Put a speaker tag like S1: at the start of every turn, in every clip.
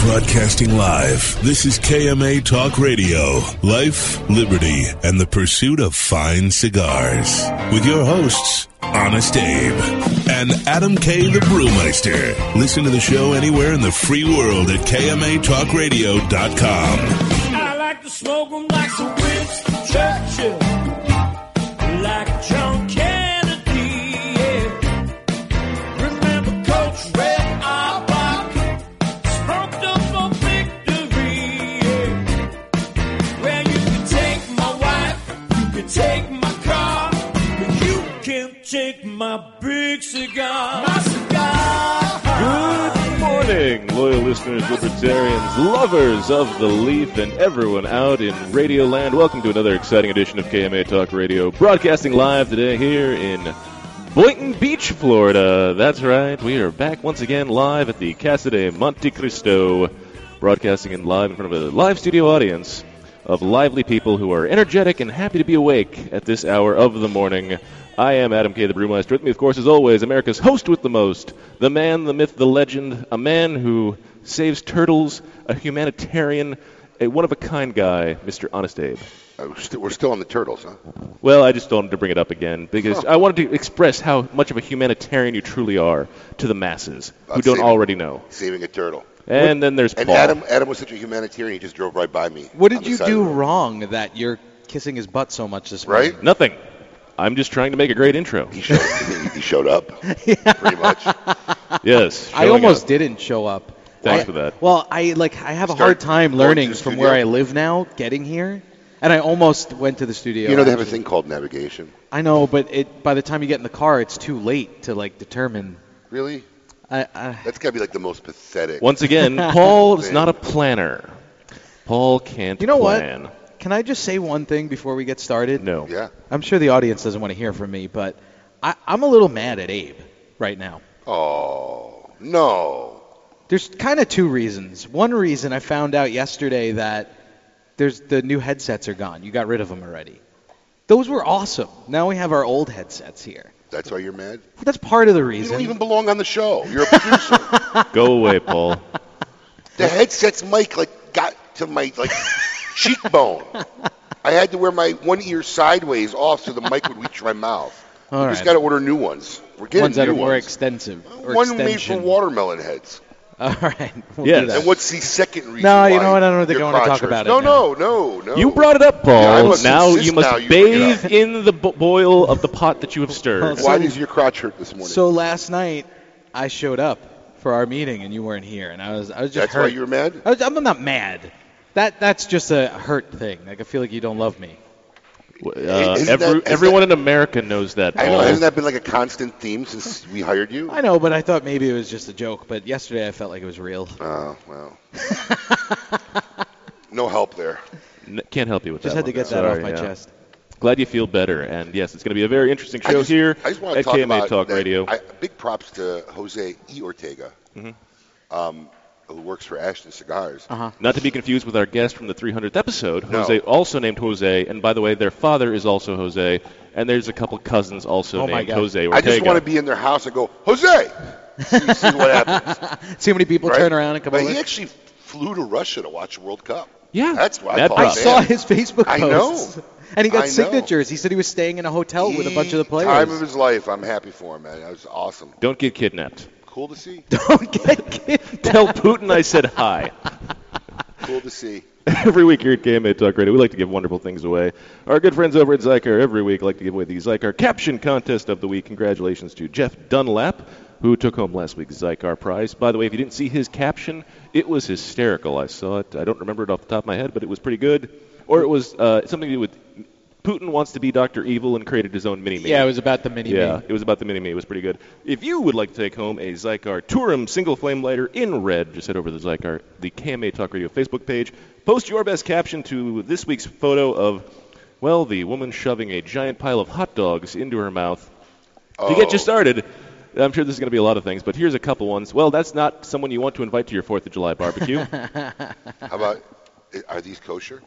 S1: Broadcasting live. This is KMA Talk Radio. Life, liberty, and the pursuit of fine cigars. With your hosts, Honest Abe and Adam K. the Brewmeister. Listen to the show anywhere in the free world at KMATalkRadio.com.
S2: I like to smoke 'em like the Winston Churchill, like John Kennedy. Yeah. Remember Coach Red Auerbach, spunked up for victory. Yeah. Well, you can take my wife, you can take my car, but you can't take my big cigar. My cigar.
S3: Good morning, loyal listeners, libertarians, lovers of the leaf, and everyone out in Radio Land. Welcome to another exciting edition of KMA Talk Radio, broadcasting live today here in Boynton Beach, Florida. That's right, we are back once again live at the Casa de Monte Cristo, broadcasting in live in front of a live studio audience of lively people who are energetic and happy to be awake at this hour of the morning. I am Adam K. the Brewmeister. With me, of course, as always, America's host with the most, the man, the myth, the legend, a man who saves turtles, a humanitarian, a one of a kind guy, Mr. Honest Abe.
S4: Uh, we're st- we're still on the turtles, huh?
S3: Well, I just wanted to bring it up again because I wanted to express how much of a humanitarian you truly are to the masses who
S4: I've
S3: don't
S4: seen it.
S3: already know.
S4: Saving a turtle.
S3: And then there's
S4: And
S3: Paul.
S4: Adam, Adam was such a humanitarian. He just drove right by me.
S5: What
S4: on
S5: did
S4: the
S5: you
S4: side of
S5: do
S4: the road.
S5: wrong that you're kissing his butt so much this
S4: Right?
S5: morning?
S3: Nothing. I'm just trying to make a great intro.
S4: He showed, he- he showed up, pretty much.
S3: yes.
S5: I
S3: showing
S5: almost
S3: up.
S5: didn't show up.
S3: Thanks
S5: I-
S3: for that.
S5: Well, I like I have a
S4: Start
S5: hard time
S4: going to
S5: learning
S4: the
S5: from
S4: studio.
S5: where I live now, getting here, and I almost went to the studio.
S4: You know, they have a
S5: actually.
S4: thing called navigation.
S5: I know, but it by the time you get in the car, it's too late to like determine.
S4: Really?
S5: I, I,
S4: That's got to be like the most pathetic.
S3: Once again, Paul is not a planner. Paul can't
S5: you know
S3: plan.
S5: what? Can I just say one thing before we get started?
S3: No.
S4: Yeah.
S5: I'm sure the audience doesn't want to hear from me, but I, I'm a little mad at Abe right now.
S4: Oh, no.
S5: There's kind of two reasons. One reason I found out yesterday that there's the new headsets are gone. You got rid of them already. Those were awesome. Now we have our old headsets here.
S4: That's why you're mad?
S5: That's part of the
S4: You
S5: reason.
S4: don't even belong on the show. You're a producer.
S3: Go away, Paul.
S4: the headset's mic, like, got to my, like, cheekbone. I had to wear my one ear sideways off so the mic would reach my mouth.
S5: All
S4: we just
S5: right.
S4: got to order new ones. We're getting
S5: ones
S4: new
S5: that are
S4: ones.
S5: more extensive. Or
S4: One made
S5: extension.
S4: from watermelon heads.
S5: All right. We'll
S3: Yes.
S5: do that.
S4: And what's the second reason?
S5: No, you
S4: why
S5: know what? I don't think I
S4: you're
S5: wanna talk
S4: crotch
S5: about it
S4: No,
S5: now.
S4: no, no, no.
S3: You brought it up, Paul.
S4: Yeah, I must
S3: now
S4: insist
S3: you must
S4: now you bring it
S3: bathe in the bo- boil of the pot that you have stirred.
S5: Well,
S4: Why
S5: So-
S4: does your crotch hurt this morning?
S5: So last night I showed up for our meeting and you weren't here, and I was I was just
S4: That's
S5: hurt.
S4: why you were mad.
S5: I was, I'm not mad. That that's just a hurt thing. Like I feel like you don't love me.
S3: Uh,
S4: Isn't
S3: every,
S4: that-
S3: everyone
S4: isn't
S3: in America knows that,
S4: I
S3: Paul.
S4: know. Hasn't that been like a constant theme since we hired you?
S5: I know, but I thought maybe it was just a joke. But yesterday I felt like it was real.
S4: Oh well. no help there.
S3: N- can't help you with
S5: Just
S3: that.
S5: had to
S3: one.
S5: get that
S3: Sorry,
S5: off my
S3: yeah.
S5: chest.
S3: Glad you feel better. And yes, it's going to be a very interesting
S4: I
S3: show
S4: just-
S3: here
S4: I just want to
S3: at
S4: talk
S3: KMA
S4: about
S3: Talk
S4: that-
S3: Radio.
S4: I, big props to Jose E. Ortega,
S5: Mm-hmm.
S4: um, who works for Ashton Cigars.
S5: Uh huh.
S3: Not to be confused with our guest from the 300th episode,
S4: No.
S3: Jose, also named Jose. And by the way, their father is also Jose. And there's a couple cousins also
S5: Oh my
S3: named
S5: God.
S3: Jose
S4: I
S3: Ortega.
S4: just want to be in their house and go, Jose. See, see what happens.
S5: See how many people
S4: right?
S5: turn around and come
S4: but
S5: over.
S4: he actually flew to Russia to watch World Cup.
S3: Yeah.
S4: That's why I
S3: That
S4: thought.
S5: I
S3: Oh,
S5: saw
S4: man.
S5: his Facebook posts.
S4: I know.
S5: And he got
S4: I know.
S5: signatures. He said he was staying in a hotel with a bunch of the
S4: He-
S5: players.
S4: Time of his life. I'm happy for him, man. That was awesome.
S3: Don't get kidnapped.
S4: Cool to see.
S5: Don't get kidnapped.
S3: Tell Putin I said hi.
S4: Cool to see.
S3: every week here at KMA Talk Radio, we like to give wonderful things away. Our good friends over at Zycar every week like to give away the Zycar Caption Contest of the Week. Congratulations to Jeff Dunlap, who took home last week's Zycar prize. By the way, if you didn't see his caption, it was hysterical. I saw it. I don't remember it off the top of my head, but it was pretty good. Or it was uh, something to do with Putin wants to be Dr. Evil and created his own mini-me.
S5: Yeah, it was about the mini me.
S3: Yeah, it was about the mini me. It was pretty good. If you would like to take home a Zycar Tourum single flame lighter in red, just head over to the Zycar, the KMA Talk Radio Facebook page. Post your best caption to this week's photo of, well, the woman shoving a giant pile of hot dogs into her mouth. To
S4: Oh.
S3: get you started, I'm sure this is going to be a lot of things, but here's a couple ones. Well, that's not someone you want to invite to your 4th of July barbecue.
S4: How about? eh, Are these kosher?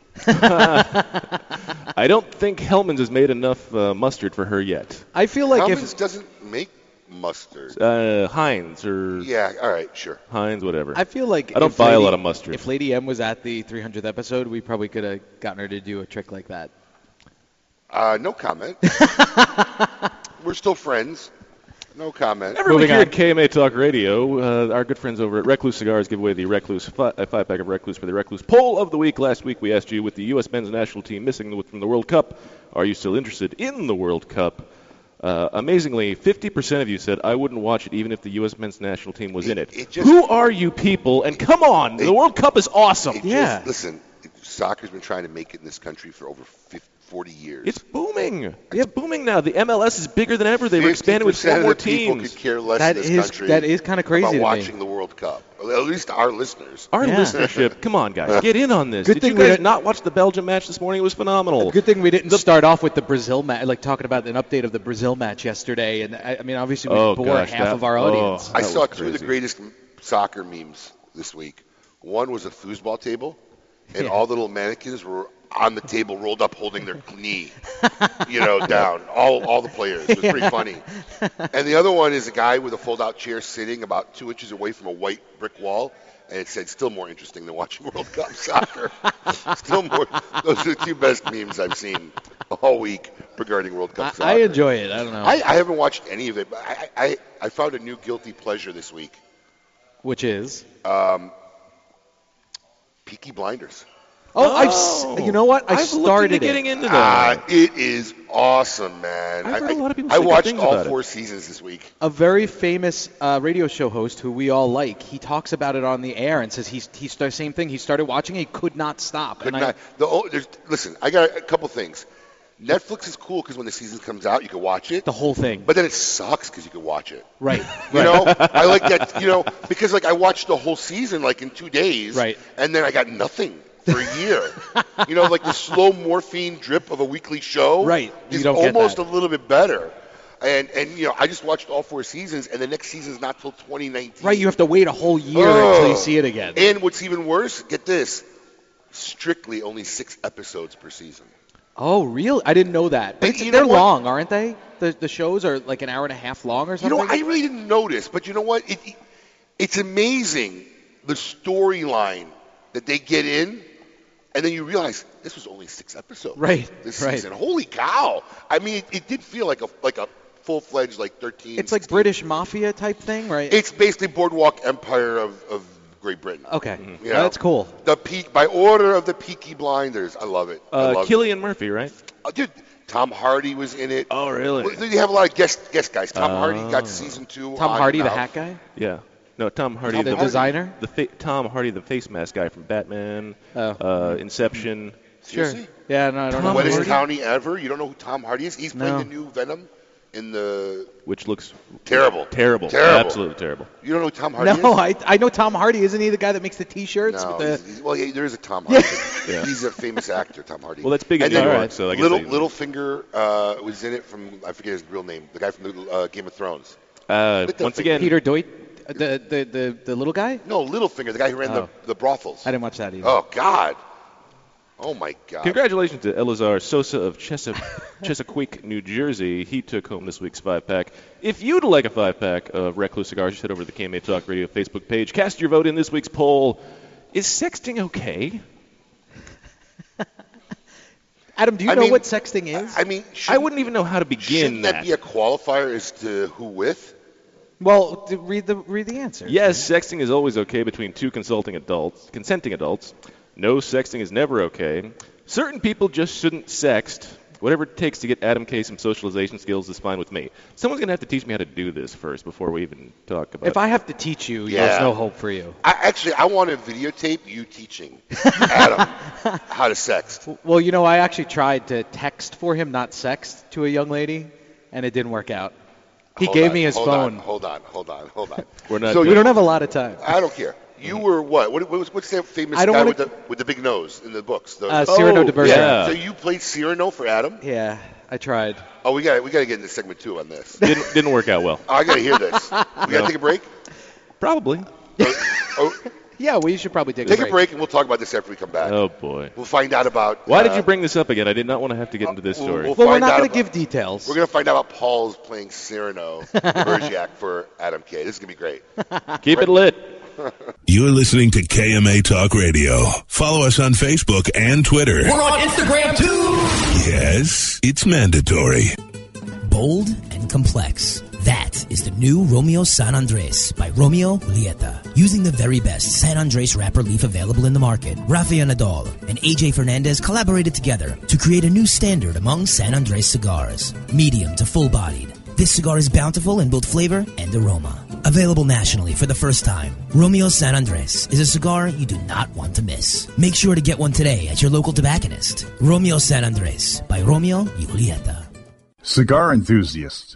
S3: I don't think Hellman's has made enough uh, mustard for her yet.
S5: I feel like
S4: Hellman's
S5: if
S4: doesn't make mustard.
S3: Uh, Heinz or
S4: Yeah, all right, sure.
S3: Heinz, whatever.
S5: I feel like
S3: I don't
S5: if
S3: buy a
S5: Lady-
S3: lot of mustard.
S5: If Lady M was at the 300th episode, we probably could have gotten her to do a trick like that.
S4: Uh, no comment. We're still friends. No comment.
S3: Every week
S5: Moving
S3: here
S5: on.
S3: at KMA Talk Radio, uh, our good friends over at Recluse Cigars give away the Recluse fi- a five pack of Recluse for the Recluse poll of the week. Last week we asked you, with the U.S. men's national team missing the- from the World Cup, are you still interested in the World Cup? Uh, amazingly, 50% of you said I wouldn't watch it even if the U.S. men's national team was in it.
S4: it just-
S3: Who are you people? And come on, the World Cup is awesome.
S4: It
S5: Yeah.
S4: Just, listen, soccer's been trying to make it in this country for over 50, 40 years.
S3: It's booming. It's booming now. The MLS is bigger than ever. They were expanded with
S4: 50%
S3: four
S4: of
S3: more
S4: the people
S3: teams.
S4: could care less
S5: That
S4: in this
S5: is-
S4: country
S5: that is kinda crazy
S4: about
S5: to me.
S4: watching the World Cup. At least our listeners.
S3: Our
S5: Yeah.
S3: listenership, come on, guys, get in on this.
S5: Good
S3: Did
S5: thing
S3: you
S5: we
S3: guys
S5: don't-
S3: not watch the Belgium match this morning? It was phenomenal.
S5: Good thing we didn't start off with the Brazil match, like talking about an update of the Brazil match yesterday. And I, I mean, obviously, we
S3: Oh,
S5: bore
S3: gosh,
S5: half
S3: that-
S5: of our
S3: oh.
S5: audience.
S4: I
S3: That
S4: saw
S3: was
S4: two of the
S3: crazy.
S4: greatest soccer memes this week. One was a foosball table, and
S5: Yeah.
S4: all the little mannequins were on the table, rolled up, holding their knee, you know, down. All all the players. It was pretty funny. And the other one is a guy with a fold-out chair sitting about two inches away from a white brick wall. And it said, still more interesting than watching World Cup soccer. still more. Those are the two best memes I've seen all week regarding World Cup soccer.
S5: I, I enjoy it. I don't know.
S4: I, I haven't watched any of it, but I, I, I found a new guilty pleasure this week. Um,
S5: which is.
S4: Peaky Blinders.
S5: Oh, I've. s- You know what? I
S3: I've
S5: started
S3: looked into
S5: it.
S3: getting into
S4: Ah,
S3: that.
S4: it is awesome, man.
S3: I've heard
S4: I-
S3: a lot of people
S4: I
S3: say good
S4: watched
S3: things
S4: all
S3: about it.
S4: four seasons this week.
S5: a very famous uh, radio show host who we all like. He talks about it on the air and says he's he's the same thing. He started watching it, he could not stop.
S4: Could
S5: and
S4: not, the, o- there's, listen, I got a couple things. Netflix is cool because when the season comes out, you can watch it.
S5: I, the whole thing.
S4: but then it sucks because you can watch it.
S5: right.
S4: You know, I like that. You know, because like I watched the whole season like in two days,
S5: Right.
S4: And then I got nothing for a year. you know, like the slow morphine drip of a weekly show,
S5: Right. You
S4: Is
S5: don't get
S4: almost
S5: that.
S4: a little bit better. And and you know, I just watched all four seasons, and the next season's not till 2019.
S5: Right, you have to wait a whole year until you
S4: Ugh.
S5: see it again.
S4: And what's even worse, get this, strictly only six episodes per season.
S5: oh, really? I didn't know that. But
S4: Hey,
S5: it's-
S4: you know
S5: they're
S4: what?
S5: long, aren't they? The the shows are like an hour and a half long or
S4: You
S5: something.
S4: know, I really didn't notice, but you know what? It, it's amazing the storyline that they get in, and then you realize this was only six episodes.
S5: Right,
S4: This
S5: right.
S4: season. Holy cow! I mean, it, it did feel like a like a full fledged like thirteen.
S5: it's like British mafia type thing, right?
S4: it's basically Boardwalk Empire of, of Great Britain.
S5: okay,
S4: You know?
S5: Well, that's cool.
S4: The peak by order of the Peaky Blinders. I love it. I
S3: Uh,
S4: love
S3: Killian Murphy, right?
S4: it. Oh, dude. Tom Hardy was in it.
S3: Oh, really? Oh.
S4: Well, They have a lot of guest guest guys. Tom Hardy got season two.
S5: Tom
S4: on
S5: Hardy,
S4: and
S5: the
S4: out.
S5: hat guy,
S3: Yeah. No, Tom Hardy,
S5: Oh, the,
S4: Hardy.
S5: designer.
S3: the fa- Tom Hardy, the face mask guy from Batman,
S5: Oh.
S3: uh, Inception.
S4: Seriously?
S5: Yeah, no, I don't
S3: Tom
S5: know.
S4: What is
S3: Hardy?
S4: Downey ever? You don't know who Tom Hardy is? He's playing
S5: No.
S4: the new Venom in the.
S3: Which looks
S4: Terrible.
S3: terrible,
S4: Terrible.
S3: absolutely terrible.
S4: You don't know who Tom Hardy is?
S5: No, I, I know Tom Hardy. Isn't he the guy that makes the T-shirts?
S4: No,
S5: with the,
S4: he's- he's- well, yeah, there is a Tom Hardy.
S3: Yeah.
S4: He's a famous actor, Tom Hardy.
S3: Well, that's big in
S4: and
S3: New
S4: then
S3: York, so I guess
S4: Little
S3: they-
S4: Littlefinger uh, was in it from I forget his real name, the guy from the uh, Game of Thrones.
S3: Uh,
S4: What the
S3: once
S4: fuck?
S3: again,
S5: Peter Deutsch, the, the, the, the little guy?
S4: No, Littlefinger, the guy who ran
S5: Oh.
S4: the, the brothels.
S5: I didn't watch that either.
S4: Oh God. Oh my God.
S3: Congratulations to Elazar Sosa of Chesa- Chesapeake, New Jersey. He took home this week's five pack. If you'd like a five pack of Recluse cigars, just head over to the KMA Talk Radio Facebook page. Cast your vote in this week's poll. Is sexting okay?
S5: Adam, do you
S4: I
S5: know
S4: mean,
S5: what sexting is?
S4: I mean,
S3: I
S4: shouldn't-
S3: wouldn't even know how to begin
S4: Shouldn't that
S3: that.
S4: be a qualifier as to who with?
S5: well, d- read the read the answer.
S3: yes, sexting is always okay between two consulting adults, consenting adults. No, sexting is never okay. Certain people just shouldn't sext. Whatever it takes to get Adam K some socialization skills is fine with me. Someone's gonna have to teach me how to do this first before we even talk about.
S5: If I have to teach you,
S4: Yeah.
S5: there's no hope for you.
S4: I, actually, I want to videotape you teaching Adam how to sext.
S5: Well, you know, I actually tried to text for him, not sext, to a young lady, and it didn't work out. He
S4: Hold
S5: gave
S4: on,
S5: me his
S4: hold
S5: phone.
S4: On, hold on, hold on, hold on.
S3: We're not
S4: So
S3: done.
S5: we don't have a lot of time.
S4: I don't care. You were what? what, what was, what's that famous
S5: I don't
S4: guy
S5: wanna-
S4: with the with the big nose in the books? The-
S5: Uh,
S4: oh,
S5: Cyrano
S3: Oh,
S5: de
S4: yeah.
S5: Bergerac.
S3: yeah.
S4: So you played Cyrano for Adam?
S5: Yeah, I tried.
S4: Oh, we got we got to get into segment two on this. Oh,
S3: didn't, didn't work out well.
S4: I got to hear this. We got to take a break.
S3: Probably.
S4: Oh,
S6: Yeah, we should probably take,
S7: Take a break, and we'll talk about this after we come back.
S3: Oh boy.
S7: We'll find out about.
S3: Why
S7: uh,
S3: did you bring this up again? I did not want to have to get into this
S7: We'll-
S3: story.
S7: we'll
S6: Well, we're
S7: find
S6: not
S7: out
S6: going to
S7: about-
S6: give details.
S7: We're gonna find out about Paul's playing Cyrano Bergerac for Adam K. This is gonna be great.
S3: Keep it lit.
S1: You're listening to KMA Talk Radio. Follow us on Facebook and Twitter.
S8: We're on Instagram too.
S1: Yes, it's mandatory.
S8: Bold and complex. That is the new Romeo San Andres by Romeo Julieta. Using the very best San Andres wrapper leaf available in the market, Rafael Nadal and AJ Fernandez collaborated together to create a new standard among San Andres cigars. Medium to full bodied. This cigar is bountiful in both flavor and aroma. Available nationally for the first time, Romeo San Andres is a cigar you do not want to miss. Make sure to get one today at your local tobacconist. Romeo San Andres by Romeo Julieta.
S9: Cigar enthusiasts,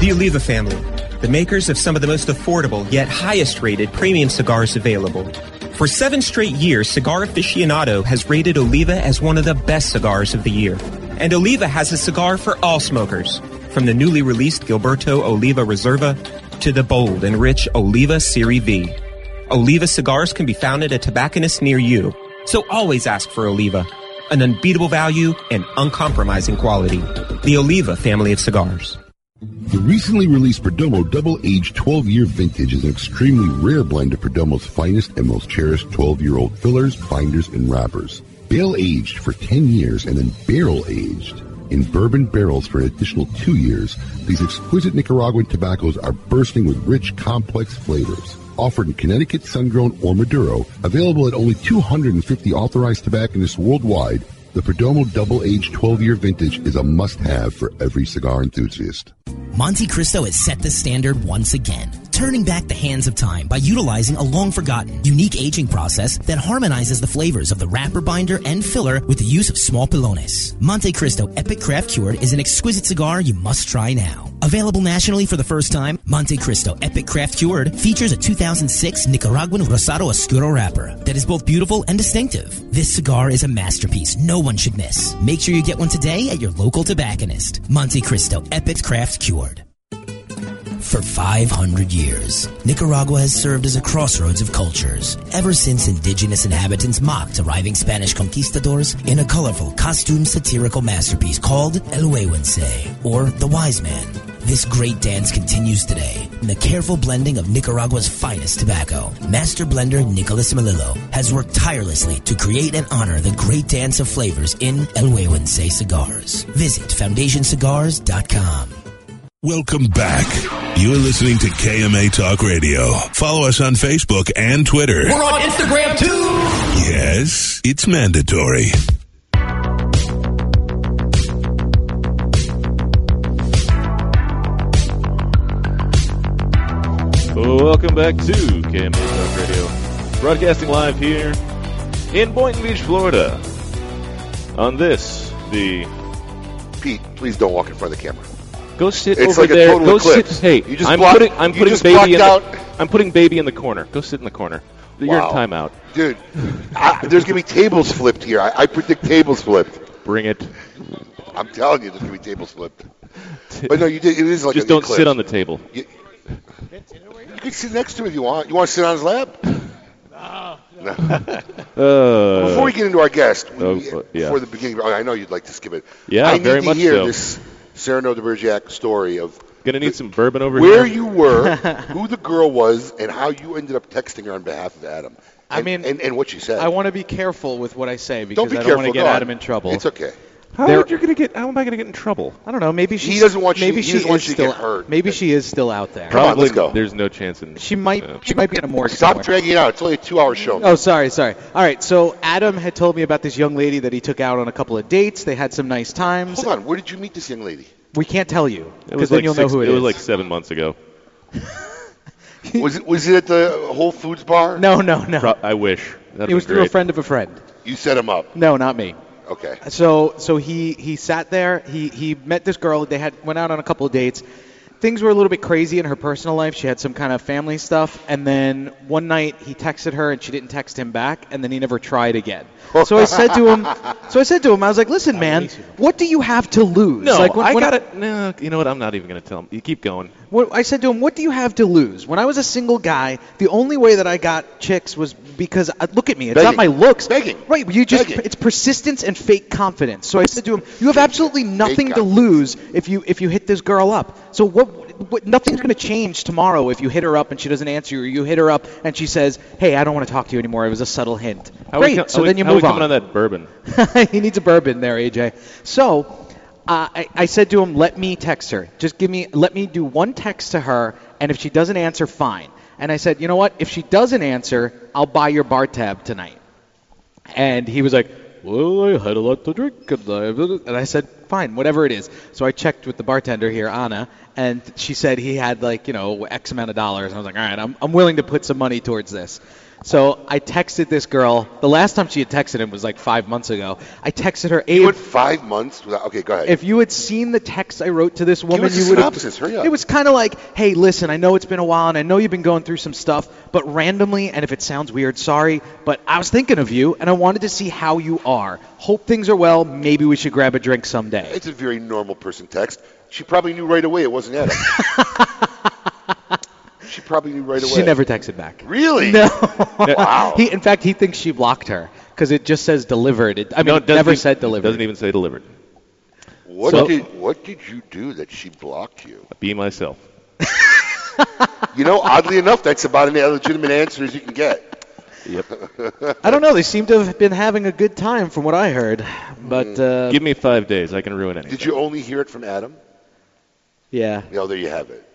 S10: The Oliva family, the makers of some of the most affordable yet highest rated premium cigars available. For seven straight years, Cigar Aficionado has rated Oliva as one of the best cigars of the year. And Oliva has a cigar for all smokers, from the newly released Gilberto Oliva Reserva to the bold and rich Oliva Serie V. Oliva cigars can be found at a tobacconist near you, so always ask for Oliva, an unbeatable value and uncompromising quality. The Oliva family of cigars.
S4: The recently released Perdomo Double Aged 12 Year Vintage is an extremely rare blend of Perdomo's finest and most cherished 12 year old fillers, binders, and wrappers. Bale aged for 10 years and then barrel aged in bourbon barrels for an additional two years. These exquisite Nicaraguan tobaccos are bursting with rich, complex flavors. Offered in Connecticut, Sun-Grown, or Maduro, available at only 250 authorized tobacconists worldwide. The Perdomo Double Aged 12 Year Vintage is a must-have for every cigar enthusiast.
S8: Monte Cristo has set the standard once again, turning back the hands of time by utilizing a long forgotten, unique aging process that harmonizes the flavors of the wrapper binder and filler with the use of small pilones. Monte Cristo Epic Craft Cured is an exquisite cigar you must try now. Available nationally for the first time, Monte Cristo Epic Craft Cured features a 2006 Nicaraguan Rosado Oscuro wrapper that is both beautiful and distinctive. This cigar is a masterpiece no one should miss. Make sure you get one today at your local tobacconist. Monte Cristo Epic Craft Cured. For 500 years, Nicaragua has served as a crossroads of cultures. Ever since indigenous inhabitants mocked arriving Spanish conquistadors in a colorful costume satirical masterpiece called El Huehuense, or The Wise Man. This great dance continues today in the careful blending of Nicaragua's finest tobacco. Master blender Nicolas Melillo has worked tirelessly to create and honor the great dance of flavors in El Huehuense cigars. Visit foundationcigars.com.
S1: Welcome back. You're listening to KMA Talk Radio. Follow us on Facebook and Twitter.
S8: We're on Instagram too.
S1: Yes, it's mandatory.
S3: Welcome back to KMA Talk Radio, broadcasting live here in Boynton Beach, Florida. On this, the
S7: Pete, please don't walk in front of the camera.
S3: go sit
S7: It's
S3: over
S7: like a
S3: there.
S7: total
S3: go
S7: eclipse.
S3: sit. Hey,
S7: You just
S3: I'm
S7: blocked-
S3: putting I'm
S7: you
S3: putting
S7: just
S3: baby in.
S7: blocked out-
S3: The, I'm putting baby in the corner. Go sit in the corner. You're in
S4: Wow.
S3: timeout.
S4: Dude, I, there's going to be tables flipped here. I, I predict tables flipped.
S3: Bring it.
S4: I'm telling you, there's going to be tables flipped. But no, you did. It is like
S3: Just
S4: an
S3: don't
S4: eclipse.
S3: sit on the table.
S4: You can sit next to him if you want. You want to sit on his lap? No.
S3: Uh,
S4: Before we get into our guest, we,
S3: Oh,
S4: we-
S3: but- yeah.
S4: before the beginning, I know you'd like to skip it.
S3: Yeah,
S4: I need
S3: very
S4: to
S3: much
S4: hear
S3: so.
S4: this Cyrano de Bergerac story of
S3: gonna need some bourbon over
S4: where
S3: here.
S4: you were, who the girl was, and how you ended up texting her on behalf of Adam.
S5: I
S4: And-
S5: mean,
S4: and, and what she said.
S5: I want to be careful with what I say because
S4: don't be
S5: I don't
S4: careful.
S5: want to get
S4: Go on.
S5: Adam in trouble.
S4: It's okay.
S3: How
S5: There-
S3: are you gonna get? How am I gonna get in trouble?
S5: I don't know. Maybe she
S4: doesn't want you-
S5: Maybe
S4: he
S5: she
S4: doesn't want
S5: is
S4: you to
S5: still
S4: get hurt.
S5: Maybe she is still out there.
S4: Come on,
S3: Probably.
S4: let's go.
S3: There's no chance in.
S5: She might.
S3: Yeah.
S5: She might be in a morgue.
S4: Stop
S5: somewhere.
S4: dragging it out. It's only a two-hour show.
S5: Oh, sorry, sorry. All right. So Adam had told me about this young lady that he took out on a couple of dates. They had some nice times.
S4: Hold on. Where did you meet this young lady?
S5: We can't tell you
S3: It
S5: because
S3: was
S5: then
S3: like
S5: you'll know
S3: six-
S5: who
S3: it
S5: it is.
S3: was like seven months ago.
S4: Was it was it at the Whole Foods bar?
S5: no, no, no.
S3: Pro- I wish. That'd
S5: it was
S3: be
S5: through
S3: great.
S5: a friend of a friend.
S4: You set him up.
S5: No, not me.
S4: Okay.
S5: So so he he sat there. He he met this girl. They had went out on a couple of dates. Things were a little bit crazy in her personal life. She had some kind of family stuff, and then one night he texted her, and she didn't text him back, and then he never tried again. So I said to him, so I said to him, I was like, "Listen, man, what do you have to lose?"
S3: No,
S5: like, when-
S3: I
S5: when
S3: gotta. no, you know what? I'm not even gonna tell him. You keep going.
S5: What, I said to him, "What do you have to lose?" When I was a single guy, the only way that I got chicks was because I, look at me. It's not my
S4: Begging.
S5: looks.
S4: Begging.
S5: Right? You just
S4: Begging.
S5: it's persistence and fake confidence. So I said to him, "You have absolutely nothing to
S4: confidence.
S5: lose if you if you hit this girl up. So what? what nothing's going to change tomorrow if you hit her up and she doesn't answer you, or you hit her up and she says, "Hey, I don't want to talk to you anymore." It was a subtle hint.
S3: How
S5: Great.
S3: We, co-
S5: so
S3: how we-
S5: then you
S3: how
S5: move
S3: we
S5: on.
S3: coming on that bourbon.
S5: he needs a bourbon there, AJ. So uh, I, I said to him, let me text her. Just give me, let me do one text to her, and if she doesn't answer, fine. And I said, you know what? If she doesn't answer, I'll buy your bar tab tonight. And he was like, well, I had a lot to drink. And I, and I said, fine, whatever it is. So I checked with the bartender here, Anna, and she said he had like, you know, X amount of dollars. And I was like, all right, I'm, I'm willing to put some money towards this. So I texted this girl. The last time she had texted him was like five months ago. I texted her,
S4: You
S5: Abe,
S4: went five months without. Okay, go ahead.
S5: if you had seen the text I wrote to this woman,
S4: us a
S5: you would
S4: synopsis. Hurry up.
S5: It was kind of like, hey, listen, I know it's been a while, and I know you've been going through some stuff, but randomly, and if it sounds weird, sorry, but I was thinking of you, and I wanted to see how you are. Hope things are well. Maybe we should grab a drink someday.
S4: it's a very normal person text. She probably knew right away it wasn't Adam. she probably knew right away.
S5: She never texted back.
S4: Really?
S5: No.
S4: Wow.
S5: He, in fact, he thinks she blocked her because it just says delivered. It, I mean,
S3: no,
S5: it
S3: it doesn't
S5: never
S3: even-
S5: said
S3: it
S5: delivered.
S3: Doesn't even say delivered.
S4: What
S3: So-
S4: did What did you do that she blocked you?
S3: Be myself.
S4: You know, oddly enough, that's about as legitimate answer as you can get.
S3: Yep.
S5: I don't know. They seem to have been having a good time, from what I heard. But uh,
S3: Mm. Give me five days. I can ruin anything.
S4: Did you only hear it from Adam?
S5: yeah.
S4: No, there you have it.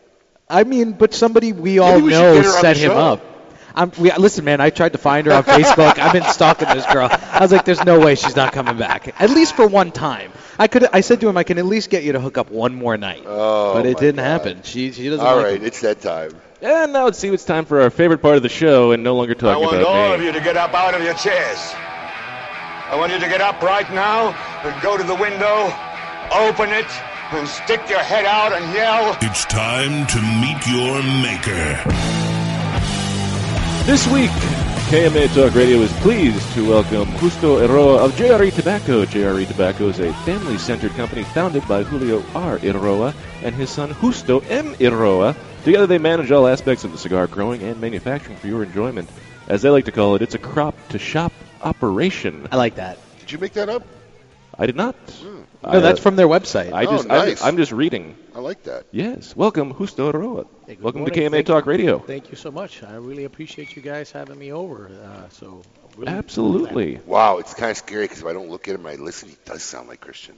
S5: I mean, but somebody we all
S4: we should
S5: know
S4: get her on
S5: set
S4: the
S5: him
S4: show.
S5: up. I'm, we, listen, man, I tried to find her on Facebook. I've been stalking this girl. I was like, there's no way she's not coming back, at least for one time. I could. I said to him, I can at least get you to hook up one more night.
S4: Oh,
S5: but it
S4: my
S5: didn't
S4: God.
S5: happen. She she doesn't.
S4: All
S5: like
S4: right,
S5: him.
S4: it's that time.
S3: And now let's see what's time for our favorite part of the show and no longer
S11: I
S3: talking
S11: want
S3: about
S11: all
S3: me.
S11: of you to get up out of your chairs. I want you to get up right now and go to the window, open it, and stick your head out and yell.
S1: It's time to meet your maker.
S3: This week, KMA Talk Radio is pleased to welcome Justo Eroa of JRE Tobacco. JRE Tobacco is a family centered company founded by Julio R. Eroa and his son Justo M. Eroa. Together, they manage all aspects of the cigar growing and manufacturing for your enjoyment. As they like to call it, it's a crop to shop operation.
S5: I like that.
S4: Did you make that up? Hmm.
S3: I did not.
S5: No, that's from their website.
S3: I
S4: Oh,
S3: just,
S4: nice.
S3: I'm, I'm just reading.
S4: I like that.
S3: Yes. Welcome, Justo Eroa.
S12: Hey, good
S3: Welcome
S12: morning.
S3: to KMA
S12: Thank
S3: Talk
S12: you.
S3: Radio.
S12: Thank you so much. I really appreciate you guys having me over. Uh, so really
S3: Absolutely.
S4: Wow, it's kind of scary because if I don't look at him and I listen, he does sound like Christian.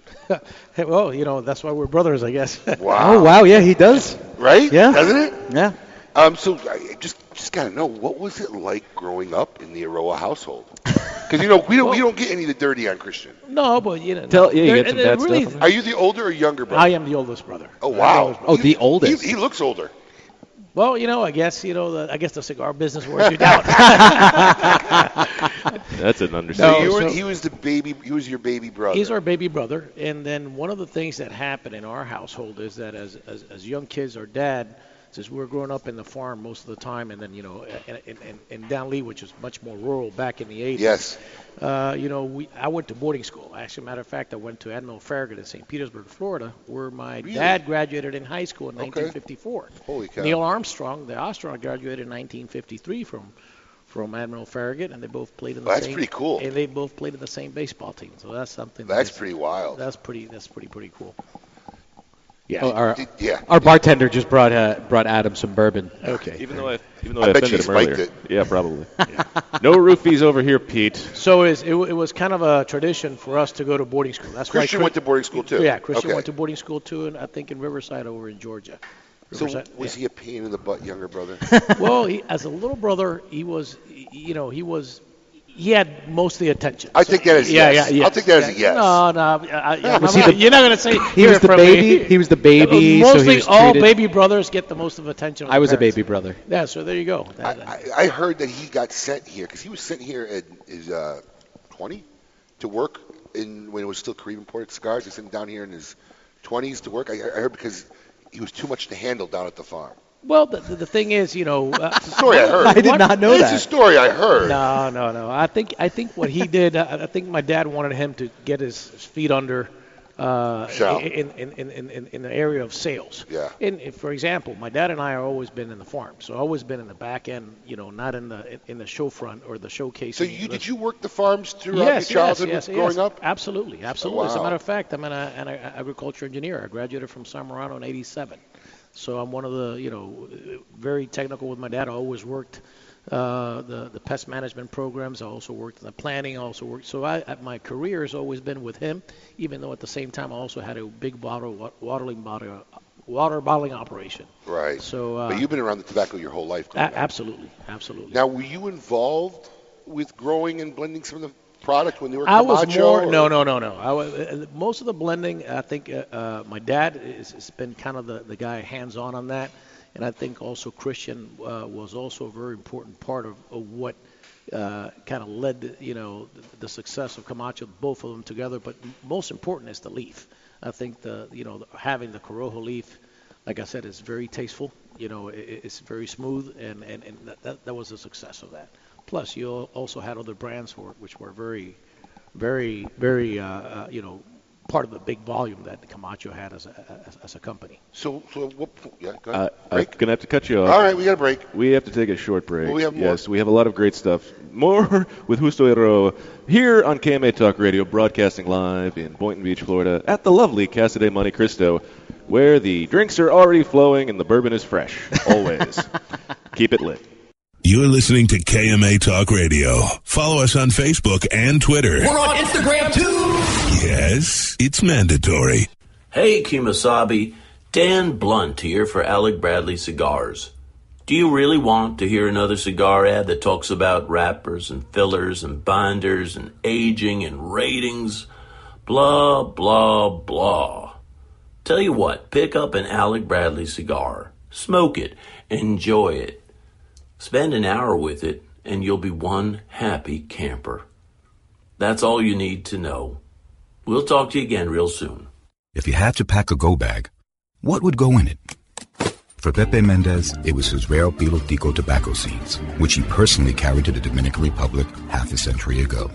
S12: Hey, well, you know that's why we're brothers, I guess.
S4: Wow.
S5: Oh wow, yeah, he does.
S4: Right?
S5: Yeah.
S4: Doesn't it?
S5: Yeah.
S4: Um, so I just just gotta know what was it like growing up in the Aroa household? Because you know we don't we don't get any of the dirty on Christian.
S12: no, but you know.
S3: Tell- yeah, you
S12: they're-
S3: get some
S12: they're
S3: bad
S12: really,
S3: stuff on
S4: Are you the older or younger brother?
S12: I am the oldest brother.
S4: Oh
S12: I'm the
S4: wow.
S12: oldest brother.
S5: Oh, the oldest.
S4: He, he looks older.
S12: Well, you know, I guess you know, the, I guess the cigar business wears you down.
S3: That's an understatement.
S4: So,
S12: No,
S4: you were,
S12: so-
S4: he was the baby. He was your baby brother.
S12: He's our baby brother, and then one of the things that happened in our household is that as as, as young kids, our dad Since we were growing up in the farm most of the time, and then you know, and, and, and, and down Lee, which was much more rural back in the 80s.
S4: Yes.
S12: Uh, you know, we I went to boarding school. Actually, matter of fact, I went to Admiral Farragut in St. Petersburg, Florida, where my
S4: Really?
S12: dad graduated in high school in 1954.
S4: Holy cow.
S12: Neil Armstrong, the astronaut, graduated in 1953 from from Admiral Farragut, and they both played in the
S4: Well, that's
S12: same.
S4: pretty cool.
S12: And they both played in the same baseball team, so that's something.
S4: That's pretty wild.
S12: That's pretty. That's pretty pretty cool.
S5: Yeah. Oh, our,
S4: Did- yeah.
S5: Our bartender just brought uh, brought Adam some bourbon.
S12: Okay.
S3: Even though I, even though
S4: I
S3: I,
S4: bet
S3: offended
S4: you
S3: him
S4: spiked
S3: earlier.
S4: it.
S3: Yeah, probably. No roofies over here, Pete.
S12: So it, is, it, wa- it was kind of a tradition for us to go to boarding school. That's why
S4: Christian
S12: Chris-
S4: went to boarding school too.
S12: Yeah, Christian
S4: Okay.
S12: went to boarding school too, and I think in Riverside over in Georgia.
S4: So
S12: Riverside-
S4: was he a pain in the butt, younger brother?
S12: well, he, as a little brother, he was, y- you know, he was, he had most of the attention.
S4: I take that as
S12: yeah,
S4: yes.
S12: Yeah, yeah,
S4: I'll take that as a yes.
S12: No, no, I, I,
S5: Was
S12: I'm
S5: he
S12: not-
S5: the-
S12: you're not gonna say
S5: He was the
S12: from
S5: baby.
S12: Me.
S5: He was the baby.
S4: Oh,
S12: Mostly
S5: so he was
S12: all
S5: treated-
S12: baby brothers get the most of attention. of
S5: I was a
S12: parents.
S5: baby brother.
S12: Yeah, so there you go.
S4: I,
S12: That-
S4: I, I heard that he got sent here because he was sent here at his uh, 20 to work in when it was still Caribbean Port Scars. They sent him down here in his 20s to work. I, I heard because he was too much to handle down at the farm.
S12: well, the, the thing is, you know, uh,
S4: It's a story I heard.
S5: I did not know
S4: it's
S5: that.
S4: a story I heard.
S12: No, no, no. I think I think what he did. uh, I, I think my dad wanted him to get his feet under. Uh,
S4: Sure.
S12: in, in, in, in, in the area of sales.
S4: Yeah.
S12: And if, for example, my dad and I have always been in the farm, so always been in the back end, you know, not in the in the show front or the showcase.
S4: So you did you work the farms throughout
S12: yes,
S4: your childhood
S12: yes, yes,
S4: with growing
S12: yes.
S4: up?
S12: Absolutely, absolutely. As
S13: Oh,
S12: a
S4: wow.
S12: matter of fact, I'm an, uh, an uh, agriculture engineer. I graduated from San Marano in '87, so I'm one of the you know very technical with my dad. I always worked uh, the the pest management programs. I also worked in the planning. I also worked. So I I- my career has always been with him, even though at the same time I also had a big bottle wa- watering bottle water bottling operation.
S4: Right.
S12: So uh,
S4: but you've been around the tobacco your whole life.
S12: a-
S4: growing up.
S12: absolutely, absolutely.
S4: Now, were you involved with growing and blending some of the product when they were
S12: I was
S4: Camacho,
S12: more
S4: or-
S12: no no no no. I wa- uh, most of the blending, I think uh, uh, my dad is, has been kind of the, the guy hands on on that, and I think also Christian uh, was also a very important part of, of what uh, kind of led the, you know the, the success of Camacho, both of them together. But m- most important is the leaf. I think the you know having the corojo leaf, like I said, is very tasteful. You know, i i- it's very smooth, and and, and that- that, that was a success of that. Plus, you al- also had other brands for it, which were very very, very, uh, uh, you know, part of the big volume that Camacho had as a, as, as a company.
S4: So, so what? Yeah, go ahead.
S3: Uh, I'm
S4: break.
S3: gonna have to cut you off.
S4: All right, we got a break.
S3: We have to take a short break.
S4: Well, we have more.
S3: yes, we have a lot of great stuff. More with Justo Hero here on KMA Talk Radio, broadcasting live in Boynton Beach, Florida, at the lovely Casa de Monte Cristo, where the drinks are already flowing and the bourbon is fresh. Always. Keep it lit.
S1: You're listening to KMA Talk Radio. Follow us on Facebook and Twitter.
S14: We're on Instagram too.
S1: Yes, it's mandatory.
S14: Hey, Kimasabi. Dan Blunt here for Alec Bradley Cigars. Do you really want to hear another cigar ad that talks about wrappers and fillers and binders and aging and ratings? Blah, blah, blah. Tell you what, pick up an Alec Bradley cigar, smoke it, enjoy it. Spend an hour with it, and you'll be one happy camper. That's all you need to know. We'll talk to you again real soon.
S15: If you had to pack a go bag, what would go in it? For Pepe Mendez, it was his rare Pilo Tico tobacco seeds, which he personally carried to the Dominican Republic half a century ago.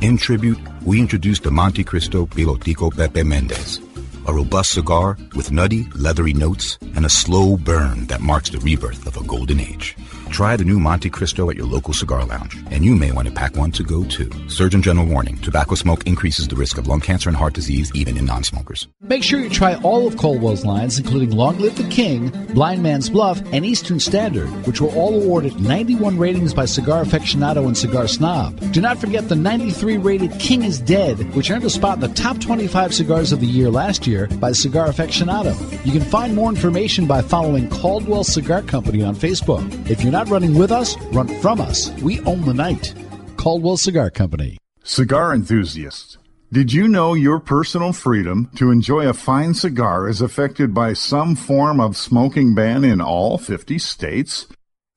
S15: In tribute, we introduced the Monte Cristo Pilo Tico Pepe Mendez, a robust cigar with nutty, leathery notes and a slow burn that marks the rebirth of a golden age. Try the new Monte Cristo at your local cigar lounge, and you may want to pack one to go too. Surgeon General warning, tobacco smoke increases the risk of lung cancer and heart disease even in non-smokers.
S16: Make sure you try all of Colwell's lines, including Long Live the King, Blind Man's Bluff, and Eastern Standard, which were all awarded 91 ratings by Cigar Aficionado and Cigar Snob. Do not forget the 93 rated King is Dead, which earned a spot in the top 25 cigars of the year last year by Cigar Aficionado. You can find more information by following Caldwell Cigar Company on Facebook. If you're not running with us, run from us. We own the night. Caldwell Cigar Company.
S9: Cigar enthusiasts, did you know your personal freedom to enjoy a fine cigar is affected by some form of smoking ban in all 50 states?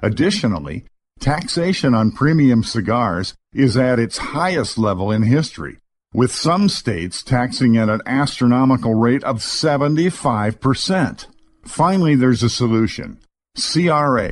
S9: Additionally, taxation on premium cigars is at its highest level in history, with some states taxing at an astronomical rate of 75%. Finally, there's a solution. CRA,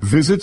S9: Visit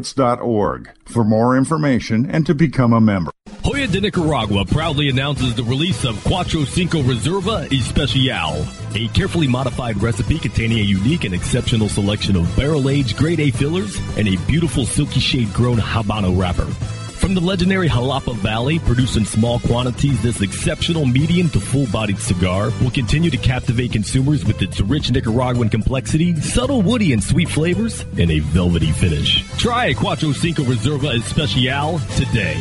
S9: cigarrights.org for more information and to become a member.
S17: Hoya de Nicaragua proudly announces the release of Cuatro Cinco Reserva Especial, a carefully modified recipe containing a unique and exceptional selection of barrel-aged grade A fillers and a beautiful silky shade-grown Habano wrapper. From the legendary Jalapa Valley, produced in small quantities, this exceptional medium to full-bodied cigar will continue to captivate consumers with its rich Nicaraguan complexity, subtle woody and sweet flavors, and a velvety finish. Try a Cuatro Cinco Reserva Especial today.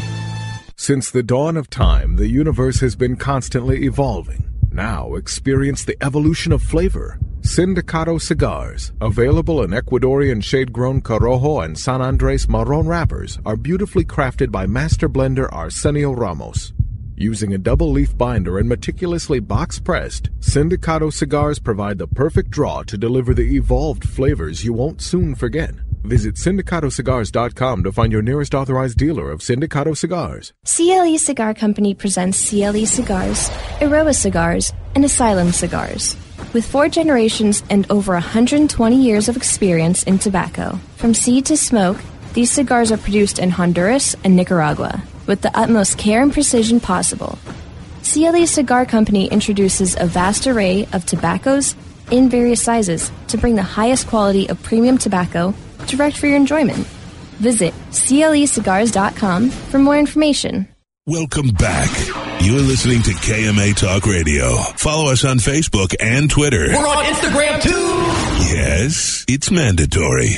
S18: Since the dawn of time, the universe has been constantly evolving. Now experience the evolution of flavor. Sindicato cigars, available in Ecuadorian shade-grown Corojo and San Andres Marron wrappers, are beautifully crafted by master blender Arsenio Ramos. Using a double-leaf binder and meticulously box-pressed, Sindicato cigars provide the perfect draw to deliver the evolved flavors you won't soon forget. Visit syndicatocigars.com to find your nearest authorized dealer of Sindicato cigars.
S19: CLE E Cigar Company presents CLE Cigars, Aroa Cigars, and Asylum Cigars. With four generations and over 120 years of experience in tobacco, from seed to smoke, these cigars are produced in Honduras and Nicaragua with the utmost care and precision possible. CLE Cigar Company introduces a vast array of tobaccos in various sizes to bring the highest quality of premium tobacco direct for your enjoyment. Visit E clecigars.com for more information.
S1: Welcome back. You're listening to KMA Talk Radio. Follow us on Facebook and Twitter.
S2: We're on Instagram too.
S1: Yes, it's mandatory.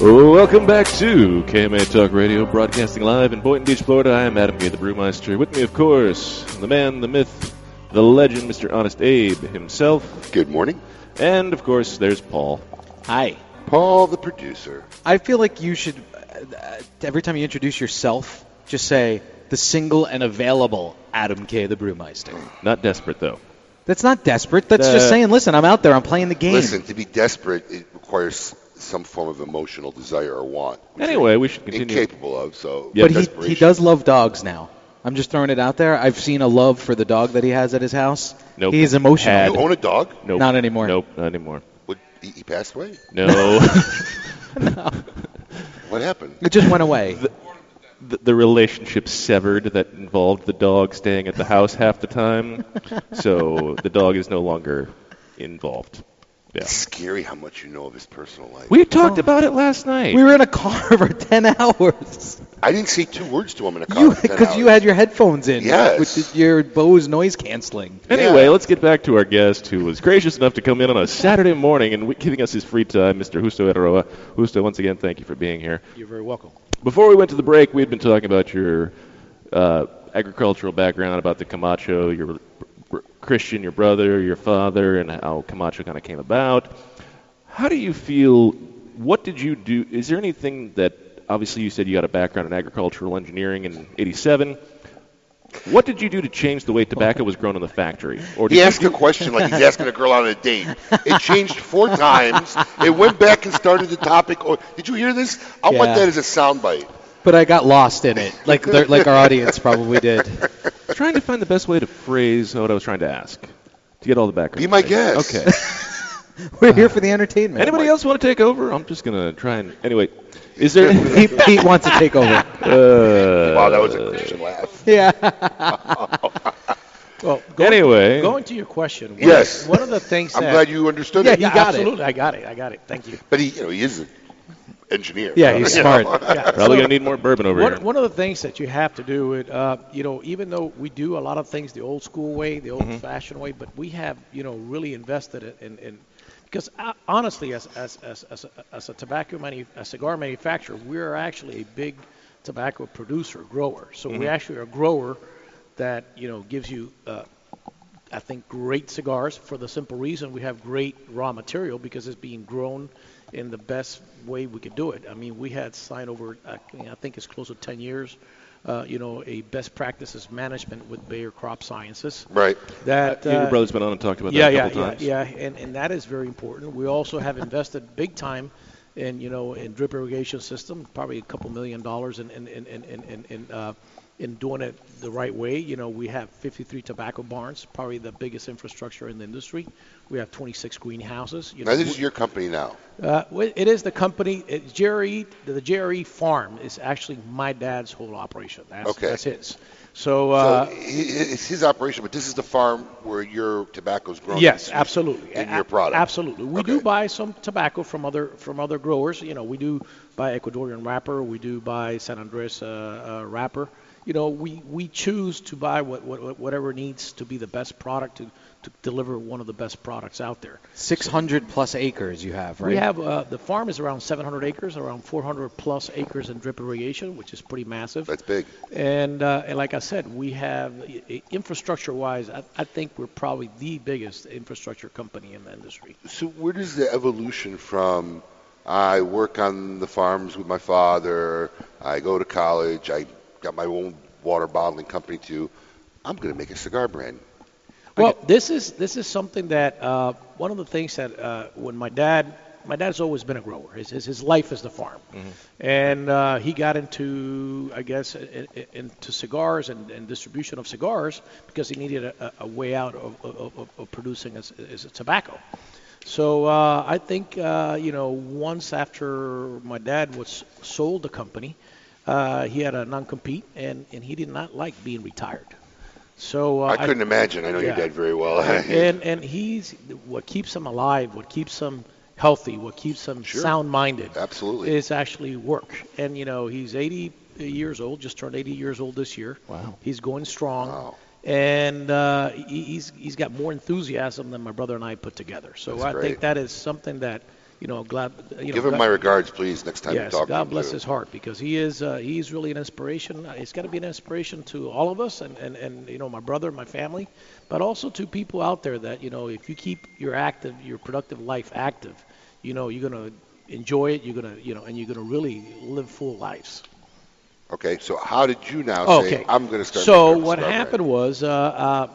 S3: Welcome back to KMA Talk Radio, broadcasting live in Boynton Beach, Florida. I am Adam Gay, the Brewmeister. With me, of course, the man, the myth, the legend, Mr. Honest Abe himself.
S4: Good morning.
S3: And, of course, there's Paul.
S5: Hi.
S4: Paul, the producer.
S5: I feel like you should, uh, uh, every time you introduce yourself, just say the single and available Adam K. the Brewmeister.
S3: Not desperate, though.
S5: That's not desperate. That's
S4: Uh,
S5: just saying, listen, I'm out there, I'm playing the game.
S4: Listen, to be desperate, it requires some form of emotional desire or want. which
S5: Anyway,
S4: you're
S5: we should continue.
S4: Incapable of, so.
S5: but he, he
S4: desperation.
S5: does love dogs now. I'm just throwing it out there. I've seen a love for the dog that he has at his house.
S3: Nope.
S5: He is emotional.
S3: Had.
S5: You
S4: own a dog?
S3: Nope.
S5: Not anymore.
S3: Nope, not anymore.
S4: He, he passed away?
S3: No.
S4: What happened?
S5: It just went away.
S3: The, the, the relationship severed that involved the dog staying at the house half the time. so the dog is no longer involved. Yeah.
S4: Scary how much you know of his personal life.
S3: We talked about it last night.
S5: Oh. We were in a car for 10 hours.
S4: I didn't say two words to him in a car.
S5: You,
S4: for 10
S5: because you
S4: hours.
S5: had your headphones in.
S4: Yes.
S5: With the- your Bose noise canceling.
S3: Anyway, let's get back to our guest who was gracious enough to come in on a Saturday morning and we- giving us his free time, Mr. Justo Eroa. Justo, once again, thank you for being here.
S12: You're very welcome.
S3: Before we went to the break, we had been talking about your uh, agricultural background, about the Camacho, your r- r- Christian, your brother, your father, and how Camacho kind of came about. How do you feel? What did you do? Is there anything that obviously you said you got a background in agricultural engineering in '87? What did you do to change the way tobacco was grown in the factory? Or did
S4: He
S3: you
S4: asked
S3: do-
S4: a question like he's asking a girl out on a date. It changed four times. It went back and started the topic. Or did you hear this? I want
S5: Yeah.
S4: that as a soundbite.
S5: But I got lost in it, like the- like our audience probably did.
S3: trying to find the best way to phrase what I was trying to ask to get all the background.
S5: Be my guest.
S3: Okay.
S5: We're here for the entertainment.
S3: Anybody else want to take over? I'm just gonna try and anyway. Is there? Uh,
S5: Pete, Pete wants to take over.
S4: wow, that was a Christian laugh.
S5: Yeah.
S12: Well,
S3: anyway,
S12: Going to your question. One,
S4: Yes.
S12: One of the things
S4: I'm
S12: that-
S4: glad you understood it.
S12: Yeah, absolutely. I got it. I got it. Thank you.
S4: But he, you know, he is an engineer.
S12: Yeah, he's
S4: You
S12: smart.
S4: know?
S12: Yeah.
S3: Probably gonna need more bourbon over
S12: one,
S3: here.
S12: One of the things that you have to do, it, uh, you know, even though we do a lot of things the old school way, the
S4: Mm-hmm.
S12: old fashioned way, but we have, you know, really invested in, in, in because uh, honestly, as, as, as, as, a, as a tobacco manu- a cigar manufacturer, we're actually a big tobacco producer grower. So we
S3: Mhm.
S12: actually are a grower that, you know, gives you uh, I think, great cigars for the simple reason we have great raw material because it's being grown in the best way we could do it. I mean, we had signed over, I I think it's close to 10 years, uh, you know, a best practices management with Bayer Crop Sciences.
S4: Right.
S12: That
S3: Uh, your
S12: uh,
S3: brother's been on and talked about that
S12: yeah,
S3: a
S12: yeah,
S3: couple
S12: yeah,
S3: times.
S12: Yeah, and, and that is very important. We also have invested big time in, you know, in drip irrigation system, probably a couple million dollars in, in, in, in, in, in, in uh, in doing it the right way. You know, we have 53 tobacco barns, probably the biggest infrastructure in the industry. We have 26 greenhouses. You
S4: Now
S12: know,
S4: this is your company now.
S12: uh, well, it is the company. It's Jerry. The Jerry Farm is actually my dad's whole operation. That's,
S4: Okay.
S12: that's his. So,
S4: So
S12: uh,
S4: i- i- it's his operation, but this is the farm where your tobacco's grown.
S12: Yes, absolutely.
S4: In
S12: A-
S4: your product.
S12: Absolutely. We do buy some tobacco from other from other growers. You know, we do buy Ecuadorian wrapper. We do buy San Andres uh, uh, wrapper. You know, we, we choose to buy what, what what- whatever needs to be the best product to, to deliver one of the best products out there.
S5: 600 plus acres you have, right?
S12: We have uh, the farm is around 700 acres, around 400 plus acres in drip irrigation, which is pretty massive. That's
S4: big.
S12: And, uh, and like I said, we have i- i- infrastructure-wise, I, I think we're probably the biggest infrastructure company in the industry.
S4: So where does the evolution from I work on the farms with my father, I go to college, I got my own water bottling company to I'm going to make a cigar brand.
S12: Well, this is this is something that uh, one of the things that uh, when my dad my dad's always been a grower. His his, his life is the farm,
S3: Mm-hmm.
S12: and uh, he got into I guess i- i- into cigars and, and distribution of cigars because he needed a, a- a way out of, of, of, of producing his, his tobacco. So uh, I think uh, you know once after my dad was sold the company, uh, he had a non-compete and, and he did not like being retired. So uh,
S4: I couldn't imagine. I know your
S12: yeah.
S4: dad very well.
S12: and and he's what keeps him alive, what keeps him healthy, what keeps him sound-minded.
S4: Absolutely.
S12: Is actually work. And you know, he's 80 years old, just turned 80 years old this year. Wow. He's going strong. And uh, he, he's he's got more enthusiasm than my brother and I put together. So
S4: That's
S12: I
S4: great.
S12: think that is something that you know, glad you know.
S4: Give him
S12: God-
S4: my regards, please, next time
S12: yes,
S4: you talk to
S12: God
S4: him.
S12: bless
S4: too.
S12: his heart because he is uh, he's really an inspiration. Uh, He's got to be an inspiration to all of us and, and, and you know my brother, my family, but also to people out there that you know if you keep your active, your productive life active, you know you're gonna enjoy it. You're gonna you know and you're gonna really live full lives.
S4: Okay, so how did you now say
S12: Okay.
S4: I'm going to start?
S12: So
S4: making a
S12: what
S4: cigar brand?
S12: happened was, uh,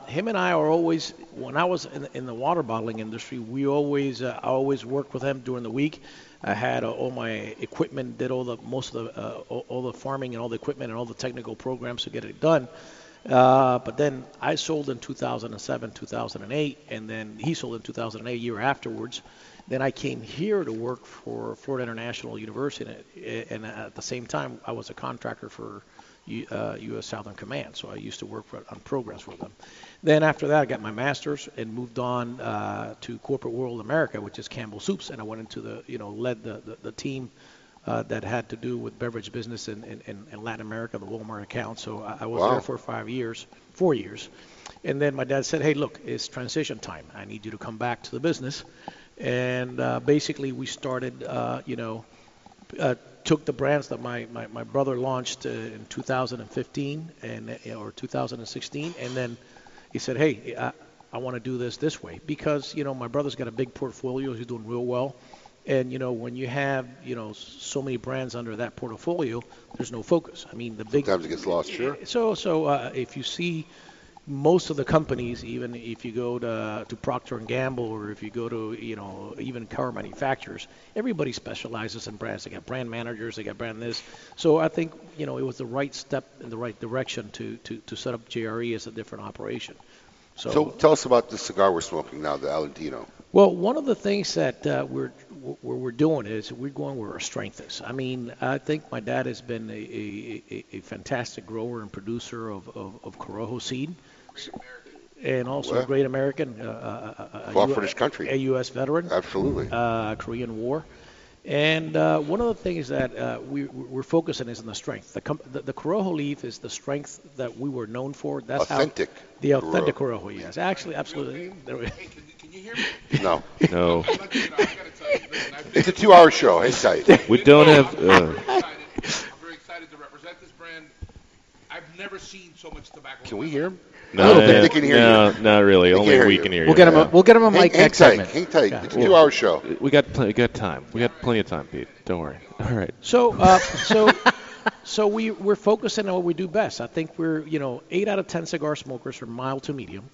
S12: uh, him and I are always. When I was in, in the water bottling industry, we always, uh, I always worked with him during the week. I had uh, all my equipment, did all the most of the, uh, all, all the farming and all the equipment and all the technical programs to get it done. Uh, but then I sold in 2007, 2008, and then he sold in 2008, a year afterwards. Then I came here to work for Florida International University, and and at the same time, I was a contractor for U- uh, U.S. Southern Command, so I used to work for, on programs with them. Then after that, I got my master's and moved on uh, to Corporate World America, which is Campbell Soups, and I went into the, you know, led the, the, the team uh, that had to do with beverage business in, in- in, in Latin America, the Walmart account. So I, I was
S4: Wow.
S12: there for five years, four years. And then my dad said, hey, look, it's transition time. I need you to come back to the business. And uh, basically, we started, uh, you know, uh, took the brands that my, my, my brother launched uh, in 2015 and uh, or 2016, and then he said, "Hey, I, I want to do this this way because you know my brother's got a big portfolio. He's doing real well, and you know when you have you know so many brands under that portfolio, there's no focus. I mean the big
S4: Sometimes it gets lost. Sure.
S12: so so uh, if you see most of the companies, even if you go to, to Procter and Gamble or if you go to you know even car manufacturers, everybody specializes in brands. They got brand managers, they got brand this. So I think you know it was the right step in the right direction to to, to set up JRE as a different operation.
S4: So, tell us about the cigar we're smoking now, the Aladino.
S12: Well, one of the things that uh, we're where we're doing is we're going where our strength is. I mean, I think my dad has been a, a, a, a fantastic grower and producer of, of, of Corojo seed, and also
S4: Well.
S12: a great American, uh, uh, uh, uh,
S4: Fought
S12: U-
S4: for this country.
S12: a U.S. veteran,
S4: absolutely,
S12: uh, Korean War. And uh, one of the things that uh, we, we're focusing is on the strength. The, com- the, the Corojo leaf is the strength that we were known for. That's
S4: Authentic
S12: How, the authentic Corojo, yes. Actually, absolutely. There we-
S4: No.
S3: No.
S4: It's a two-hour show. Hang tight.
S3: We don't have. Uh,
S20: I'm very excited to represent this brand. I I've never seen so much tobacco.
S4: Can we hear him?
S3: No,
S4: I don't think
S3: eh,
S4: they can hear
S3: no,
S4: you.
S3: not really.
S4: They can
S3: Only
S4: hear
S3: we
S4: you.
S3: can hear
S4: We'll
S3: you.
S4: get him a-
S3: yeah.
S4: we'll get him a Hang-
S5: mic
S4: hang
S5: next
S4: tight,
S5: segment.
S4: Hang tight.
S5: Yeah.
S4: It's a two-hour show.
S3: We got plenty. We got time. We got plenty of time, Pete. Don't worry. All right.
S12: So, uh, so, so we we're focusing on what we do best. I think we're you know eight out of ten cigar smokers are mild to medium.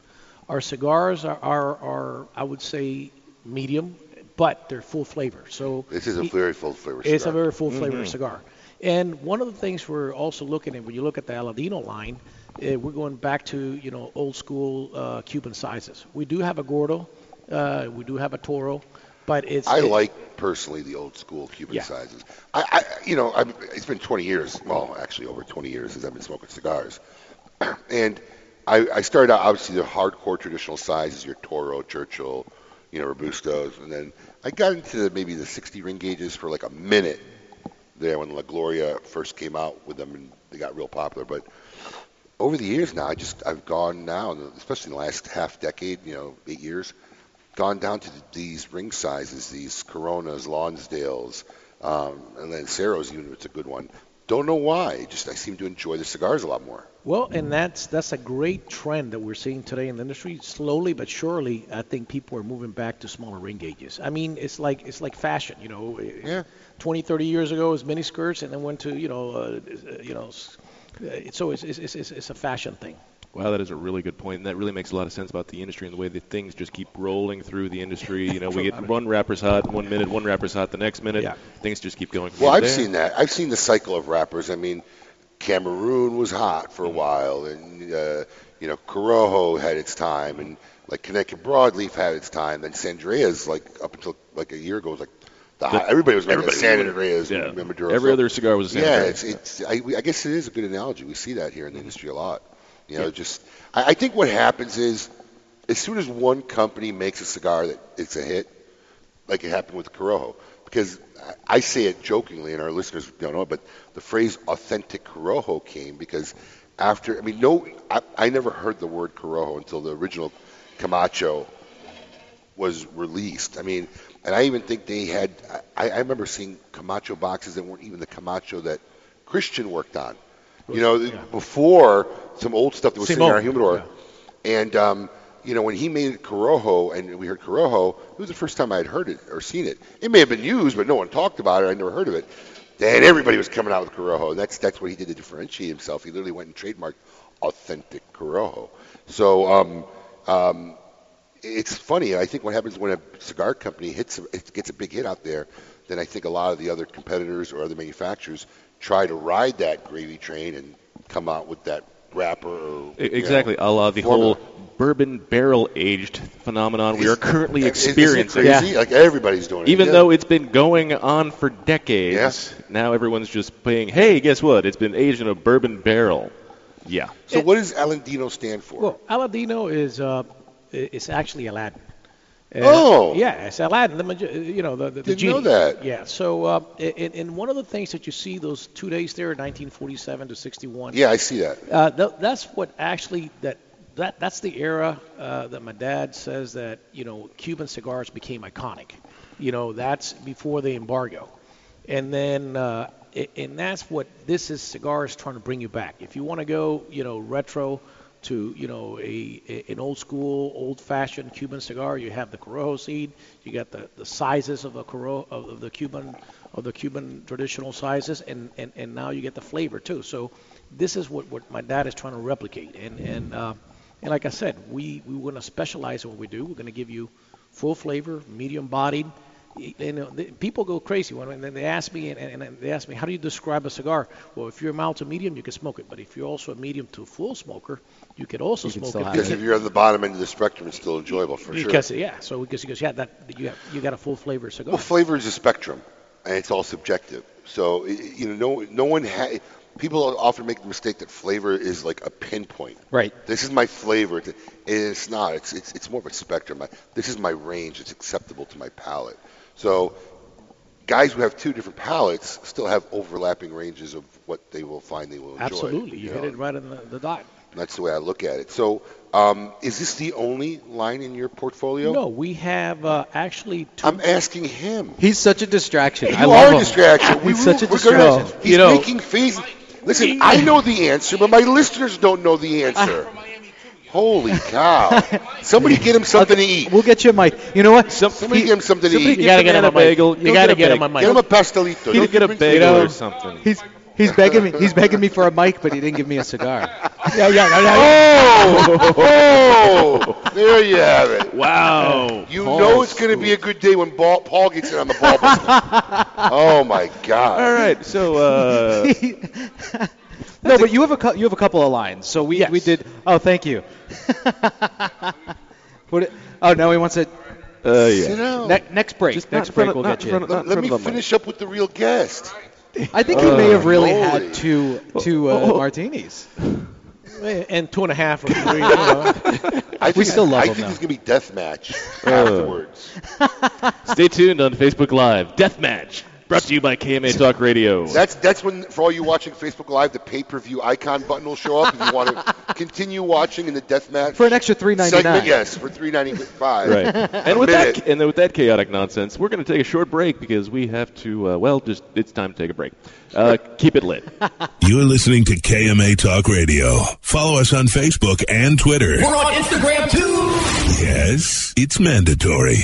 S12: Our cigars are are, are I would say medium, but they're full flavor. So
S4: This is a
S12: e-
S4: very full flavor.
S12: It's
S4: cigar.
S12: a very full flavor
S3: Mm-hmm.
S4: Mhm.
S12: cigar. And one of the things we're also looking at when you look at the Aladino line, eh, we're going back to you know old school uh, Cuban sizes. We do have a Gordo, uh, we do have a Toro, but it's
S4: I
S12: it-
S4: like personally the old school Cuban
S12: Yeah.
S4: sizes. I, I you know, i it's been 20 years. Well, actually, over 20 years since I've been smoking cigars, and I, I started out obviously the hardcore traditional sizes, your Toro, Churchill, you know, Robustos, and then I got into the, maybe the 60 ring gauges for like a minute there when La Gloria first came out with them, and they got real popular. But over the years now, I just I've gone now, especially in the last half decade, you know, eight years gone down to these ring sizes, these Coronas, Lonsdales, um, and Lanceros even if it's a good one. Don't know why. Just I seem to enjoy the cigars a lot more.
S12: Well, and that's that's a great trend that we're seeing today in the industry. Slowly but surely, I think people are moving back to smaller ring gauges. I mean, it's like it's like fashion, you know. Yeah. 20, 30 years ago, it was mini skirts, and then went to you know, uh, you know, s- uh, so it's it's, it's, it's it's a fashion thing.
S3: Wow, that is a really good point, and that really makes a lot of sense about the industry and the way that things just keep rolling through the industry. You know, we get one rapper's hot one minute, one rapper's hot the next minute. Things just keep going. from
S4: Well, I've
S3: there.
S4: seen that. I've seen the cycle of rappers. I mean, Cameroon was hot for a
S3: Mm-hmm.
S4: while, and uh, you know, Corojo had its time, and like Connecticut Broadleaf had its time, and Sandrea's like up until like a year ago was like the, hot. Everybody was making
S3: Everybody
S4: San
S3: was-
S4: Andreas,
S3: yeah.
S4: and Maduro.
S3: Every
S4: So-
S3: other cigar was a San
S4: yeah.
S3: Andreas. Mm-hmm.
S4: It's, it's I, we- I guess it is a good analogy. We see that here in the industry a lot. You know, just I, I think what happens is as soon as one company makes a cigar that it's a hit, like it happened with the Corojo, because I- I say it jokingly, and our listeners don't know, it, but the phrase "authentic Corojo" came because after I mean, no, I, I never heard the word Corojo until the original Camacho was released. I mean, and I even think they had. I, I remember seeing Camacho boxes that weren't even the Camacho that Christian worked on. You know, before some old stuff that was sitting in our
S12: Simone,
S4: humidor, and um, you know when he made Corojo, and we heard Corojo, it was the first time I had heard it or seen it. It may have been used, but no one talked about it. I never heard of it. Then everybody was coming out with Corojo, and that's that's what he did to differentiate himself. He literally went and trademarked authentic Corojo. So um, um, it's funny. I think what happens when a cigar company hits it gets a big hit out there, then I think a lot of the other competitors or other manufacturers try to ride that gravy train and come out with that wrapper. Or,
S3: E- Exactly, a la the
S4: Formula.
S3: whole bourbon barrel aged phenomenon we are currently
S4: Isn't it
S3: experiencing.
S4: crazy? Like everybody's doing it,
S3: Even
S4: yeah.
S3: though it's been going on for decades, now everyone's just playing, hey, guess what? It's been aged in a bourbon barrel. Yeah.
S4: So what does Alandino stand for?
S12: Well, Aladino is uh, i- it's actually Aladdin. Uh,
S4: Oh.
S12: yeah, it's Aladdin. The magi- you know the, the, the
S4: Didn't know
S12: genie.
S4: that.
S12: Yeah. So uh, and, and one of the things that you see those two days there, 1947 to 61.
S4: yeah, I see that.
S12: Uh, th- that's what actually that that that's the era uh, that my dad says that you know Cuban cigars became iconic. You know that's before the embargo, and then uh, a- and that's what this is cigars trying to bring you back. If you want to go you know retro to you know a, a- an old school old fashioned Cuban cigar, you have the Corojo seed, you got the, the sizes of the Corojo of, of the Cuban of the Cuban traditional sizes, and, and and now you get the flavor too. So this is what, what my dad is trying to replicate. And and uh, and like I said, we we want to specialize in what we do. We're going to give you full flavor, medium bodied. You know, the, people go crazy when and then they ask me and, and, and they ask me how do you describe a cigar? Well, if you're mild to medium, you can smoke it. But if you're also a medium to full smoker, you could also smoke it.
S4: Because if you're on the bottom end of the spectrum, it's still enjoyable for sure.
S12: because yeah, so because because yeah, that you have, you got a full flavor cigar.
S4: Well, flavor is a spectrum, and it's all subjective. So i- i- you know, no, no one ha- people often make the mistake that flavor is like a pinpoint.
S5: Right.
S4: This is my flavor. It's- It's not. It's it's, it's more of a spectrum. I- This is my range. It's acceptable to my palate. So guys who have two different palates still have overlapping ranges of what they will find they will enjoy.
S12: Absolutely, you
S4: know?
S12: hit it right in the, the dot.
S4: And That's the way I look at it. So um, is this the only line in your portfolio?
S12: No, we have uh, actually. Two
S4: I'm asking him.
S5: He's such a distraction.
S4: You
S5: I
S4: are
S5: love
S4: a
S5: him.
S4: distraction. We
S5: He's such a
S4: we're gonna-
S5: distraction.
S4: he's
S5: You know-
S4: making faces. Listen, I know the answer, but my listeners don't know the answer. Holy cow! Somebody get him something to eat.
S5: We'll get you a mic. You know what?
S4: Somebody get him something to
S5: somebody
S4: eat.
S5: get You gotta the get him man a a mic. bagel. You He'll gotta get a get him bag- a mic.
S4: Get him a pastelito.
S5: He'll get a bagel or
S3: something.
S5: He's he's begging me. He's begging me for a mic, but he didn't give me a cigar. yeah, yeah, yeah,
S4: Oh, oh, there you have it.
S3: Wow.
S4: You know it's going to be a good day when ball, Paul gets in on the ball. oh my God.
S3: All right. So. Uh,
S5: no, but you have a cou- you have a couple of lines. So we we did. Oh, thank you. what? it- Oh, now he wants it.
S3: Uh,
S4: yeah. Sit down.
S5: Ne- next break.
S4: Just not
S5: next
S4: in front
S5: break
S4: of-
S5: we'll
S4: not in
S5: get you.
S4: front of- not in Let front me of the mic. finish up with the real guest.
S5: I think he may
S12: Oh,
S5: have really
S12: Lordy.
S5: had two two uh,
S4: Oh.
S5: martinis.
S12: Eh, And two and a half or three. you know.
S4: I
S5: We
S4: think,
S5: still love
S4: I
S5: him,
S4: think
S5: though.
S4: it's going to be death match
S3: Uh.
S4: afterwards.
S3: Stay tuned on Facebook Live. Deathmatch. Brought to you by KMA Talk Radio.
S4: That's that's when for all you watching Facebook Live, the pay-per-view icon button will show up if you want to continue watching in the death match
S5: for an extra three ninety
S4: segment.
S5: nine.
S4: Yes, for three ninety-five.
S3: Right.
S4: A
S3: And with
S4: minute.
S3: that and with that chaotic nonsense, we're going to take a short break because we have to. Uh, well, just it's time to take a break. Uh, keep it lit.
S1: You're listening to KMA Talk Radio. Follow us on Facebook and Twitter.
S2: We're on Instagram too.
S1: Yes, it's mandatory.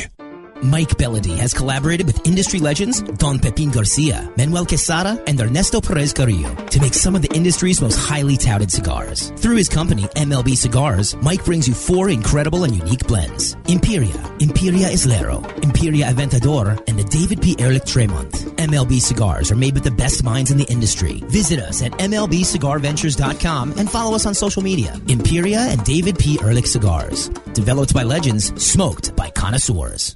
S8: Mike Bellady has collaborated with industry legends Don Pepin Garcia, Manuel Quesada, and Ernesto Perez Carrillo to make some of the industry's most highly touted cigars. Through his company, MLB Cigars, Mike brings you four incredible and unique blends. Imperia, Imperia Islero, Imperia Aventador, and the David P. Ehrlich Tremont. MLB Cigars are made with the best minds in the industry. Visit us at MLBCigarVentures.com and follow us on social media. Imperia and David P. Ehrlich Cigars. Developed by legends, smoked by connoisseurs.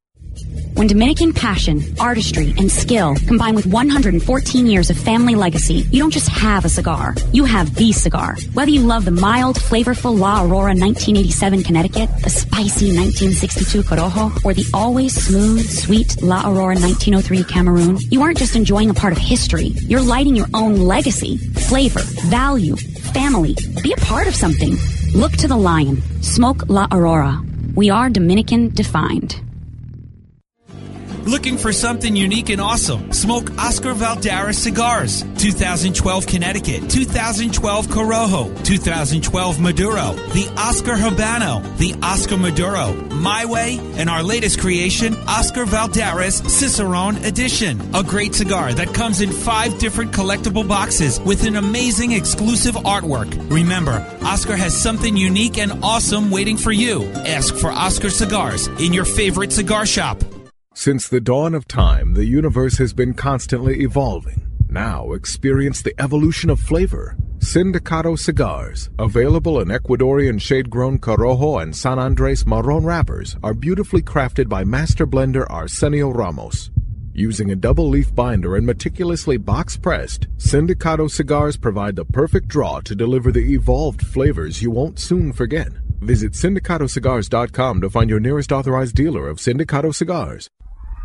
S21: When Dominican passion, artistry, and skill combine with 114 years of family legacy, you don't just have a cigar. You have the cigar. Whether you love the mild, flavorful La Aurora 1987 Connecticut, the spicy 1962 Corojo, or the always smooth, sweet La Aurora 1903 Cameroon, you aren't just enjoying a part of history. You're lighting your own legacy, flavor, value, family. Be a part of something. Look to the lion. Smoke La Aurora. We are Dominican defined.
S22: Looking for something unique and awesome? Smoke Oscar Valdares cigars. 2012 Connecticut, 2012 Corojo, 2012 Maduro, the Oscar Habano, the Oscar Maduro, My Way, and our latest creation, Oscar Valdares Cicerone Edition. A great cigar that comes in five different collectible boxes with an amazing exclusive artwork. Remember, Oscar has something unique and awesome waiting for you. Ask for Oscar cigars in your favorite cigar shop.
S18: Since the dawn of time, the universe has been constantly evolving. Now experience the evolution of flavor. Sindicato cigars, available in Ecuadorian shade-grown Corojo and San Andres Marron wrappers, are beautifully crafted by master blender Arsenio Ramos. Using a double leaf binder and meticulously box pressed, Sindicato cigars provide the perfect draw to deliver the evolved flavors you won't soon forget. Visit syndicatocigars.com to find your nearest authorized dealer of Sindicato cigars.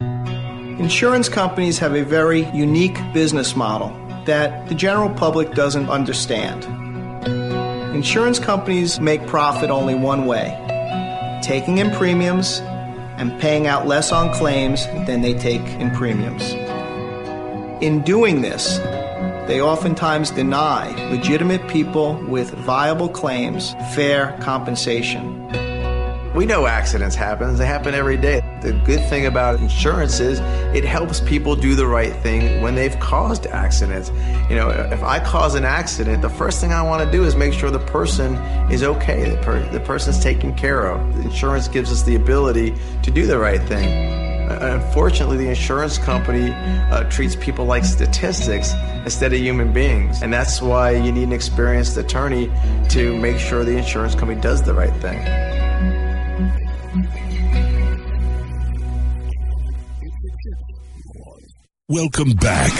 S23: Insurance companies have a very unique business model that the general public doesn't understand. Insurance companies make profit only one way taking in premiums and paying out less on claims than they take in premiums. In doing this, they oftentimes deny legitimate people with viable claims fair compensation.
S24: We know accidents happen. They happen every day.
S25: The good thing about insurance is it helps people do the right thing when they've caused accidents. You know, if I cause an accident, the first thing I want to do is make sure the person is okay, the, per- the person's taken care of. The insurance gives us the ability to do the right thing. Uh, Unfortunately, the insurance company uh, treats people like statistics instead of human beings. And that's why you need an experienced attorney to make sure the insurance company does the right thing.
S1: Welcome back.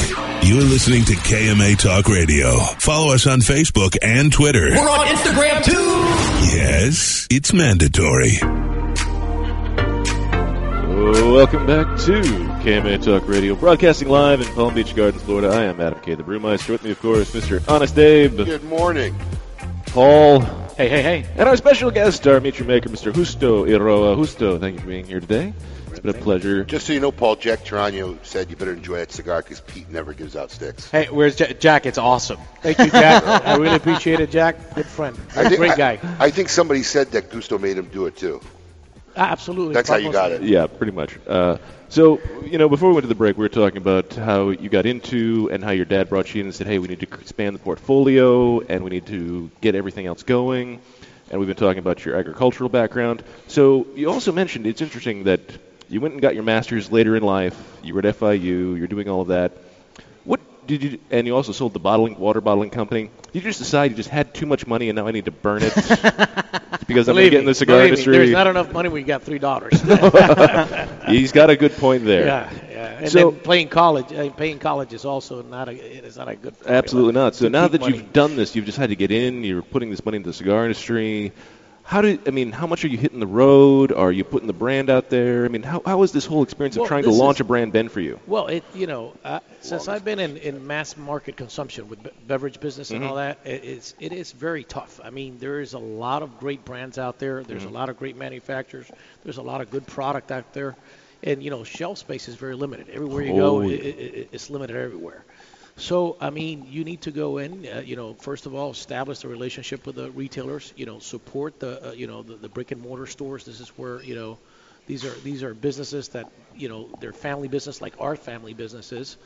S1: You're listening to KMA Talk Radio. Follow us on Facebook and Twitter.
S2: We're on Instagram too.
S1: Yes, it's mandatory.
S3: Welcome back to KMA Talk Radio, broadcasting live in Palm Beach Gardens, Florida. I am Adam K. the Brewmeister. With me, of course, Mr. Honest Abe.
S4: Good morning.
S3: Paul.
S5: Hey, hey, hey.
S3: And our special guest, our Meet Your Maker, Mr. Justo Iroa. Justo, thank you for being here today. It's been a pleasure.
S4: Just so you know, Paul, Jack Tarano said you better enjoy that cigar because Pete never gives out sticks.
S5: Hey, where's Jack? Jack it's awesome.
S12: Thank you, Jack. I really appreciate it, Jack. Good friend. Great
S4: I-
S12: guy.
S4: I think somebody said that Gusto made him do it too.
S12: Ah, Absolutely.
S4: That's how you got it.
S3: Yeah, pretty much. Uh, so, you know, before we went to the break, we were talking about how you got into and how your dad brought you in and said, hey, we need to expand the portfolio and we need to get everything else going. And we've been talking about your agricultural background. So, you also mentioned it's interesting that you went and got your master's later in life. You were at FIU. You're doing all of that. What did you? And you also sold the bottling water bottling company. Did you just decide you just had too much money and now I need to burn it because I'm going to
S12: Believe
S3: get in
S12: me,
S3: the cigar
S12: believe me,
S3: industry?
S12: There's not enough money. We got three dollars.
S3: He's got a good point there.
S12: Yeah, yeah. And
S3: So-
S12: then playing college, I mean, playing college is also not a it is not a good. formula.
S3: Absolutely not. So
S12: To
S3: now
S12: keep
S3: that
S12: money.
S3: you've done this, you've just had to get in. You're putting this money into the cigar industry. How do I mean? How much are you hitting the road? Are you putting the brand out there? I mean, how how has this whole experience
S12: Well,
S3: of trying to
S12: this
S3: launch
S12: is-
S3: a brand been for you?
S12: Well, it you know, uh, since I've been in, in mass market consumption with be- beverage business and
S3: Mhm.
S12: all that, it is it is very tough. I mean, there is a lot of great brands out there. There's
S3: Mhm.
S12: a lot of great manufacturers. There's a lot of good product out there, and you know, shelf space is very limited. Everywhere you go,
S3: Oh,
S12: i
S3: yeah.
S12: i i it's limited everywhere. So, I mean, you need to go in, uh, you know, first of all, establish the relationship with the retailers, you know, support the, uh, you know, the, the brick and mortar stores. This is where, you know, these are these are businesses that, you know, they're family business like our family businesses.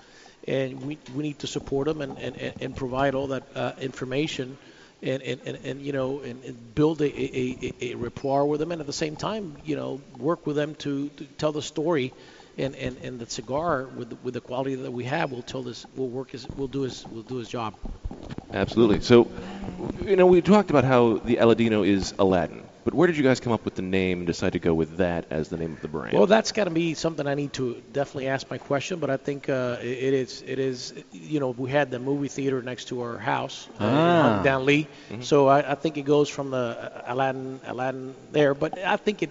S12: And we, we need to support them and, and, and- and provide all that uh, information and, and, and, and, you know, and, and build a, a, a, a rapport with them. And at the same time, you know, work with them to, to tell the story and, and, and the cigar with the, with the quality that we have will tell this will work as will do his will do his job.
S3: Absolutely. So, you know, we talked about how the Aladino is Aladdin, but where did you guys come up with the name and decide to go with that as the name of the brand?
S12: Well, that's got to be something I need to definitely ask my question, but I think uh, it it is it is you know we had the movie theater next to our house uh, in
S5: Ah.
S12: down Lee, so I, I think it goes from the uh, Aladdin Aladdin there, but I think it.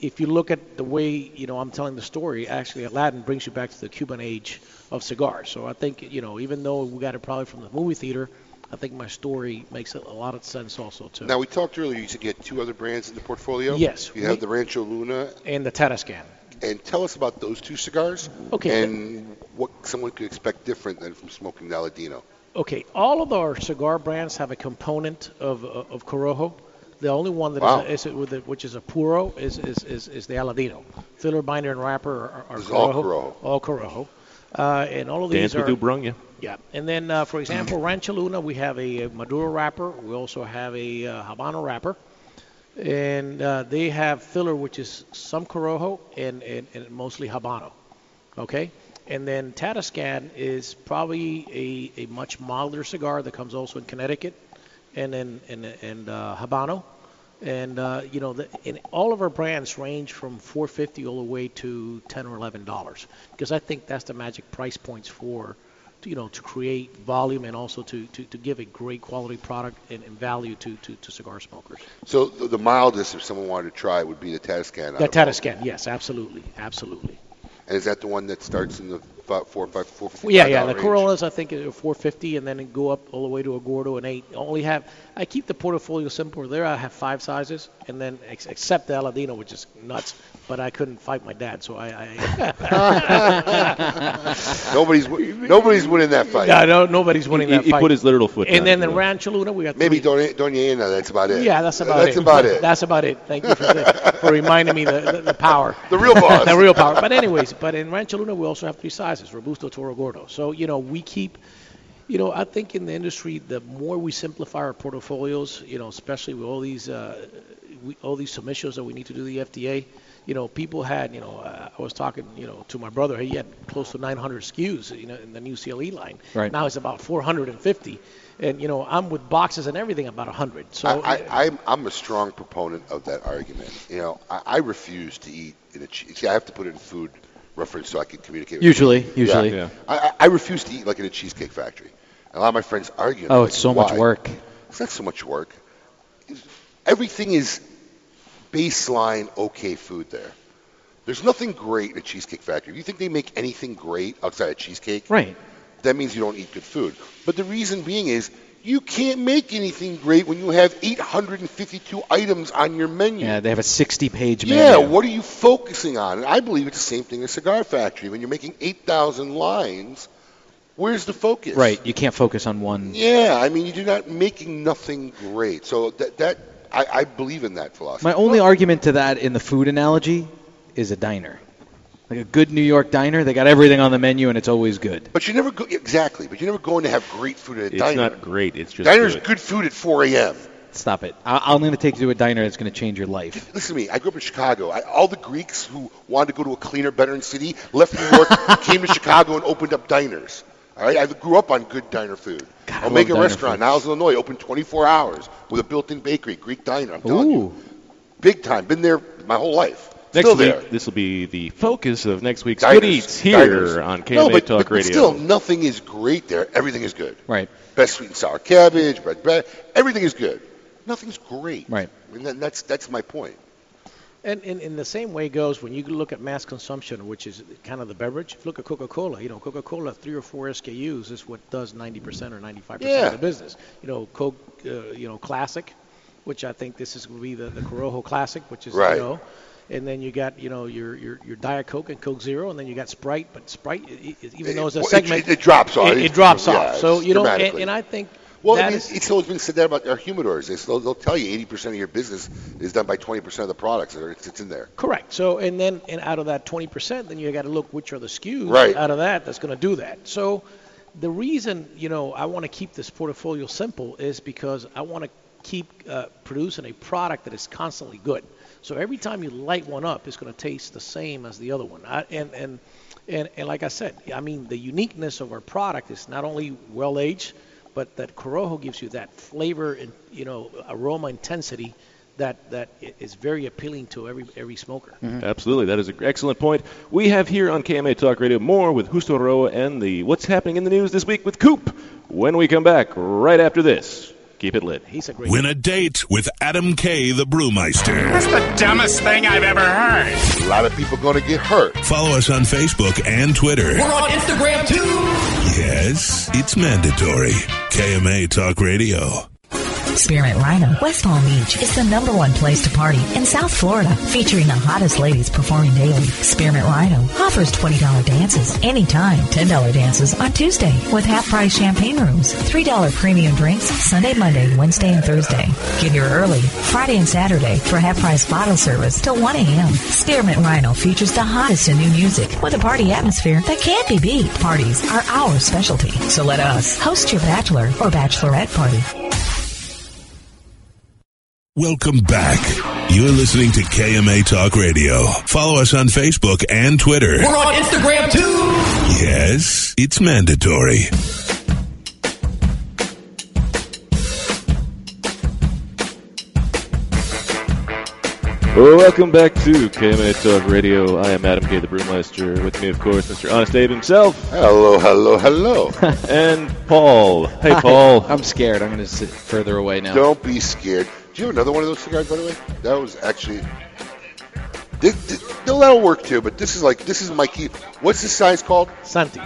S12: If you look at the way you know I'm telling the story, actually Aladdin brings you back to the Cuban age of cigars. So I think you know even though we got it probably from the movie theater, I think my story makes a a lot of sense also too.
S4: Now we talked earlier. You said you had two other brands in the portfolio.
S12: Yes,
S4: You
S12: we-
S4: have the Rancho Luna,
S12: and the Terrascan.
S4: and tell us about those two cigars.
S12: Okay.
S4: And what someone could expect different than from smoking the Aladino.
S12: Okay, all of our cigar brands have a component of uh, of Corojo. The only one that is
S4: Wow.
S12: is, with it- which is a puro is is, is, is the Aladino. Filler, binder, and wrapper are, are
S4: This is all
S12: Corojo. All Corojo. Uh, and all of these
S3: Dance
S12: are
S3: with Ubrunya.
S12: yeah. And then, uh, for example, Ranchaluna, we have a Maduro wrapper. We also have a uh, Habano wrapper. And uh, they have filler, which is some Corojo and, and, and mostly Habano. Okay? And then Tatascan is probably a, a much milder cigar that comes also in Connecticut and then and, and uh, Habano. And, uh, you know, the, and all of our brands range from 450 all the way to 10 or $11 because I think that's the magic price points for to, you know, to create volume and also to, to, to give a great quality product and, and value to, to, to cigar smokers.
S4: So the, the mildest, if someone wanted to try, would be the Tascan.
S12: That Tatascan, yes, absolutely, absolutely.
S4: And is that the one that starts in the five, four, five, four, fifty.
S12: yeah, yeah. The
S4: range.
S12: Corollas, I think, are 450, and then go up all the way to a Gordo and eight. I Only have I keep the portfolio simple. There, I have five sizes, and then ex- except the Aladino, which is nuts. But I couldn't fight my dad, so I. I
S4: Nobody's wi- nobody's winning that fight.
S12: Yeah, no, nobody's winning
S4: He-
S12: that
S4: he
S12: fight.
S4: put his
S3: literal
S12: And then the Rancho Luna, we got
S4: Maybe Dona,
S12: three.
S4: Dona Ana, that's about it.
S12: Yeah, that's about
S4: That's
S12: it.
S4: about it.
S12: That's about it. Thank you for, the, for reminding me the, the, the power.
S4: The real boss.
S12: the real power. But anyways, but in Rancho Luna we also have three sizes: Robusto, Toro, Gordo. So you know we keep, you know, I think in the industry the more we simplify our portfolios, you know, especially with all these uh, we, all these submissions that we need to do to the FDA. You know, people had, you know, uh, I was talking, you know, to my brother. He had close to 900 SKUs, you know, in the new CLE line.
S5: Right.
S12: Now it's about 450, and you know, I'm with boxes and everything about 100. So
S4: I, I, I'm, I'm a strong proponent of that argument. You know, I, I refuse to eat in a cheese. See, I have to put in food reference so I can communicate. with
S5: Usually,
S4: people.
S5: usually.
S4: Yeah. I, I- I refuse to eat like in a cheesecake factory. A lot of my friends argue.
S5: Oh,
S4: like,
S5: it's so much
S4: why?
S5: work.
S4: It's not so much work. It's- Everything is baseline okay food there. There's nothing great in a cheesecake factory. If you think they make anything great outside of cheesecake,
S5: right?
S4: That means you don't eat good food. But the reason being is you can't make anything great when you have 852 items on your menu.
S5: Yeah, they have a 60-page menu.
S4: Yeah, what are you focusing on? And I believe it's the same thing in a cigar factory. When you're making 8,000 lines, where's the focus?
S5: Right, you can't focus on one.
S4: Yeah, I mean, you're not making nothing great. So that, that I, I believe in that philosophy.
S5: My only argument to that in the food analogy is a diner. Like a good New York diner, they got everything on the menu and it's always good.
S4: But you never go exactly. But you're never going to have great food at a
S5: It's
S4: diner.
S5: not
S3: great. It's
S4: Diner's good food at 4 a.m.
S5: Stop it. I- I'm going to take you to a diner that's going to change your life.
S4: Listen to me. I grew up in Chicago. I, all the Greeks who wanted to go to a cleaner, better city left New York, came to Chicago, and opened up diners. All right, I grew up on good diner food.
S5: I
S4: Omega
S5: love diner
S4: Restaurant, Niles, Illinois, open 24 hours with a built-in bakery, Greek diner. I'm telling you, big time. Been there my whole life.
S3: Next
S4: Still
S3: week,
S4: there.
S3: this will be the focus of next week's
S4: Diners.
S3: Good Eats here
S4: Diners.
S3: on KMA
S4: no, but,
S3: Talk
S4: but
S3: Radio.
S4: Still, nothing is great there. Everything is good.
S5: Right.
S4: Best sweet and sour cabbage, bread, bread. Everything is good. Nothing's great.
S5: Right.
S4: And that- that's that's my point.
S12: And in, in the same way goes when you look at mass consumption, which is kind of the beverage. Look at Coca-Cola. You know, Coca-Cola, three or four SKUs is what does 90% or 95%
S26: Yeah.
S12: of the business. You know, Coke, uh, you know, Classic, which I think this is going to be the, the Corojo Classic, which is
S26: Right.
S12: you know, and then you got you know your, your your Diet Coke and Coke Zero, and then you got Sprite. But Sprite, i i even though it's a
S4: Well, it-
S12: segment,
S4: It, drops off.
S12: It, it drops
S4: Yeah,
S12: off. So
S4: it's
S12: you know, and,
S4: dramatically.
S12: and I think
S4: Well,
S12: that
S4: I mean,
S12: is-
S4: it's always been said that about our humidors. It's, they'll, they'll tell you 80% of your business is done by 20% of the products, or it's, it's in there.
S12: Correct. So, and then and out of that 20%, then you got to look which are the SKUs
S4: Right.
S12: out of that that's going to do that. So, the reason you know I want to keep this portfolio simple is because I want to keep uh, producing a product that is constantly good. So every time you light one up, it's going to taste the same as the other one. I, and and and and like I said, I mean the uniqueness of our product is not only well aged, but that Corojo gives you that flavor and you know aroma intensity that that i- is very appealing to every every smoker.
S3: Absolutely. That is an excellent point. We have here on KMA Talk Radio more with Justo Roa and the What's Happening in the News this week with Coop when we come back right after this. Keep it lit.
S12: He's a great
S1: Win a date with Adam K. the Brewmeister.
S11: That's the dumbest thing I've ever heard.
S4: A lot of people going to get hurt.
S1: Follow us on Facebook and Twitter.
S11: We're on Instagram too.
S1: Yes, it's mandatory. KMA Talk Radio.
S24: Spearmint Rhino, West Palm Beach is the number one place to party in South Florida, featuring the hottest ladies performing daily. Spearmint Rhino offers $20 dances anytime, $10 dances on Tuesday with half price champagne rooms, $3 premium drinks Sunday, Monday, Wednesday, and Thursday. Get here early Friday and Saturday for half price bottle service till 1 a.m. Spearmint Rhino features the hottest in new music with a party atmosphere that can't be beat. Parties are our specialty, so let us host your bachelor or bachelorette party.
S1: Welcome back. You're listening to KMA Talk Radio. Follow us on Facebook and Twitter.
S11: We're on Instagram too.
S1: Yes, it's mandatory.
S3: Welcome back to KMA Talk Radio. I am Adam K. the Brewmeister. With me, of course, Mr. Honest Abe himself.
S4: Hello, hello, hello.
S3: and Paul. Hey,
S5: Hi.
S3: Paul.
S5: I'm scared. I'm going to sit further away now.
S4: Don't be scared. Do you have another one of those cigars, by the way? That was actually. This, this, no, that'll work too. But this is like this is my key. What's this size called?
S12: Santi.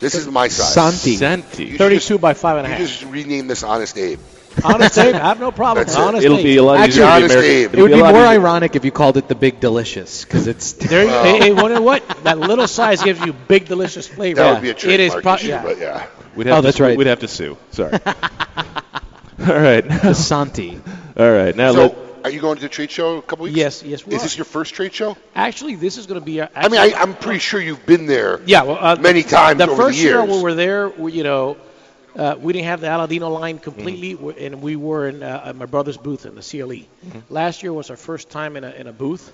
S4: This is my size.
S5: Santi.
S4: You
S12: 32 by 5 and a
S4: You
S12: half.
S4: just rename this Honest Abe.
S12: Honest Abe, I have no problem.
S4: That's it.
S12: Honest
S4: It'll
S12: Abe.
S4: be a lot
S5: Actually,
S4: easier to be
S5: honest,
S4: American.
S5: Abe. it
S4: It'll
S5: would
S4: be
S5: be
S4: a lot
S5: more
S4: easier.
S5: ironic if you called it the Big Delicious because it's.
S12: There you, hey, hey, wonder what? That little size gives you big, delicious flavor.
S5: That would be a
S12: It is
S5: trademark
S12: pro-
S5: issue,
S12: yeah.
S4: But yeah.
S3: We'd have
S5: Oh,
S3: to,
S5: that's right.
S3: We'd have to sue. Sorry. All right.
S5: The Santi.
S3: All right. Now
S4: so,
S3: let
S4: are you going to the trade show in a couple weeks?
S12: Yes, yes, we
S4: Is
S12: are.
S4: this your first trade show?
S12: Actually, this is going to be. Our,
S4: I mean, I, I'm pretty sure you've been there.
S12: Yeah, well, uh,
S4: many times
S12: The
S4: over
S12: first
S4: the years.
S12: year we were there, we, you know, uh, we didn't have the Aladino
S4: Mm-hmm.
S12: line completely, w- and we were in uh, at my brother's booth in the CLE.
S4: Mm-hmm.
S12: Last year was our first time in a, in a booth,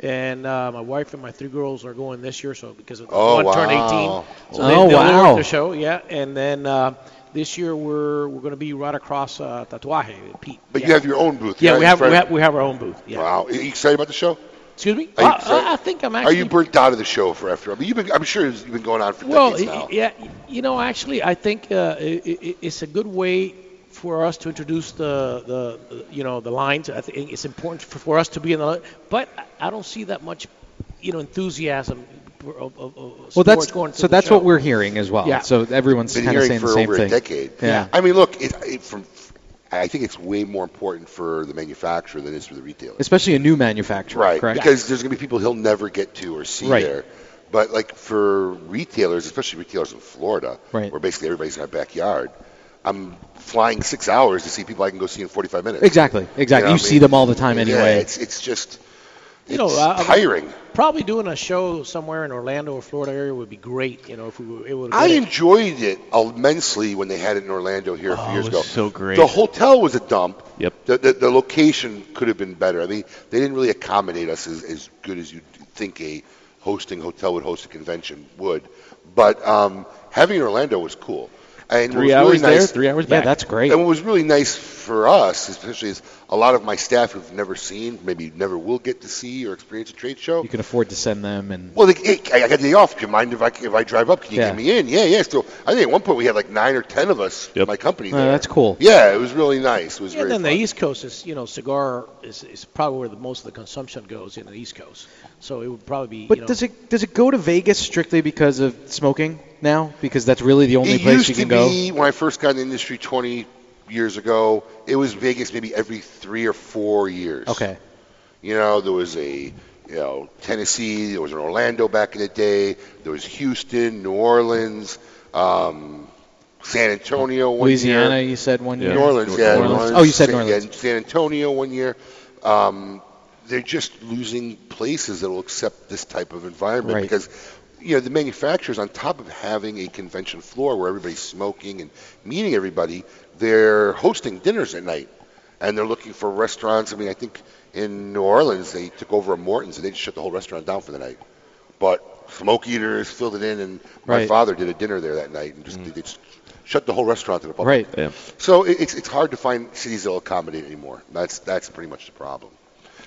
S12: and uh, my wife and my three girls are going this year, so because of
S4: Oh,
S12: one turned 18,
S4: wow.
S12: so they,
S5: Oh,
S12: they'll
S5: wow.
S12: work the show, yeah. And then uh, this year we're we're going to be right across uh, Tatuaje, Pete.
S4: But
S12: yeah.
S4: you have your own booth.
S12: Yeah,
S4: right,
S12: we
S4: in
S12: have, we
S4: front-
S12: have we have our own booth. Yeah.
S4: Wow. Are you excited about the show?
S12: Excuse me.
S4: Are you
S12: Uh,
S4: excited?
S12: I, I think I'm
S4: Are
S12: actually
S4: you burnt out of the show for after? I mean, you've been, I'm sure it's- you've been going on for
S12: Well,
S4: decades
S12: y-
S4: now.
S12: yeah, y- you know, actually, I think uh, i i it's a good way for us to introduce the, the the, you know the lines. I think it's important for, for us to be in the. But I- I don't see that much, you know, enthusiasm. Of, of, of
S5: Well,
S12: sports
S5: that's
S12: going to
S5: so.
S12: the
S5: That's
S12: show.
S5: what we're hearing as well.
S12: Yeah.
S5: So everyone's
S4: been
S5: kind of
S4: hearing
S5: saying
S4: for
S5: the same
S4: over
S5: thing.
S4: a decade.
S5: Yeah.
S4: I mean, look, it, it, from I think it's way more important for the manufacturer than it is for the retailer.
S5: Especially a new manufacturer.
S4: Right.
S5: Correct.
S4: Because there's going to be people he'll never get to or see
S5: Right.
S4: there. But like for retailers, especially retailers in Florida,
S5: Right.
S4: where basically everybody's in our backyard, I'm flying six hours to see people I can go see in 45 minutes.
S5: Exactly. Exactly.
S4: know
S5: You
S4: what I
S5: see
S4: mean?
S5: them all the time
S4: Yeah,
S5: anyway.
S4: it's it's just
S12: You know,
S4: it's
S12: I- I-
S4: tiring.
S12: Probably doing a show somewhere in Orlando or Florida area would be great. You know, if we were able to.
S4: I
S12: get it.
S4: enjoyed it immensely when they had it in Orlando here a few
S12: Oh, it
S4: years
S12: was
S4: ago.
S12: so great.
S4: The hotel was a dump.
S3: Yep.
S4: The, the, the location could have been better. I mean, they didn't really accommodate us as, as good as you'd think a hosting hotel would host a convention would. But um, having it in Orlando was cool. And what
S3: Three
S4: was
S3: hours
S4: really
S3: there,
S4: nice-
S3: three hours Yeah, back. that's
S5: great.
S4: And what was really nice for us, especially, is a lot of my staff who've never seen, maybe never will get to see or experience a trade show,
S5: You can afford to send them and.
S4: well, they, hey, I I got the day off. Do you mind if I if I drive up? Can you
S5: Yeah.
S4: get me in? Yeah, yeah. So I think at one point we had like nine or ten of us. at My company.
S5: Oh,
S4: there.
S5: that's cool.
S4: Yeah, it was really nice. It was
S12: Yeah,
S4: very
S12: and then
S4: fun.
S12: the East Coast is, you know, cigar is, is probably where the most of the consumption goes in the East Coast. So it would probably be.
S5: But
S12: you know,
S5: does it does it go to Vegas strictly because of smoking now? Because that's really the only
S4: it used
S5: place you can
S4: to
S5: go.
S4: be when I first got in the industry 20 years ago. It was Vegas maybe every three or four years.
S5: Okay.
S4: You know, there was a you know Tennessee. There was an Orlando back in the day. There was Houston, New Orleans, um, San Antonio. One
S5: Louisiana,
S4: year.
S5: you said one year.
S4: New Orleans, yeah.
S5: New
S4: New
S5: Orleans.
S4: Orleans.
S5: Oh, you said New
S4: San-
S5: Orleans.
S4: Yeah, San Antonio one year. Um, they're just losing places that will accept this type of environment
S5: Right.
S4: because, you know, the manufacturers, on top of having a convention floor where everybody's smoking and meeting everybody, they're hosting dinners at night and they're looking for restaurants. I mean, I think in New Orleans they took over a Morton's and they just shut the whole restaurant down for the night. But smoke eaters filled it in, and my
S5: Right. Mm.
S4: father did a dinner there that night and just they just shut the whole restaurant to the public.
S5: Right.
S4: So it- it's it's hard to find cities that'll accommodate anymore. That's that's pretty much the problem.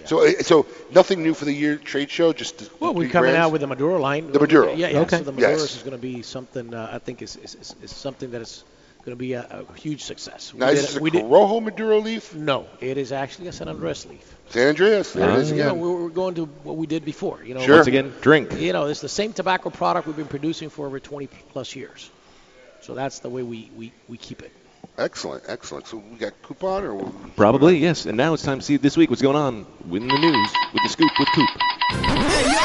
S4: So uh, so nothing new for the year trade show. Just the-
S12: Well, we're
S4: the
S12: coming
S4: brands?
S12: out with the Maduro line.
S4: The Maduro.
S12: Yeah, yeah.
S4: Okay.
S12: So the Maduro
S4: Yes.
S12: is going to be something uh, I think is, is, is, is something that is going to be a, a huge success.
S4: Now, is this a Corojo Maduro leaf?
S12: No, it is actually a San Andres leaf.
S4: San Andreas. There it is
S12: You know,
S4: again.
S12: we're, we're going to what we did before. You know,
S4: Sure. Once again, drink.
S12: You know, it's the same tobacco product we've been producing for over 20 plus years. So that's the way we, we, we keep it.
S4: Excellent, excellent. So we got coupon or we-
S3: Probably, yes. And now it's time to see this week what's going on in the news with the scoop with Coop.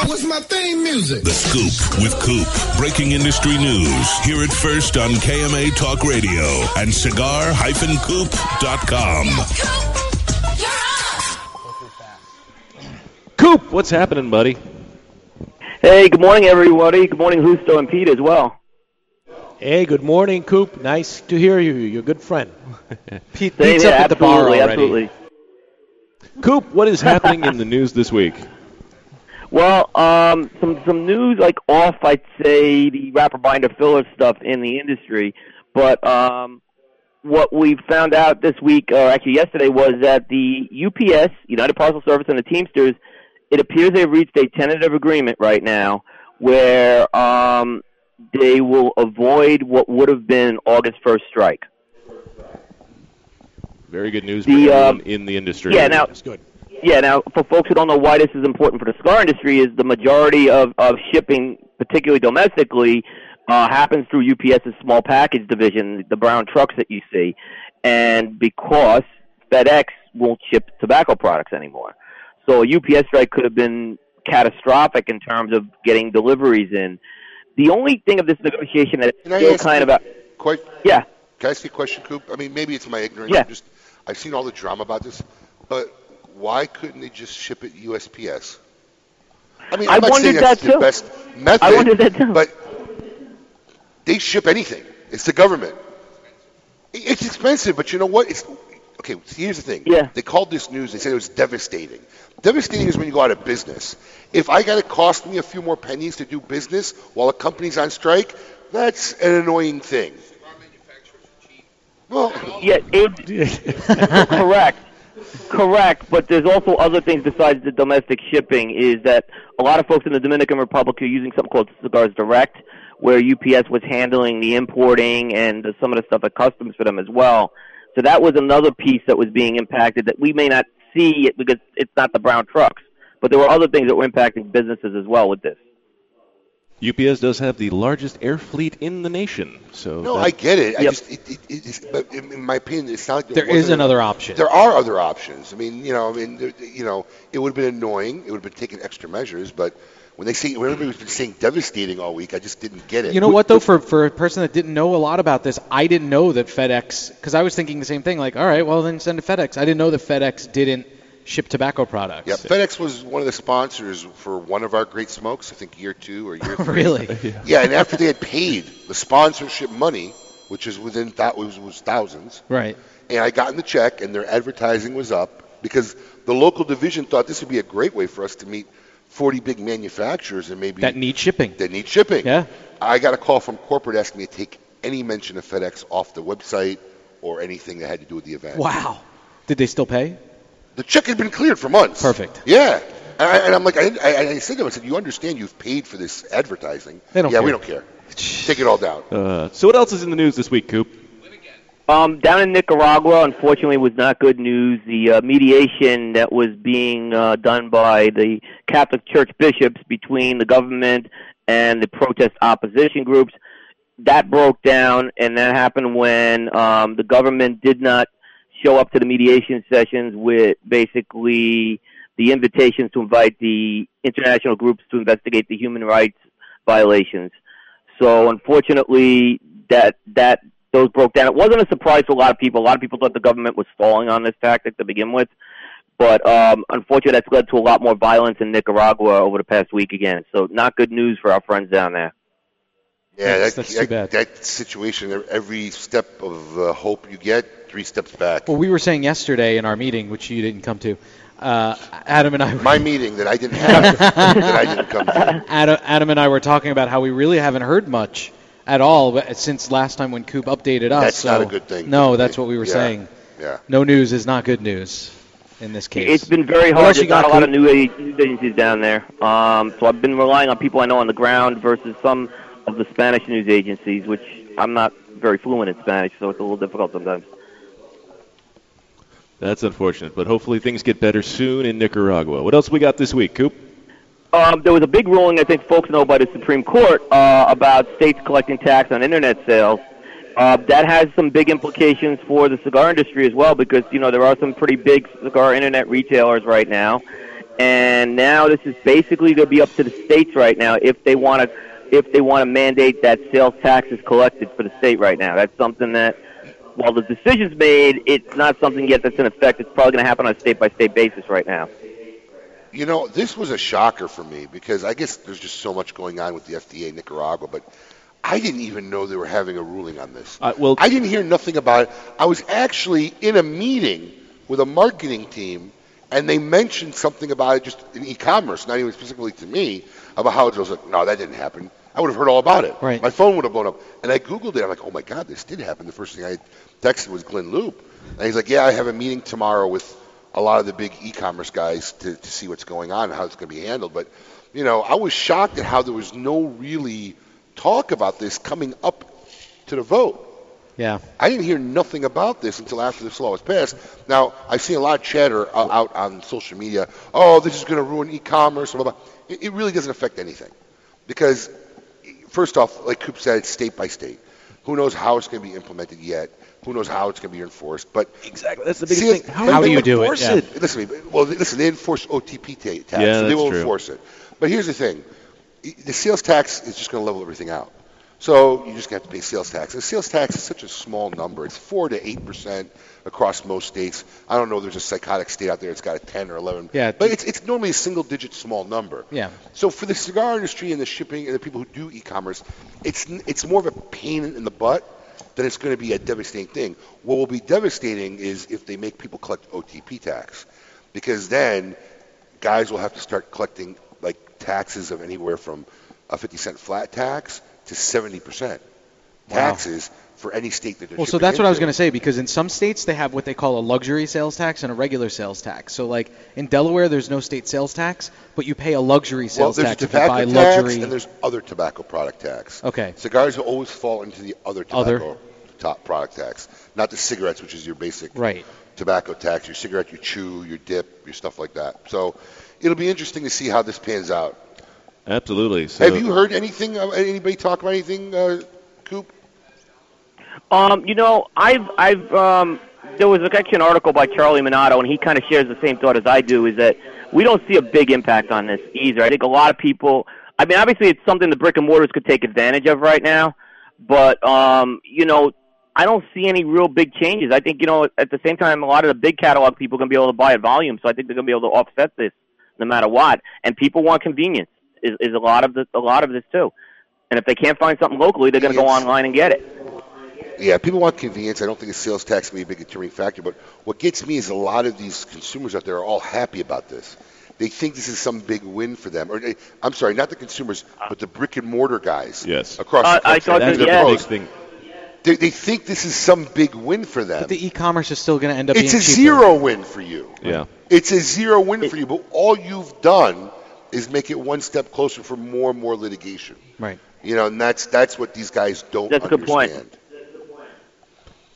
S11: What's my theme music?
S1: The Scoop with Coop. Breaking industry news. Hear it first on KMA Talk Radio and cigar-coop.com.
S3: Coop, what's happening, buddy?
S26: Hey, good morning, everybody. Good morning, Husto and Pete as well.
S12: Hey, good morning, Coop. Nice to hear you. You're a good friend. Pete
S26: Say
S12: beats
S26: that,
S12: up at the bar
S26: absolutely,
S12: already.
S26: absolutely.
S3: Coop, what is happening in the news this week?
S26: Well, um, some some news like off, I'd say the wrapper binder filler stuff in the industry, but um, what we found out this week, or actually yesterday, was that the UPS, United Parcel Service, and the Teamsters, it appears they've reached a tentative agreement right now where um, they will avoid what would have been an August first strike.
S3: Very good news for
S26: The,
S3: everyone
S26: um,
S3: in the industry.
S26: Yeah, now yeah, now for folks who don't know why this is important for the cigar industry is the majority of, of shipping, particularly domestically, uh, happens through UPS's small package division, the brown trucks that you see, and because FedEx won't ship tobacco products anymore, so a UPS strike could have been catastrophic in terms of getting deliveries in. The only thing of this negotiation that's
S4: Can I
S26: still
S4: ask
S26: kind
S4: you-
S26: of a
S4: Quite.
S26: Yeah.
S4: Can I ask you a question, Coop? I mean, maybe it's my ignorance.
S26: Yeah.
S4: I'm just I've seen all the drama about this, but why couldn't they just ship it USPS? I mean,
S26: I
S4: I'm not saying
S26: wondered
S4: that's
S26: that
S4: the
S26: too.
S4: best method.
S26: I wondered that too.
S4: But they ship anything. It's the government. I- It's expensive, but you know what? It's okay. so Here's the thing. Yeah. They called this news. They said it was devastating. Devastating is when you go out of business. If I got to cost me a few more pennies to do business while a company's on strike, that's an annoying thing. Well,
S26: yeah, it, correct, correct. But there's also other things besides the domestic shipping. Is that a lot of folks in the Dominican Republic are using something called Cigars Direct, where UPS was handling the importing and the, some of the stuff at customs for them as well. So that was another piece that was being impacted that we may not see it because it's not the brown trucks. But there were other things that were impacting businesses as well with this.
S3: UPS does have the largest air fleet in the nation, so
S4: No,
S3: that-
S4: I get it. I just, it, it, it, it's, but in in my opinion, it's not. Like
S5: There is
S4: wasn't-
S5: another option.
S4: There are other options. I mean, you know, I mean, there- you know, it would have been annoying. It would have been taking extra measures, but when they say when everybody's been saying devastating all week, I just didn't get it.
S5: You know what though, for for a person that didn't know a lot about this, I didn't know that FedEx because I was thinking the same thing. Like, all right, well then send to FedEx. I didn't know that FedEx didn't ship tobacco products.
S4: Yeah, FedEx was one of the sponsors for one of our great smokes. I think year two or year three.
S5: Really?
S4: Yeah, and after they had paid the sponsorship money, which is within that was, was thousands,
S5: Right.
S4: and I got in the check, and their advertising was up because the local division thought this would be a great way for us to meet 40 big manufacturers and maybe
S5: That need shipping.
S4: that need shipping. Yeah. I got a call from corporate asking me to take any mention of FedEx off the website or anything that had to do with the event.
S5: Wow. Did they still pay?
S4: The check had been cleared for months.
S5: Perfect.
S4: Yeah. And, I, and I'm like, I, didn't- I, I said to him, I said, you understand you've paid for this advertising.
S3: They don't
S4: yeah, we
S3: care.
S4: don't care. Take it all down.
S3: Uh, so what else is in the news this week, Coop?
S26: Um, down in Nicaragua, unfortunately, was not good news. The uh, mediation that was being uh, done by the Catholic Church bishops between the government and the protest opposition groups that broke down, and that happened when um, the government did not show up to the mediation sessions with basically the invitations to invite the international groups to investigate the human rights violations. So unfortunately, that that those broke down. It wasn't a surprise to a lot of people. A lot of people thought the government was falling on this tactic to begin with, but um, unfortunately, that's led to a lot more violence in Nicaragua over the past week again. So not good news for our friends down there.
S4: Yeah, that, that, that situation, every step of uh, hope you get, three steps back.
S5: Well, we were saying yesterday in our meeting, which you didn't come to, uh, Adam and I.
S4: My meeting that I didn't have, that I didn't come to.
S5: Adam, Adam and I were talking about how we really haven't heard much at all since last time when Coop updated us.
S4: That's not
S5: so-
S4: a good thing.
S5: No, that's what we were
S4: Yeah.
S5: saying.
S4: Yeah.
S5: No news is not good news in this case.
S26: It's been very
S5: What
S26: hard.
S5: else you
S26: There's not
S5: got,
S26: a lot
S5: Coop?
S26: of new ag- news agencies down there. Um, so I've been relying on people I know on the ground versus some of the Spanish news agencies, which I'm not very fluent in Spanish, so it's a little difficult sometimes.
S3: That's unfortunate, but hopefully things get better soon in Nicaragua. What else we got this week, Coop?
S26: Um, there was a big ruling I think folks know by the Supreme Court uh, about states collecting tax on internet sales. Uh, that has some big implications for the cigar industry as well because you know there are some pretty big cigar internet retailers right now, and now this is basically going to be up to the states right now if they want to if they want to mandate that sales tax is collected for the state right now. That's something that while the decision's made, it's not something yet that's in effect. It's probably going to happen on a state by state basis right now.
S4: You know, this was a shocker for me because I guess there's just so much going on with the FDA in Nicaragua, but I didn't even know they were having a ruling on this.
S3: Uh, well,
S4: I didn't hear nothing about it. I was actually in a meeting with a marketing team, and they mentioned something about it just in e-commerce, not even specifically to me, about how it was like, no, that didn't happen. I would have heard all about it. Right. My phone would have blown up. And I Googled it. I'm like, oh, my God, this did happen. The first thing I texted was Glenn Loop. And he's like, yeah, I have a meeting tomorrow with a lot of the big e-commerce guys to, to see what's going on and how it's going to be handled. But, you know, I was shocked at how there was no really talk about this coming up to the vote.
S5: Yeah.
S4: I didn't hear nothing about this until after this law was passed. Now, I see a lot of chatter uh, out on social media. Oh, this is going to ruin e-commerce. Blah, blah, blah. It, it really doesn't affect anything, because first off, like Coop said, it's state by state. Who knows how it's going to be implemented yet? Who knows how it's going to be enforced? But
S3: exactly, that's the biggest thing. How do you do it? Yeah.
S4: Listen, to me. well, listen, they enforce OTP ta- tax.
S3: Yeah,
S4: so they
S3: that's
S4: will
S3: true.
S4: enforce it. But here's the thing: the sales tax is just going to level everything out. So you just have to pay sales tax. And sales tax is such a small number. It's four to eight percent across most states. I don't know. There's a psychotic state out there that's got a ten or eleven.
S5: Yeah.
S4: But it's it's normally a single digit small number.
S5: Yeah.
S4: So for the cigar industry and the shipping and the people who do e-commerce, it's n- it's more of a pain in the butt than it's going to be a devastating thing. What will be devastating is if they make people collect OTP tax, because then guys will have to start collecting like taxes of anywhere from a 50 cent flat tax to 70 percent
S5: Wow.
S4: taxes for any state that they're
S5: Well, so
S4: shipping
S5: that's what I was
S4: into.
S5: going to say because in some states they have what they call a luxury sales tax and a regular sales tax. So like in Delaware, there's no state sales tax, but you pay a luxury sales
S4: well, there's
S5: tax
S4: a
S5: if you
S4: tobacco
S5: buy
S4: tax
S5: luxury.
S4: and there's other tobacco product tax.
S5: Okay.
S4: Cigars will always fall into the other
S5: Other.
S4: tobacco top product tax, not the cigarettes, which is your basic
S5: Right.
S4: tobacco tax, your cigarette, you chew, your dip, your stuff like that. So it'll be interesting to see how this pans out.
S3: Absolutely. So,
S4: Have you heard anything? uh, Anybody talk about anything? Uh, Coop?
S26: Um, you know, I've I've um, there was actually an article by Charlie Minato, and he kind of shares the same thought as I do. Is that we don't see a big impact on this either. I think a lot of people. I mean, obviously, it's something the brick and mortars could take advantage of right now, but um, you know, I don't see any real big changes. I think you know, at the same time, a lot of the big catalog people are going to be able to buy at volume, so I think they're going to be able to offset this no matter what. And people want convenience is, is a lot of the, a lot of this too. And if they can't find something locally, they're going to go online and get it.
S4: Yeah, people want convenience. I don't think the sales tax can be a big determining factor. But what gets me is a lot of these consumers out there are all happy about this. They think this is some big win for them. Or eh, I'm sorry, not the consumers, but the brick and mortar guys.
S3: Yes.
S4: Across the
S3: Uh,
S4: country.
S3: I thought That's that- the yeah. big thing.
S4: They, they think this is some big win for them.
S5: but the e-commerce is still going to end up
S4: It's a
S5: being cheaper.
S4: zero win for you.
S3: yeah.
S4: It's a zero win for you. But all you've done is make it one step closer for more and more litigation.
S5: Right.
S4: You know, and that's that's what these guys don't
S26: That's a
S4: understand.
S26: good point.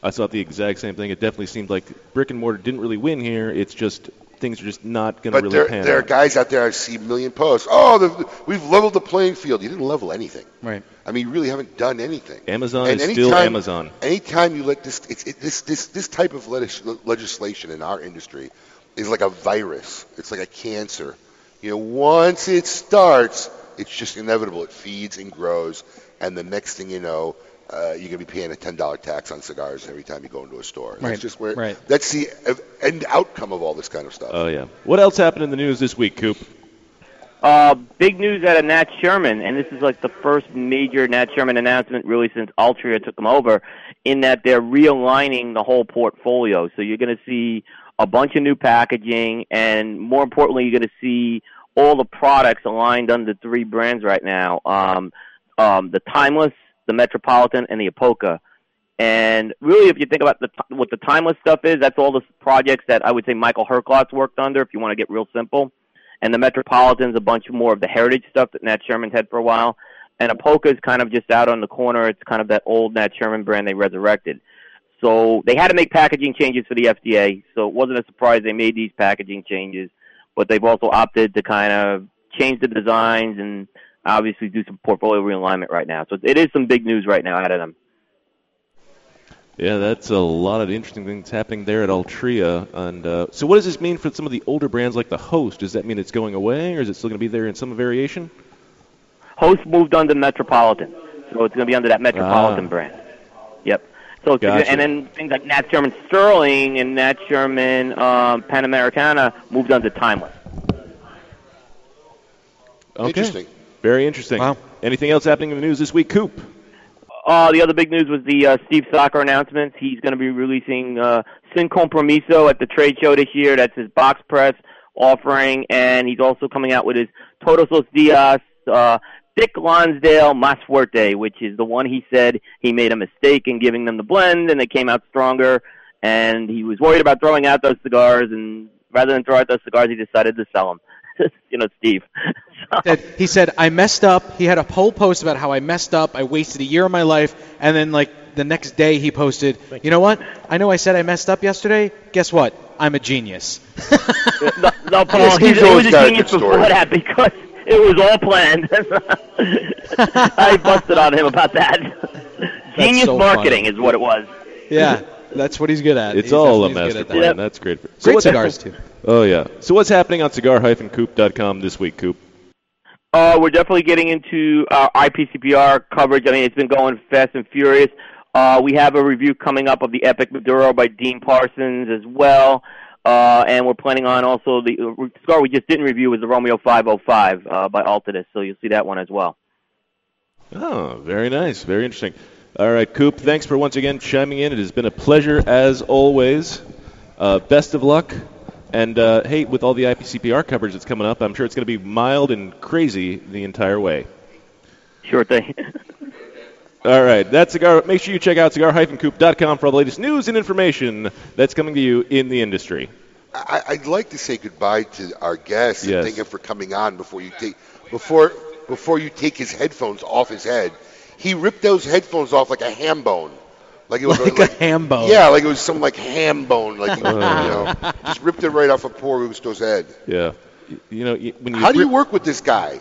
S3: I thought the exact same thing. It definitely seemed like brick and mortar didn't really win here. It's just things are just not going to
S4: But
S3: really
S4: there,
S3: pan
S4: there are
S3: out.
S4: guys out there. I see a million posts. Oh, the, we've leveled the playing field. You didn't level anything.
S5: Right.
S4: I mean, you really haven't done anything.
S3: Amazon
S4: and
S3: is still
S4: anytime-
S3: Amazon.
S4: Anytime you let this, it's, it, this, this, this type of legis- legislation in our industry is like a virus. It's like a cancer. You know, once it starts, it's just inevitable. It feeds and grows, and the next thing you know, uh, you're gonna be paying a ten dollar tax on cigars every time you go into a store.
S3: Right,
S4: That's just where.
S3: right.
S4: That's the uh, end outcome of all this kind of stuff.
S3: Oh yeah. What else happened in the news this week, Coop?
S26: Uh, big news out of Nat Sherman, and this is like the first major Nat Sherman announcement really since Altria took him over, in that they're realigning the whole portfolio. So you're going to see a bunch of new packaging, and more importantly, you're going to see all the products aligned under three brands right now: um, um, the Timeless, the Metropolitan, and the Apoca. And really, if you think about the t- what the Timeless stuff is, that's all the projects that I would say Michael Herklotz worked under. If you want to get real simple and the Metropolitan's a bunch more of the heritage stuff that Nat Sherman's had for a while, and Apoca is kind of just out on the corner. It's kind of that old Nat Sherman brand they resurrected. So they had to make packaging changes for the FDA. So it wasn't a surprise they made these packaging changes, but they've also opted to kind of change the designs and obviously do some portfolio realignment right now. So it is some big news right now out of them.
S3: Yeah, that's a lot of interesting things happening there at Altria. And uh, so, what does this mean for some of the older brands like the Host? Does that mean it's going away, or is it still going to be there in some variation?
S26: Host moved under Metropolitan, so it's going to be under that Metropolitan
S3: Ah.
S26: brand. Yep. So it's-
S3: Gotcha.
S26: and then things like Nat Sherman Sterling and Nat Sherman um, Pan Americana moved under Timeless.
S3: Okay. Interesting. Very interesting. Wow. Anything else happening in the news this week, Coop?
S26: Uh, the other big news was the uh, Steve Soccer announcement. He's going to be releasing uh, Sin Compromiso at the trade show this year. That's his box press offering, and he's also coming out with his Todos los Dias uh, Dick Lonsdale Mas Fuerte, which is the one he said he made a mistake in giving them the blend, and they came out stronger. And he was worried about throwing out those cigars, and rather than throw out those cigars, he decided to sell them. you know, Steve.
S5: That he said I messed up. He had a whole post about how I messed up. I wasted a year of my life, and then like the next day he posted, you know what? I know I said I messed up yesterday. Guess what? I'm a genius.
S26: no, no, Paul,
S5: Yes,
S26: he's,
S5: he's
S26: he was
S5: always
S26: a
S5: got a
S26: genius
S5: good story.
S26: before that because it was all planned. I busted on him about that. genius
S5: so
S26: marketing
S5: funny.
S26: is what it was.
S5: yeah, that's what he's good at.
S3: It's
S5: He's-
S3: all a
S5: that's what he's
S3: master
S5: good at.
S3: plan.
S5: Yep.
S3: That's great. For,
S5: Great
S3: what's
S5: cigars,
S3: happening- Oh yeah. So what's happening on cigar-coop.com this week, Coop?
S26: Uh, we're definitely getting into uh, our IPCPR coverage. I mean, it's been going fast and furious. Uh, we have a review coming up of the Epic Maduro by Dean Parsons as well. Uh, and we're planning on also the uh, cigar we just didn't review was the Romeo 505 uh, by Altadis, so you'll see that one as well.
S3: Oh, very nice. Very interesting. All right, Coop. Thanks for once again chiming in. It has been a pleasure as always. Uh, best of luck. And uh, hey, with all the IPCPR coverage that's coming up, I'm sure it's going to be mild and crazy the entire way.
S26: Sure thing.
S3: All right, that's cigar. Make sure you check out cigar-coop.com for all the latest news and information that's coming to you in the industry.
S4: I, I'd like to say goodbye to our guest
S3: Yes.
S4: and thank him for coming on before you take before before you take his headphones off his head. He ripped those headphones off like a ham bone, like it was
S5: Like a ham bone.
S4: yeah, like it was some like ham bone, like you know, just ripped it right off of poor Gusto's head.
S3: Yeah. You, you know, you, when you
S4: How do you
S3: rip-
S4: work with this guy?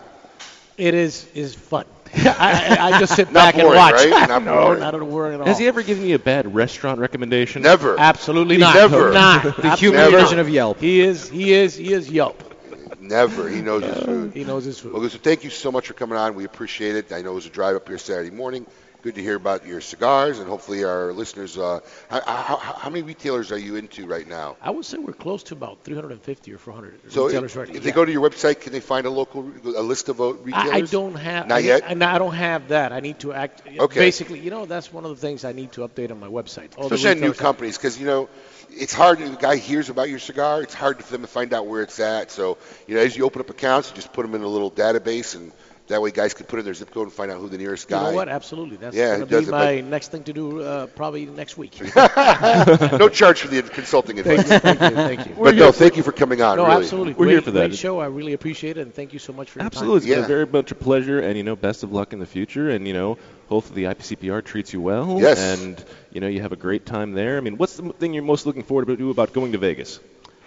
S12: It is is fun. I, I I just sit
S4: Not
S12: back
S4: boring,
S12: and watch.
S4: right? Not
S12: no,
S4: boring.
S12: not a word at all.
S3: Has he ever given you a bad restaurant recommendation?
S4: Never.
S12: Absolutely not.
S3: Never.
S12: Not.
S3: The
S12: Absolutely
S3: human
S12: not.
S3: version of Yelp.
S12: He is. He is. He is Yelp.
S4: Never. He knows his food.
S12: He knows his food.
S4: Well, so thank you so much for coming on. We appreciate it. I know it was a drive up here Saturday morning. Good to hear about your cigars, and hopefully our listeners. Uh, how, how, how how many retailers are you into right now?
S12: I would say we're close to about 350 or 400
S4: So
S12: retailers
S4: if,
S12: right now.
S4: if they go to your website, can they find a local a list of uh, retailers?
S12: I, I don't have.
S4: Not
S12: I,
S4: yet?
S12: I, no, I don't have that. I need to act.
S4: Okay.
S12: Basically, you know, that's one of the things I need to update on my website. All the
S4: Especially on new
S12: retailers-
S4: companies, because you know it's hard. The guy hears about your cigar. It's hard for them to find out where it's at. So you know, as you open up accounts, you just put them in a little database, and that way guys can put in their zip code and find out who the nearest
S12: You
S4: guy.
S12: know what? Absolutely. That's
S4: Yeah,
S12: going
S4: it
S12: to
S4: does
S12: be
S4: it,
S12: my next thing to do, uh, probably next week.
S4: no charge for the consulting
S12: Thank you,
S4: advice.
S12: thank you, thank you.
S4: But no, thank you for coming on.
S12: no,
S4: really.
S12: absolutely. great, Great show. I really appreciate it, and thank you so much for your
S3: Absolutely. It's
S12: time.
S3: been a very much a pleasure, and, you know, best of luck in the future. And, you know, hopefully the IPCPR treats you well.
S4: Yes.
S3: And, you know, you have a great time there. I mean, what's the thing you're most looking forward to about going to Vegas?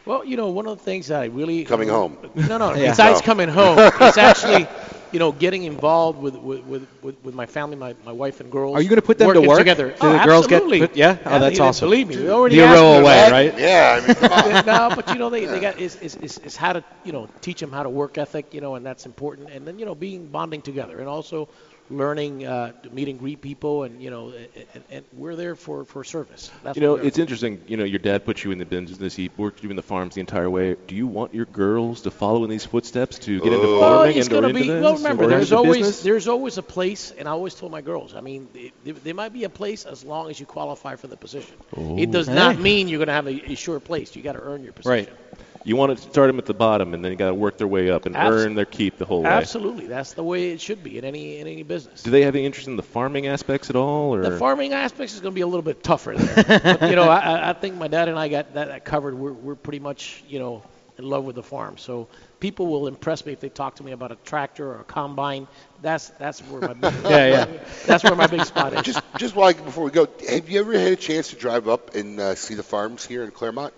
S12: Well, you know, one of the things that I really
S3: Coming home.
S12: No, no.
S3: Yeah.
S12: Besides
S3: No.
S12: coming home, it's actually you know getting involved with with with, with, with my family, my, my wife and girls.
S5: Are you going to put them to
S12: working
S5: work?
S12: together?
S5: Do
S12: oh,
S5: the girls get
S12: absolutely.
S5: put- yeah? Oh,
S12: they
S5: that's
S12: didn't
S5: awesome.
S12: Believe me. We already
S5: You
S12: asked
S5: roll
S12: them
S5: away,
S12: that.
S5: right? Yeah, I mean, come on.
S12: no, but you know they, they got is is is is how to you know teach them how to work ethic, you know, and that's important. And then you know being bonding together and also learning uh, to meet and greet people, and you know, and, and, and we're there for for service. That's
S3: you know,
S12: what we're-
S3: it's interesting. You know, your dad put you in the business. He worked you in the farms the entire way. Do you want your girls to follow in these footsteps to get into farming
S12: Oh. Well, it's
S3: and or
S12: going to
S3: into
S12: be.
S3: this?
S12: Well, remember,
S3: or
S12: there's
S3: into
S12: always
S3: business?
S12: there's always a place, and I always told my girls. I mean, it- there- there might be a place as long as you qualify for the position. It does
S3: Oh.
S12: not
S3: Hey.
S12: mean you're going to have a, a sure place. You got to earn your position.
S3: Right. You want to start them at the bottom, and then you got to work their way up and
S12: Abs-
S3: earn their keep the whole way.
S12: Absolutely, that's the way it should be in any in any business.
S3: Do they have any interest in the farming aspects at all? Or
S12: The farming aspects is going to be a little bit tougher there. but, you know, I- I, I think my dad and I got that, that covered. We're, we're pretty much, you know, in love with the farm. So people will impress me if they talk to me about a tractor or a combine. That's that's where my big,
S4: Yeah, yeah.
S12: that's where my big spot is.
S4: Just, just while, before we go, have you ever had a chance to drive up and uh, see the farms here in Claremont?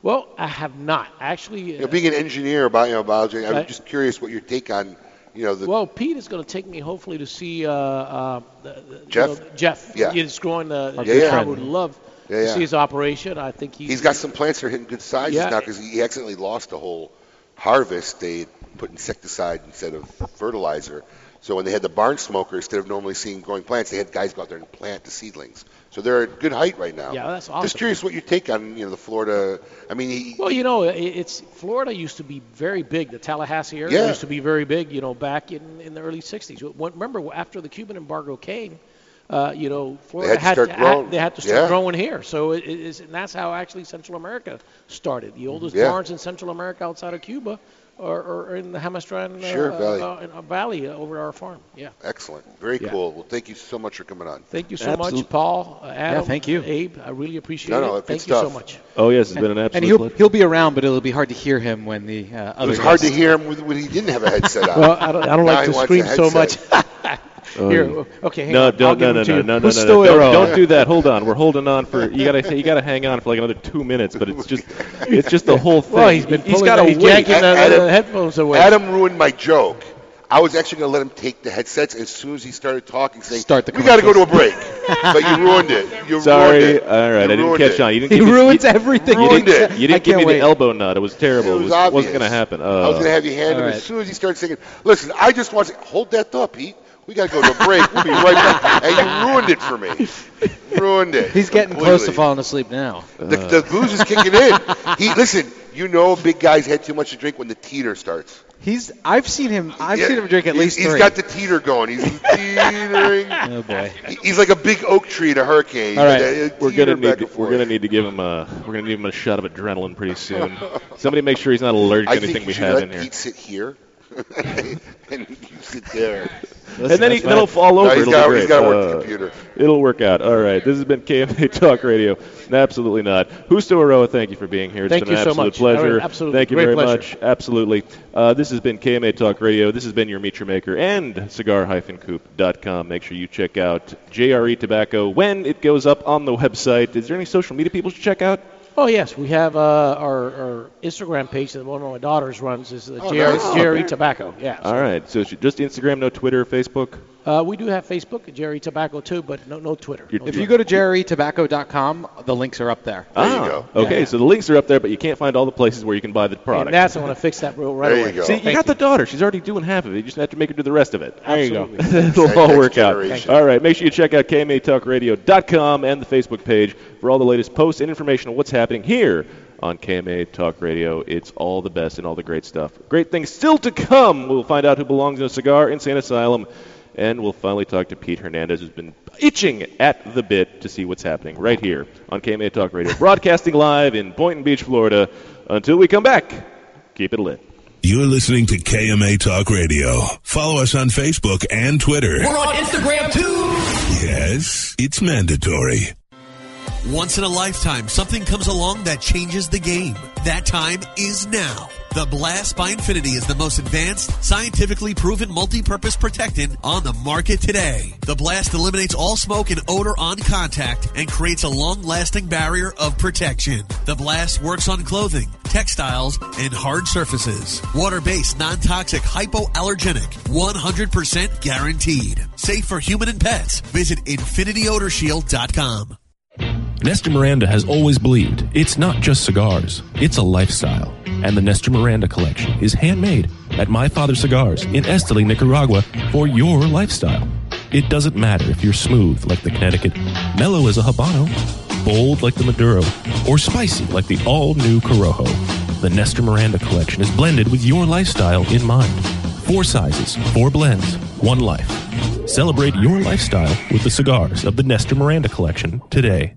S12: Well, I have not actually. uh,
S4: You know, being an engineer about you know, biology, I'm
S12: Right.
S4: just curious what your take on you know the
S12: Well, Pete is going to take me hopefully to see uh, uh, the, the- you
S4: Jeff?
S12: know, Jeff.
S4: Yeah.
S12: He's growing the.
S4: Our good
S12: I
S4: friend.
S12: would love
S4: Yeah,
S12: to
S4: yeah.
S12: see his operation. I think he.
S4: he's got some plants that are hitting good sizes
S12: Yeah.
S4: now because he accidentally lost the whole harvest. They put insecticide instead of fertilizer. So when they had the barn smoker, instead of normally seeing growing plants, they had guys go out there and plant the seedlings. So they're at good height right now.
S12: Yeah, that's
S4: Just
S12: awesome.
S4: curious what your take on you know the Florida. I mean, he,
S12: Well, you know, i- it's Florida used to be very big. The Tallahassee area
S4: Yeah.
S12: used to be very big. You know, back in, in the early '60s. When- Remember after the Cuban embargo came, uh, you know, Florida
S4: had to start growing.
S12: they had to start
S4: Yeah.
S12: growing here. So it, it is, and that's how actually Central America started. The oldest
S4: Yeah.
S12: barns in Central America outside of Cuba are, are in the Hamastran uh,
S4: Sure, Valley.
S12: Uh, in a valley over our farm. Yeah.
S4: Excellent. Very
S12: Yeah.
S4: cool. Well, thank you so much for coming on.
S12: Thank you so much, Paul, uh, Adam, Abe. I really appreciate
S4: No, no, good
S12: it. Thank you
S4: stuff.
S12: so much.
S3: Oh yes, it's been an
S5: And
S3: absolute
S5: he'll,
S3: pleasure.
S5: he'll be around, but it'll be hard to hear him when the uh, other.
S4: It was hard to
S5: guests-
S4: hear him with- when he didn't have a headset on.
S5: Well, I don't- I don't
S4: Now
S5: like
S4: he
S5: to
S4: wants a
S5: scream so
S4: headset.
S3: Oh,
S12: Here,
S3: yeah.
S12: okay, hang
S3: no,
S12: on. I'll
S3: Don't,
S12: give
S3: no,
S12: them
S3: no,
S12: to
S3: no,
S12: you.
S3: no, no, no,
S12: Gusto
S3: no,
S12: Aero.
S3: Don't, don't do that. Hold on. We're holding on for. You gotta, you gotta hang on for like another two minutes. But it's just, it's just the whole thing.
S12: Well, he's been
S3: he's
S12: pulling
S3: got
S12: that- uh, he's yanking the- the headphones away.
S4: Adam ruined my joke. I was actually going to let him take the headsets as soon as he started talking, saying,
S5: Start the
S4: "We got to go to a break."
S5: commercials.
S4: but you ruined it. You
S3: Sorry.
S4: ruined it.
S3: All right, I didn't
S4: ruined
S3: catch
S4: it.
S3: on. You didn't.
S4: He
S3: give
S5: ruins
S3: me, you-
S5: everything.
S3: You
S4: Ruined
S3: didn't,
S4: it.
S3: you
S4: I
S3: didn't give me
S4: can't
S3: the
S4: wait.
S3: elbow nut. It was terrible.
S4: It was
S3: wasn't
S4: obvious.
S3: going to happen. Oh.
S4: I was going to have you hand
S3: All
S4: him
S3: right.
S4: as soon as he started singing. Listen, I just want to hold that thought, Pete. We got to go to a break. We'll be right back. And you ruined it for me. Ruined it.
S5: He's getting close to
S4: completely.
S5: falling asleep now.
S4: The, the booze is kicking in. He listen. You know, big guys had too much to drink when the teeter starts.
S5: He's. I've seen him. I've
S4: Yeah,
S5: seen him drink at
S4: he's-
S5: least
S4: He's
S5: three.
S4: got the teeter going. He's teetering.
S5: oh boy.
S4: He's like a big oak tree in a hurricane.
S3: All
S4: Uh,
S3: right, we're
S4: teeter
S3: gonna
S4: back
S3: need
S4: and
S3: we're
S4: forth.
S3: gonna need to give him a we're gonna need him a shot of adrenaline pretty soon. Somebody make sure he's not allergic
S4: I
S3: to
S4: think
S3: anything
S4: you
S3: we
S4: should
S3: have
S4: let
S3: in here.
S4: Pete sit here, and you sit there.
S3: and then he, then he'll fall over.
S4: No, he's
S3: It'll
S4: got,
S3: be great.
S4: He's got to work
S3: Uh,
S4: the computer.
S3: It'll work out. All right. This has been KMA Talk Radio. Absolutely not. Husto Aroa, thank you for being here. It's
S12: Thank
S3: been
S12: you
S3: an
S12: so
S3: absolute
S12: much.
S3: pleasure.
S12: All right, absolutely.
S3: Thank you
S12: Great
S3: very
S12: pleasure.
S3: much. Absolutely. Uh, this has been KMA Talk Radio. This has been your Meet Your Maker and cigar-coop.com. Make sure you check out JRE Tobacco when it goes up on the website. Is there any social media people should check out?
S12: Oh yes, we have uh, our, our Instagram page that one of my daughters runs is uh,
S4: Oh,
S12: Jerry,
S4: nice.
S12: Jerry
S4: Okay.
S12: Tobacco. Yeah.
S3: All right. So should- just Instagram, no Twitter, Facebook?
S12: Uh, we do have Facebook, Jerry Tobacco too, but no no Twitter. No
S5: If
S12: Twitter.
S5: you go to jerrytobacco.com, the links are up there.
S3: ah, Okay.
S12: Yeah.
S3: So the links are up there, but you can't find all the places where you can buy the product.
S12: and that's I want to fix that rule right away.
S3: See, you
S12: Thank
S3: got the daughter. She's already doing half of it. You just have to make her do the rest of it.
S12: There you go.
S3: It'll all work out.
S12: generation.
S3: All right. Make sure you check out KMATalkRadio.com and the Facebook page for all the latest posts and information on what's happening here on KMA Talk Radio. It's all the best and all the great stuff. Great things still to come. We'll find out who belongs in a cigar insane asylum. And we'll finally talk to Pete Hernandez, who's been itching at the bit to see what's happening right here on KMA Talk Radio, broadcasting live in Boynton Beach, Florida. Until we come back, keep it lit.
S1: You're listening to KMA Talk Radio. Follow us on Facebook and Twitter.
S27: We're on Instagram too.
S1: Yes, it's mandatory.
S28: Once in a lifetime, something comes along that changes the game. That time is now. The Blast by Infinity is the most advanced, scientifically proven multi-purpose protectant on the market today. The Blast eliminates all smoke and odor on contact and creates a long-lasting barrier of protection. The Blast works on clothing, textiles, and hard surfaces. Water-based, non-toxic, hypoallergenic, 100% guaranteed. Safe for human and pets. Visit InfinityOdorShield.com.
S29: Nestor Miranda has always believed it's not just cigars, it's a lifestyle. And the Nestor Miranda collection is handmade at My Father Cigars in Esteli, Nicaragua for your lifestyle. It doesn't matter if you're smooth like the Connecticut, mellow as a Habano, bold like the Maduro, or spicy like the all new Corojo. The Nestor Miranda collection is blended with your lifestyle in mind. Four sizes, four blends, one life. Celebrate your lifestyle with the cigars of the Nestor Miranda collection today.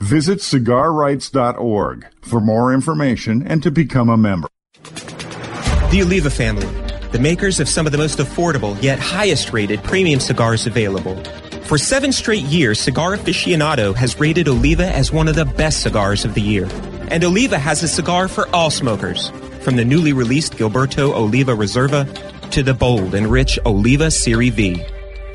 S9: Visit cigarrights.org for more information and to become a member.
S10: The Oliva family, the makers of some of the most affordable yet highest rated premium cigars available. For seven straight years, Cigar Aficionado has rated Oliva as one of the best cigars of the year. And Oliva has a cigar for all smokers. From the newly released Gilberto Oliva Reserva to the bold and rich Oliva Siri V.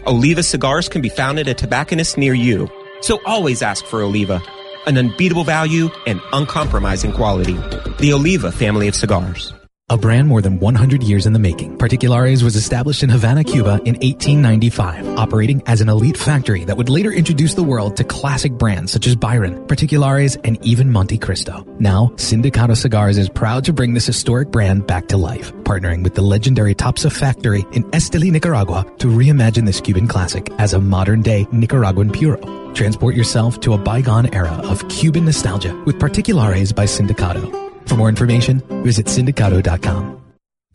S10: Oliva cigars can be found at a tobacconist near you, so always ask for Oliva. An unbeatable value and uncompromising quality. The Oliva family of cigars.
S17: A brand more than 100 years in the making, Particulares was established in Havana, Cuba in 1895, operating as an elite factory that would later introduce the world to classic brands such as Byron, Particulares, and even Monte Cristo. Now, Sindicato Cigars is proud to bring this historic brand back to life, partnering with the legendary Topsa factory in Esteli, Nicaragua to reimagine this Cuban classic as a modern-day Nicaraguan puro. Transport yourself to a bygone era of Cuban nostalgia with Particulares by Sindicato. For more information, visit sindicato.com.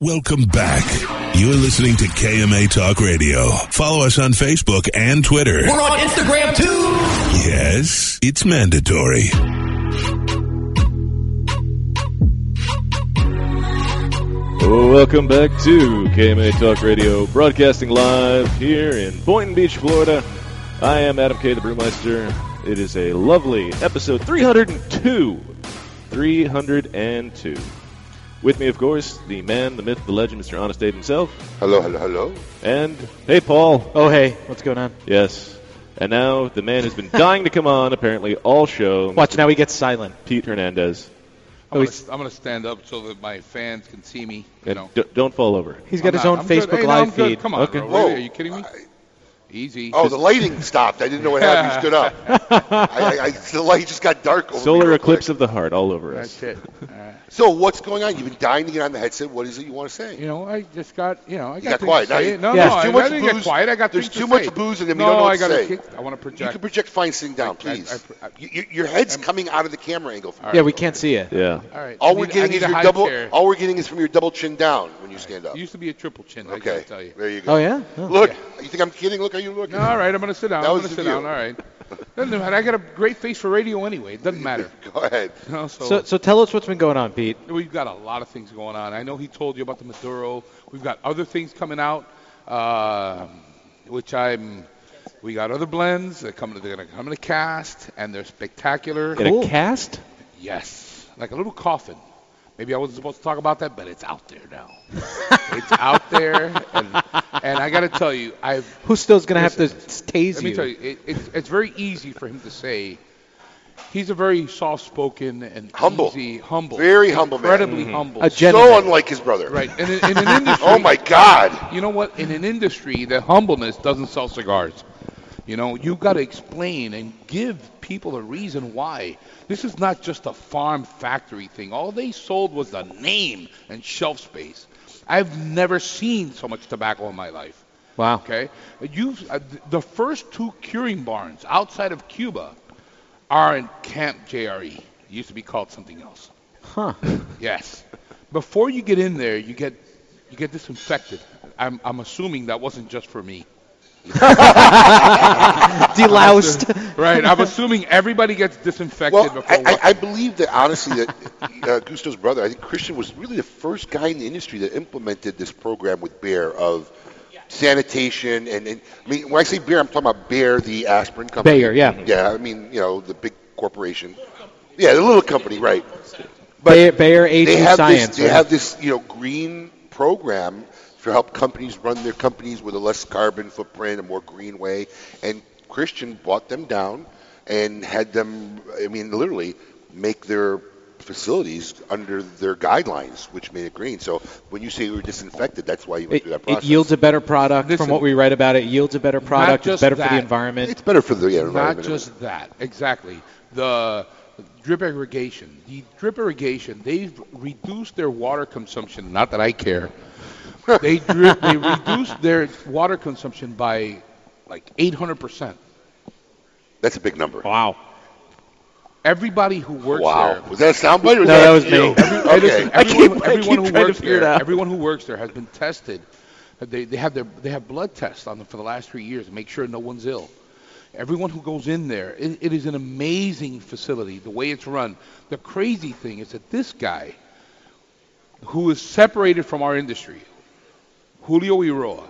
S1: Welcome back. You're listening to KMA Talk Radio. Follow us on Facebook and Twitter.
S2: We're on Instagram too.
S1: Yes, it's mandatory.
S3: Welcome back to KMA Talk Radio, broadcasting live here in Boynton Beach, Florida. I am Adam K. the Brewmeister. It is a lovely episode 302. 302. With me, of course, the man, the myth, the legend, Mr. Honest Abe himself.
S4: Hello, hello, hello.
S3: And hey, Paul.
S5: Oh, hey, what's going on?
S3: Yes. And now the man who's been dying to come on, apparently all show.
S5: Watch now he gets silent. Oh,
S3: Pete Hernandez.
S20: I'm gonna, I'm gonna stand up so that my fans can see me. You
S3: And
S20: know.
S3: d- don't fall over.
S5: He's
S20: I'm not- I'm good. Hey, no, I'm good. Come on, bro. Really?
S4: Whoa.
S20: are you kidding me? Easy.
S4: Oh, the lighting stopped. I didn't know what happened. You stood up. I, I, I, the light just got dark over me.
S3: Solar eclipse of the heart all over us.
S20: That's it.
S4: So what's going on? You've been dying to get on the headset. What is it you want to say?
S20: You know, I just got, you know, I
S4: You
S20: got,
S4: got
S20: things
S4: quiet.
S20: To
S4: Now
S20: say.
S4: you-
S20: No,
S4: There's
S20: no, I,
S4: too much
S20: I didn't get
S4: booze.
S20: quiet. I got
S4: There's
S20: things
S4: too
S20: to
S4: much
S20: say.
S4: booze in them.
S20: No,
S4: You don't know what
S20: I
S4: to
S20: gotta
S4: say.
S20: kick- I want to
S4: You can
S20: project.
S4: project fine sitting down, please. You- you- your head's coming out of the camera angle. From
S5: Yeah, we can't see you.
S3: Yeah.
S20: All right.
S4: All
S20: I
S4: we're
S20: need- I
S4: getting
S20: need
S4: is
S20: a
S4: your
S20: high
S4: double.
S20: chair.
S4: All we're getting is from your double chin down when you stand up.
S20: It used to be a triple chin. I
S4: Okay,
S20: gotta tell you.
S4: there you go.
S5: Oh, yeah? Oh.
S4: Look, you think I'm kidding? Look, are you looking?
S20: No, all right, I'm gonna sit down.
S4: That
S20: I'm
S4: was
S20: gonna
S4: the
S20: sit
S4: view.
S20: down. All right. Doesn't matter. I got a great face for radio anyway. It doesn't matter.
S4: Go ahead.
S20: You know, so,
S5: So, so tell us what's been going on, Pete.
S20: We've got a lot of things going on. I know he told you about the Maduro. We've got other things coming out, uh, which I'm. We got other blends. They're coming. They're gonna come in a cast, and they're spectacular.
S5: In a cast?
S20: Yes, like a little coffin. Maybe I wasn't supposed to talk about that, but it's out there now. it's out there, and, and I got to tell you, I've
S5: Who still's going to have to s- tase
S20: let me
S5: you?
S20: tell you, it, it's, it's very easy for him to say. He's a very soft-spoken and
S4: Humble.
S20: easy, humble,
S4: Very humble man.
S20: incredibly
S4: Mhm.
S20: humble,
S4: A gentleman. So unlike his brother.
S20: Right, and in, in an industry.
S4: Oh, my God.
S20: You know what? In an industry, that humbleness doesn't sell cigars. You know, you got to explain and give people a reason why. This is not just a farm factory thing. All they sold was the name and shelf space. I've never seen so much tobacco in my life.
S5: Wow.
S20: Okay. You, uh, th- the first two curing barns outside of Cuba are in Camp JRE. It used to be called something else.
S5: Huh.
S20: Yes. Before you get in there, you get you get disinfected. I'm I'm assuming that wasn't just for me.
S5: Deloused.
S20: right. I'm assuming everybody gets disinfected
S4: Well,
S20: before.
S4: I, I, I believe that honestly, that uh, Gusto's brother, I think Christian was really the first guy in the industry that implemented this program with Bear of sanitation and, and I mean, when I say Bear, I'm talking about Bear, the aspirin company.
S5: Bayer, yeah.
S4: Yeah, I mean, you know, the big corporation. Yeah, the little company, right?
S5: Bayer, Bayer AG
S4: they have
S5: Science.
S4: This, they
S5: right?
S4: have this, you know, green program to help companies run their companies with a less carbon footprint, a more green way. And Christian bought them down and had them. I mean, literally make their facilities under their guidelines, which made it green. So when you say we were disinfected, that's why you went through that
S5: It
S4: process.
S5: yields a better product from what we read about it. It yields a better product. It's
S20: just
S5: better for
S20: that.
S5: the environment.
S4: It's better for the yeah,
S20: Not
S4: environment.
S20: just that, exactly. The drip irrigation. The drip irrigation, they've reduced their water consumption. Not that I care. They drip, they reduced their water consumption by like 800%.
S4: That's a big number.
S5: Wow.
S20: Everybody who works
S4: Wow.
S20: there.
S4: Was that a soundbite or was No, that that was me. you?
S20: Every- hey, listen,
S4: Okay. I keep-
S20: everyone,
S4: I keep
S20: everyone who
S4: trying to
S20: works
S4: figure it
S20: there,
S4: out.
S20: everyone who works there has been tested. They, they have their they have blood tests on them for the last three years to make sure no one's ill. Everyone who goes in there, it, it is an amazing facility the way it's run. The crazy thing is that this guy, who is separated from our industry, Julio Iroa,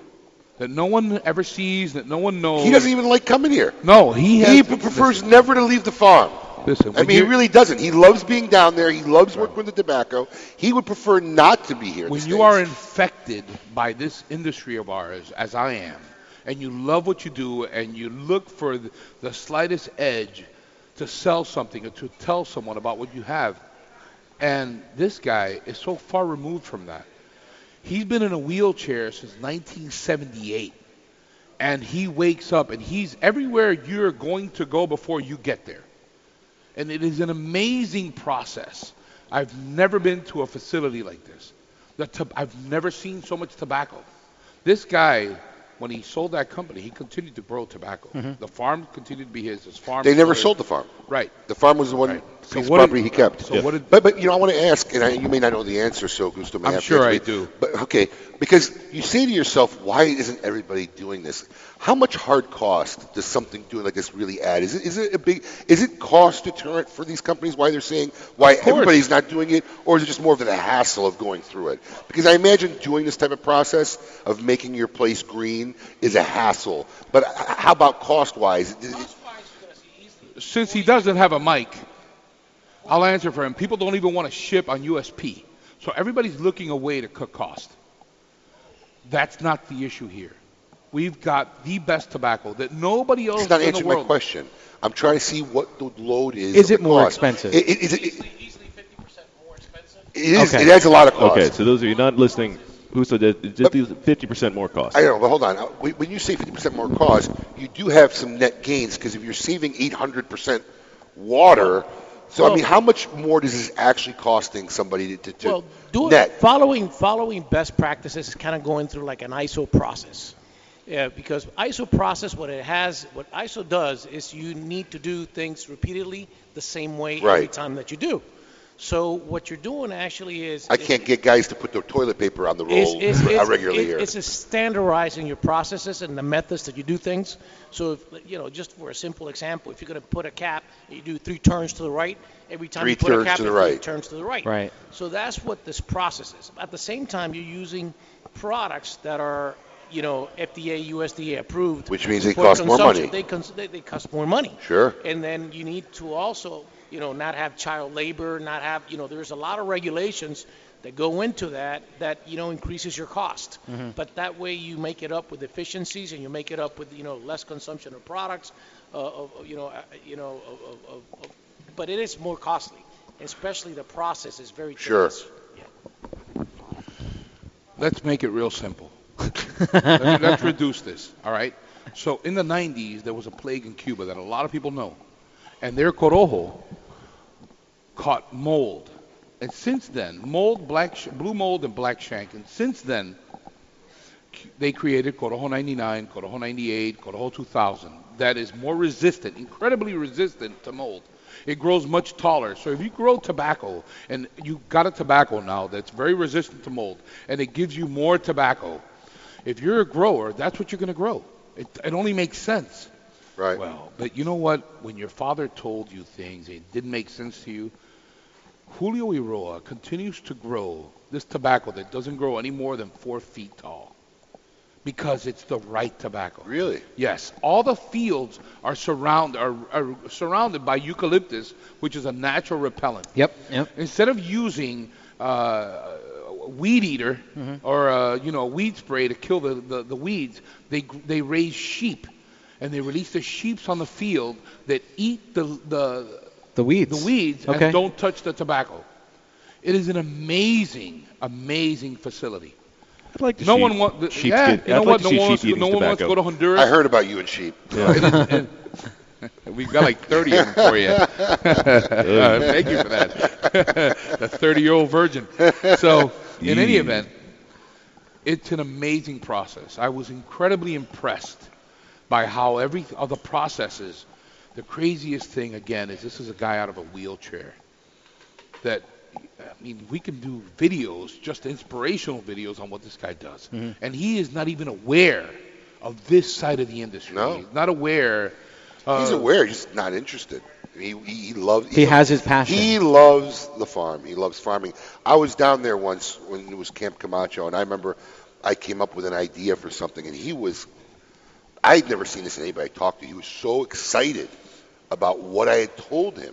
S20: that no one ever sees, that no one knows.
S4: He doesn't even like coming here.
S20: No, he has,
S4: He p- prefers never to leave the farm.
S20: Listen,
S4: I
S20: when
S4: mean, he
S20: you're-
S4: really doesn't. He loves being down there. He loves working with the tobacco. He would prefer not to be here. in
S20: when
S4: the
S20: you are infected by this industry of ours, as I am, and you love what you do, and you look for th- the slightest edge to sell something or to tell someone about what you have, and this guy is so far removed from that. He's been in a wheelchair since 1978, and he wakes up and he's everywhere you're going to go before you get there. And it is an amazing process. I've never been to a facility like this. The tob- I've never seen so much tobacco. This guy, when he sold that company, he continued to grow tobacco. The farm continued to be his. His farm.
S4: Mm-hmm. They never
S20: started-
S4: sold the farm.
S20: Right.
S4: The farm was the one piece of
S20: what did-
S4: property he kept.
S20: so Yeah. what did-
S4: but, but you know, I want to ask, and I, you may not know the answer, so Gusto may
S20: I'm
S4: have to
S20: sure I
S4: answer it.
S20: do.
S4: But okay, because you say to yourself, why isn't everybody doing this? How much hard cost does something doing like this really add? Is it is it a big is it cost deterrent for these companies? Why they're saying why
S20: course.
S4: everybody's not doing it, or is it just more of the hassle of going through it? Because I imagine doing this type of process of making your place green is a hassle. But h- how about cost wise?
S20: Since he doesn't have a mic, I'll answer for him. People don't even want to ship on USP. So everybody's looking away to cut cost. That's not the issue here. We've got the best tobacco that nobody else
S4: It's not
S20: in the
S4: answering my
S20: world.
S4: question. I'm trying to see what the load is.
S5: Is
S4: of
S5: it
S4: the
S5: more
S4: cost.
S5: expensive?
S4: It, it, is it, it is. It adds a lot of cost.
S3: Okay, so those of you not listening, who said that it just fifty percent more cost?
S4: I know, but hold on. Uh, When when you say 50% more cost, you do have some net gains because if you're saving 800% water, so I
S12: Well-
S4: mean, how much more does this actually costing somebody to, to, to
S12: Well, doing
S4: net?
S12: following following best practices is kind of going through like an ISO process. Yeah, because ISO process, what it has, what ISO does is you need to do things repeatedly the same way every
S4: Right.
S12: time that you do. So what you're doing actually is
S4: I can't get guys to put their toilet paper on the
S12: it's,
S4: roll
S12: it's, it's,
S4: regularly
S12: it-
S4: here.
S12: It's a standardizing your processes and the methods that you do things. So, if, you know, just for a simple example, if you're going to put a cap, you do three turns to the right. Every time
S4: Three
S12: you put a
S4: turns
S12: cap,
S4: to the
S12: it's three
S4: right.
S12: turns to the right.
S5: Right.
S12: So that's what this process is. At the same time, you're using products that are, you know, FDA, USDA approved.
S4: Which means they
S12: for
S4: cost more
S12: consumption.
S4: money.
S12: They, cons- they, they cost more money.
S4: Sure.
S12: And then you need to also, you know, not have child labor, not have, you know, there's a lot of regulations that go into that that, you know, increases your cost.
S14: Mm-hmm.
S12: But that way you make it up with efficiencies and you make it up with, you know, less consumption of products, uh, of, of, you know, uh, you know, of, of, of, of, but it is more costly, especially the process is very
S4: Sure.
S12: tedious.
S20: Let's make it real simple. let's, let's reduce this, all right? So in the 90s, there was a plague in Cuba that a lot of people know, and their corojo caught mold. And since then, mold, black, sh- blue mold, and black shank. And since then, c- they created corojo 99, corojo 98, corojo 2000. That is more resistant, incredibly resistant to mold. It grows much taller. So if you grow tobacco and you got a tobacco now that's very resistant to mold and it gives you more tobacco, if you're a grower, that's what you're going to grow. It, it only makes sense.
S4: Right.
S20: Well, but you know what? When your father told you things, it didn't make sense to you. Julio Iroa continues to grow this tobacco that doesn't grow any more than four feet tall because it's the right tobacco.
S4: Really?
S20: Yes. All the fields are surround are, are surrounded by eucalyptus, which is a natural repellent.
S5: Yep. Yep.
S20: Instead of using uh, a weed eater
S5: Mm-hmm.
S20: or a, you know a weed spray to kill the, the, the weeds, they gr- they raise sheep, and they release the sheeps on the field that eat the the
S5: The weeds.
S20: The weeds
S5: Okay.
S20: and don't touch the tobacco. It is an amazing, amazing facility.
S3: I'd like
S4: to
S20: no
S4: see
S20: one wants.
S4: sheep
S20: Yeah,
S4: get-
S20: you
S4: I'd
S20: know
S4: like
S20: what?
S4: to
S20: No
S4: see
S20: one
S4: sheep
S20: wants to-
S4: eating
S20: no one wants to
S4: tobacco.
S20: go to Honduras.
S4: I heard about you and sheep. Yeah.
S20: It is- it- We've got like 30 of them for you. Uh, thank you for that. the 30 year old virgin. So, in any
S3: Yee.
S20: event, it's an amazing process. I was incredibly impressed by how every of the processes. The craziest thing, again, is this is a guy out of a wheelchair. That, I mean, we can do videos, just inspirational videos on what this guy does. And he is not even aware of this side of the industry.
S4: No.
S20: He's not aware. uh,
S4: He's aware, he's just not interested. He, he, he loves.
S5: He has his passion.
S4: He loves the farm. He loves farming. I was down there once when it was Camp Camacho, and I remember I came up with an idea for something, and he was. I'd never seen this in anybody I talked to. He was so excited about what I had told him.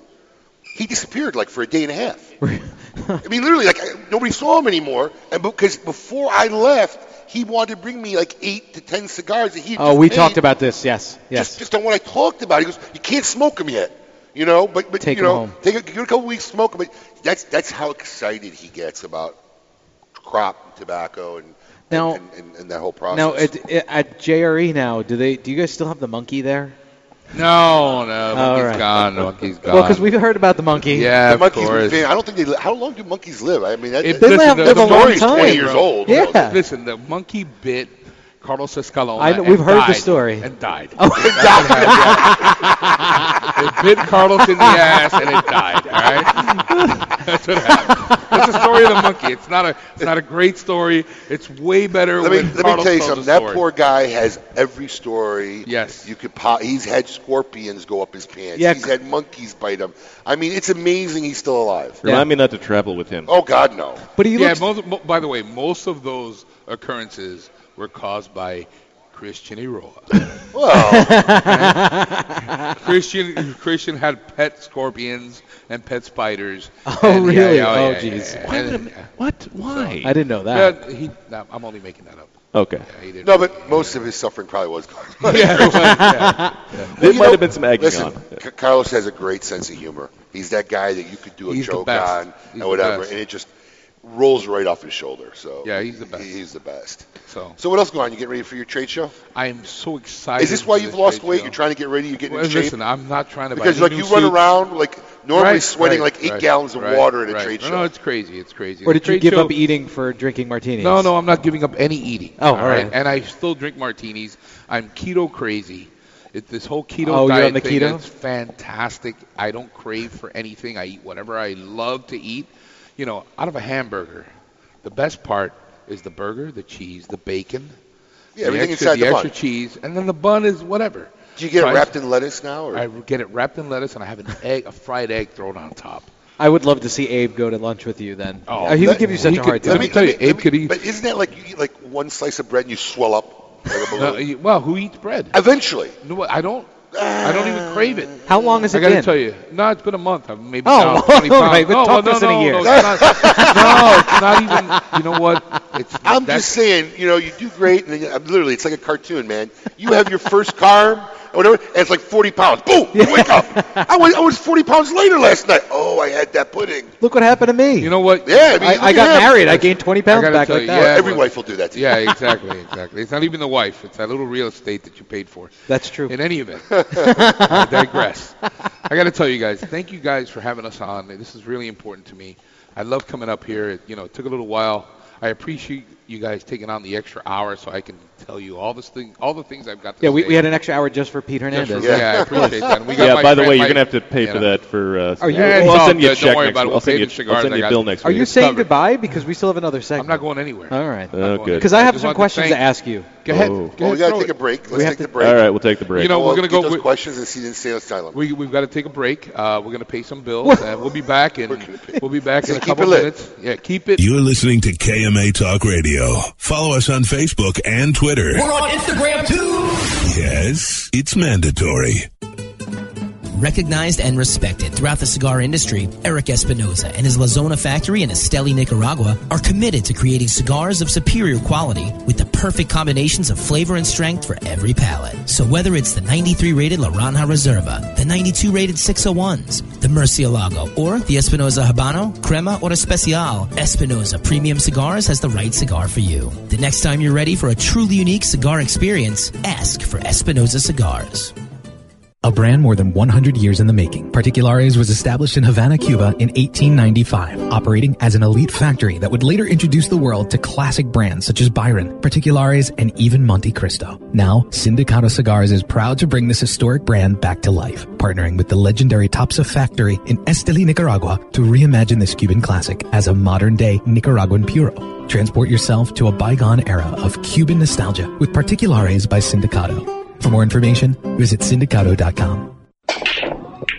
S4: He disappeared like for a day and a half. I mean, literally, like I- nobody saw him anymore. And because before I left, he wanted to bring me like eight to ten cigars that he. had
S5: Oh,
S4: just
S5: we
S4: made
S5: talked about this. Yes. Yes.
S4: just on what I talked about. He goes, you can't smoke them yet, you know. But but
S5: Take
S4: you
S5: 'em
S4: know,
S5: home.
S4: take a, give it a couple weeks, smoke them. But that's that's how excited he gets about crop and tobacco and
S5: Now-
S4: and, and, and that whole process.
S5: Now at, at JRE now, do they do you guys still have the monkey there?
S20: No, no,
S5: All
S20: monkey's
S5: right.
S20: gone. Monkey's gone.
S5: Well, because we've heard about the monkey.
S20: Oh, Yeah,
S4: the monkeys
S20: of
S4: been
S20: course.
S4: vain. I don't think they. Li- how long do monkeys live? I mean, that,
S20: It-
S4: that-
S5: live-
S4: the
S5: live a long
S4: story's
S5: time.
S4: Twenty years old.
S5: Yeah.
S20: Listen, the monkey bit Carlos Escalona.
S5: I know-
S20: and
S5: we've heard the
S20: died-
S5: story.
S20: And died.
S5: Oh.
S20: That's what happened. it bit Carlos in the ass and it died. All right. That's what happened. That's the story of the monkey. It's not a. It's not a great story. It's way better.
S4: Let me,
S20: when
S4: let me
S20: Carlos
S4: tell you
S20: tells the
S4: something. That
S20: story.
S4: poor guy has every story.
S20: Yes.
S4: You could pop. He's had scorpions go up his pants.
S3: Yeah.
S4: He's had monkeys bite him. I mean, it's amazing he's still alive.
S3: Remind me not to travel with him.
S4: Oh God, no.
S20: yeah, most, mo- by the way, most of those occurrences were caused by Christian Eroa.
S5: Well.
S20: Christian Christian had pet scorpions and pet spiders.
S5: Oh,
S20: and- yeah,
S5: really?
S20: yeah,
S5: Oh,
S20: yeah, yeah,
S5: jeez.
S20: yeah,
S5: Wait a
S20: yeah.
S5: minute.
S3: What? Why?
S5: I didn't know that.
S20: Yeah, he, no, I'm only making that up.
S3: Okay.
S4: No, but most of his suffering probably was.
S20: Yeah, it was, yeah. Yeah.
S3: There
S4: you
S3: might have been some egging
S4: listen,
S3: on.
S4: C- Carlos has a great sense of humor. He's that guy that you could do a
S20: He's the
S4: joke
S20: best.
S4: on
S20: He's
S4: and
S20: the
S4: whatever,
S20: best.
S4: and it just rolls right off his shoulder. So
S20: Yeah, he's the best.
S4: he's the best.
S20: So
S4: So what else going on? You getting ready for your trade show?
S20: I am so excited.
S4: Is this why
S20: for
S4: you've
S20: this
S4: lost
S20: trade
S4: weight?
S20: show.
S4: You're trying to get ready. You're getting
S20: Well,
S4: in shape.
S20: Listen, I'm not trying to buy
S4: because
S20: any
S4: like
S20: new
S4: you run
S20: suits.
S4: around like normally
S20: Right,
S4: sweating
S20: right,
S4: like eight
S20: right,
S4: gallons of
S20: right,
S4: water at a
S20: right.
S4: trade
S20: No,
S4: show.
S20: No, it's crazy. It's crazy.
S5: Or
S20: The
S5: did you
S20: trade
S5: give
S20: show-
S5: up eating for drinking martinis?
S20: No, no, I'm not giving up any eating.
S5: Oh, all right.
S20: And I still drink martinis. I'm keto crazy. It, this whole keto
S5: Oh, you're
S20: diet
S5: on the
S20: thing
S5: keto?
S20: is fantastic. I don't crave for anything. I eat whatever I love to eat. You know, out of a hamburger, the best part is the burger, the cheese, the bacon.
S4: Yeah, everything
S20: the extra,
S4: inside
S20: the,
S4: the bun.
S20: extra cheese, and then the bun is whatever.
S4: Do you get
S20: So I-
S4: it wrapped in lettuce now? Or?
S20: I get it wrapped in lettuce, and I have an egg, a fried egg thrown on top.
S5: I would love to see Abe go to lunch with you then.
S20: Oh,
S5: Uh, he would
S20: let-
S5: give you such
S20: he
S5: a
S20: could-
S5: hard time.
S20: let me tell you, Abe could eat-
S4: But isn't that like you eat like one slice of bread and you swell up? Like a balloon?
S20: No, you- well, who eats bread?
S4: Eventually. Ah.
S20: No, I don't. I don't even crave it.
S5: How long has
S20: I
S5: it
S20: gotta
S5: been?
S20: tell you. No, it's been a month. I've maybe
S5: Oh,
S20: down 20
S5: all
S20: pounds.
S5: right, but
S20: no,
S5: talk
S20: well,
S5: to us
S20: no,
S5: in a
S20: no,
S5: year.
S20: No, it's not, no, it's not even. You know what? It's,
S4: I'm
S20: that's-
S4: just saying, you know, you do great, and then you- literally, it's like a cartoon, man. You have your first car, or whatever, and it's like 40 pounds. Boom! You wake up. I was, I was 40 pounds later last night. Oh, I had that pudding.
S5: Look what happened to me.
S20: You know what?
S4: Yeah, I mean,
S5: I,
S4: look
S5: I
S4: at
S5: got
S4: him.
S5: married. I gained 20
S20: I
S5: pounds
S20: gotta
S5: back
S20: tell
S5: like
S20: you,
S5: that.
S20: yeah,
S4: Every
S20: well-
S4: wife will do that to you.
S20: Yeah, exactly, exactly. It's not even the wife. It's that little real estate that you paid for.
S5: That's true.
S20: In any event, I digress. I got to tell you guys, thank you guys for having us on. This is really important to me. I love coming up here. It, you know, it took a little while. I appreciate you guys taking on the extra hour so I can tell you all this thing, all the things I've got. To
S5: Yeah, we,
S20: say.
S5: we had an extra hour just for Pete
S20: Just for-
S5: Hernandez.
S20: yeah, I appreciate that. And we got
S3: yeah,
S20: my
S3: by the
S20: friend
S3: way, you're
S20: Mike-
S3: gonna have to pay for
S20: Yeah.
S3: that for. Uh,
S5: Are you-
S3: well,
S20: It's
S3: I'll
S20: all
S3: send you a
S20: good. Don't
S3: check
S20: worry
S3: next
S20: about it.
S3: week.
S20: We'll
S3: I'll send
S20: pay
S3: you,
S20: the
S3: I'll
S20: cigars.
S3: send
S20: I
S3: you a
S20: got
S3: bill
S20: it.
S3: next
S5: Are
S3: week.
S5: you saying goodbye? Because we still have another segment.
S20: I'm not going anywhere.
S5: All right.
S3: Oh, good.
S5: Because I have
S20: just
S5: some
S20: want to
S5: questions
S20: thank-
S5: to ask you.
S20: Go ahead.
S3: Oh.
S20: Go ahead
S4: Well, we got
S20: throw
S4: to take
S20: it.
S4: a break.
S20: We
S4: Let's
S20: have
S4: take
S20: to-
S4: the break.
S3: All right, we'll take the break.
S20: You know,
S4: Well,
S20: we're gonna
S4: get
S20: go-
S4: those
S20: we-
S4: questions and see the sales title.
S20: We, we've got to take a break. Uh, we're going to pay some bills.
S4: What?
S20: And we'll be back in we'll be back in a
S4: Keep
S20: couple
S4: it lit.
S20: minutes. Yeah, keep it.
S1: You're listening to KMA Talk Radio. Follow us on Facebook and Twitter.
S11: We're on Instagram too.
S1: Yes, it's mandatory.
S8: Recognized and respected throughout the cigar industry, Eric Espinoza and his La Zona factory in Esteli, Nicaragua are committed to creating cigars of superior quality with the perfect combinations of flavor and strength for every palate. So whether it's the 93 rated La Ranja Reserva, the 92 rated 601s, the Murcielago, or the Espinoza Habano, Crema, or Especial, Espinoza Premium Cigars has the right cigar for you. The next time you're ready for a truly unique cigar experience, ask for Espinoza Cigars.
S17: A brand more than 100 years in the making, Particulares was established in Havana, Cuba in 1895, operating as an elite factory that would later introduce the world to classic brands such as Byron, Particulares, and even Monte Cristo. Now, Sindicato Cigars is proud to bring this historic brand back to life, partnering with the legendary Topsa factory in Esteli, Nicaragua to reimagine this Cuban classic as a modern-day Nicaraguan puro. Transport yourself to a bygone era of Cuban nostalgia with Particulares by Sindicato. For more information, visit sindicato.com.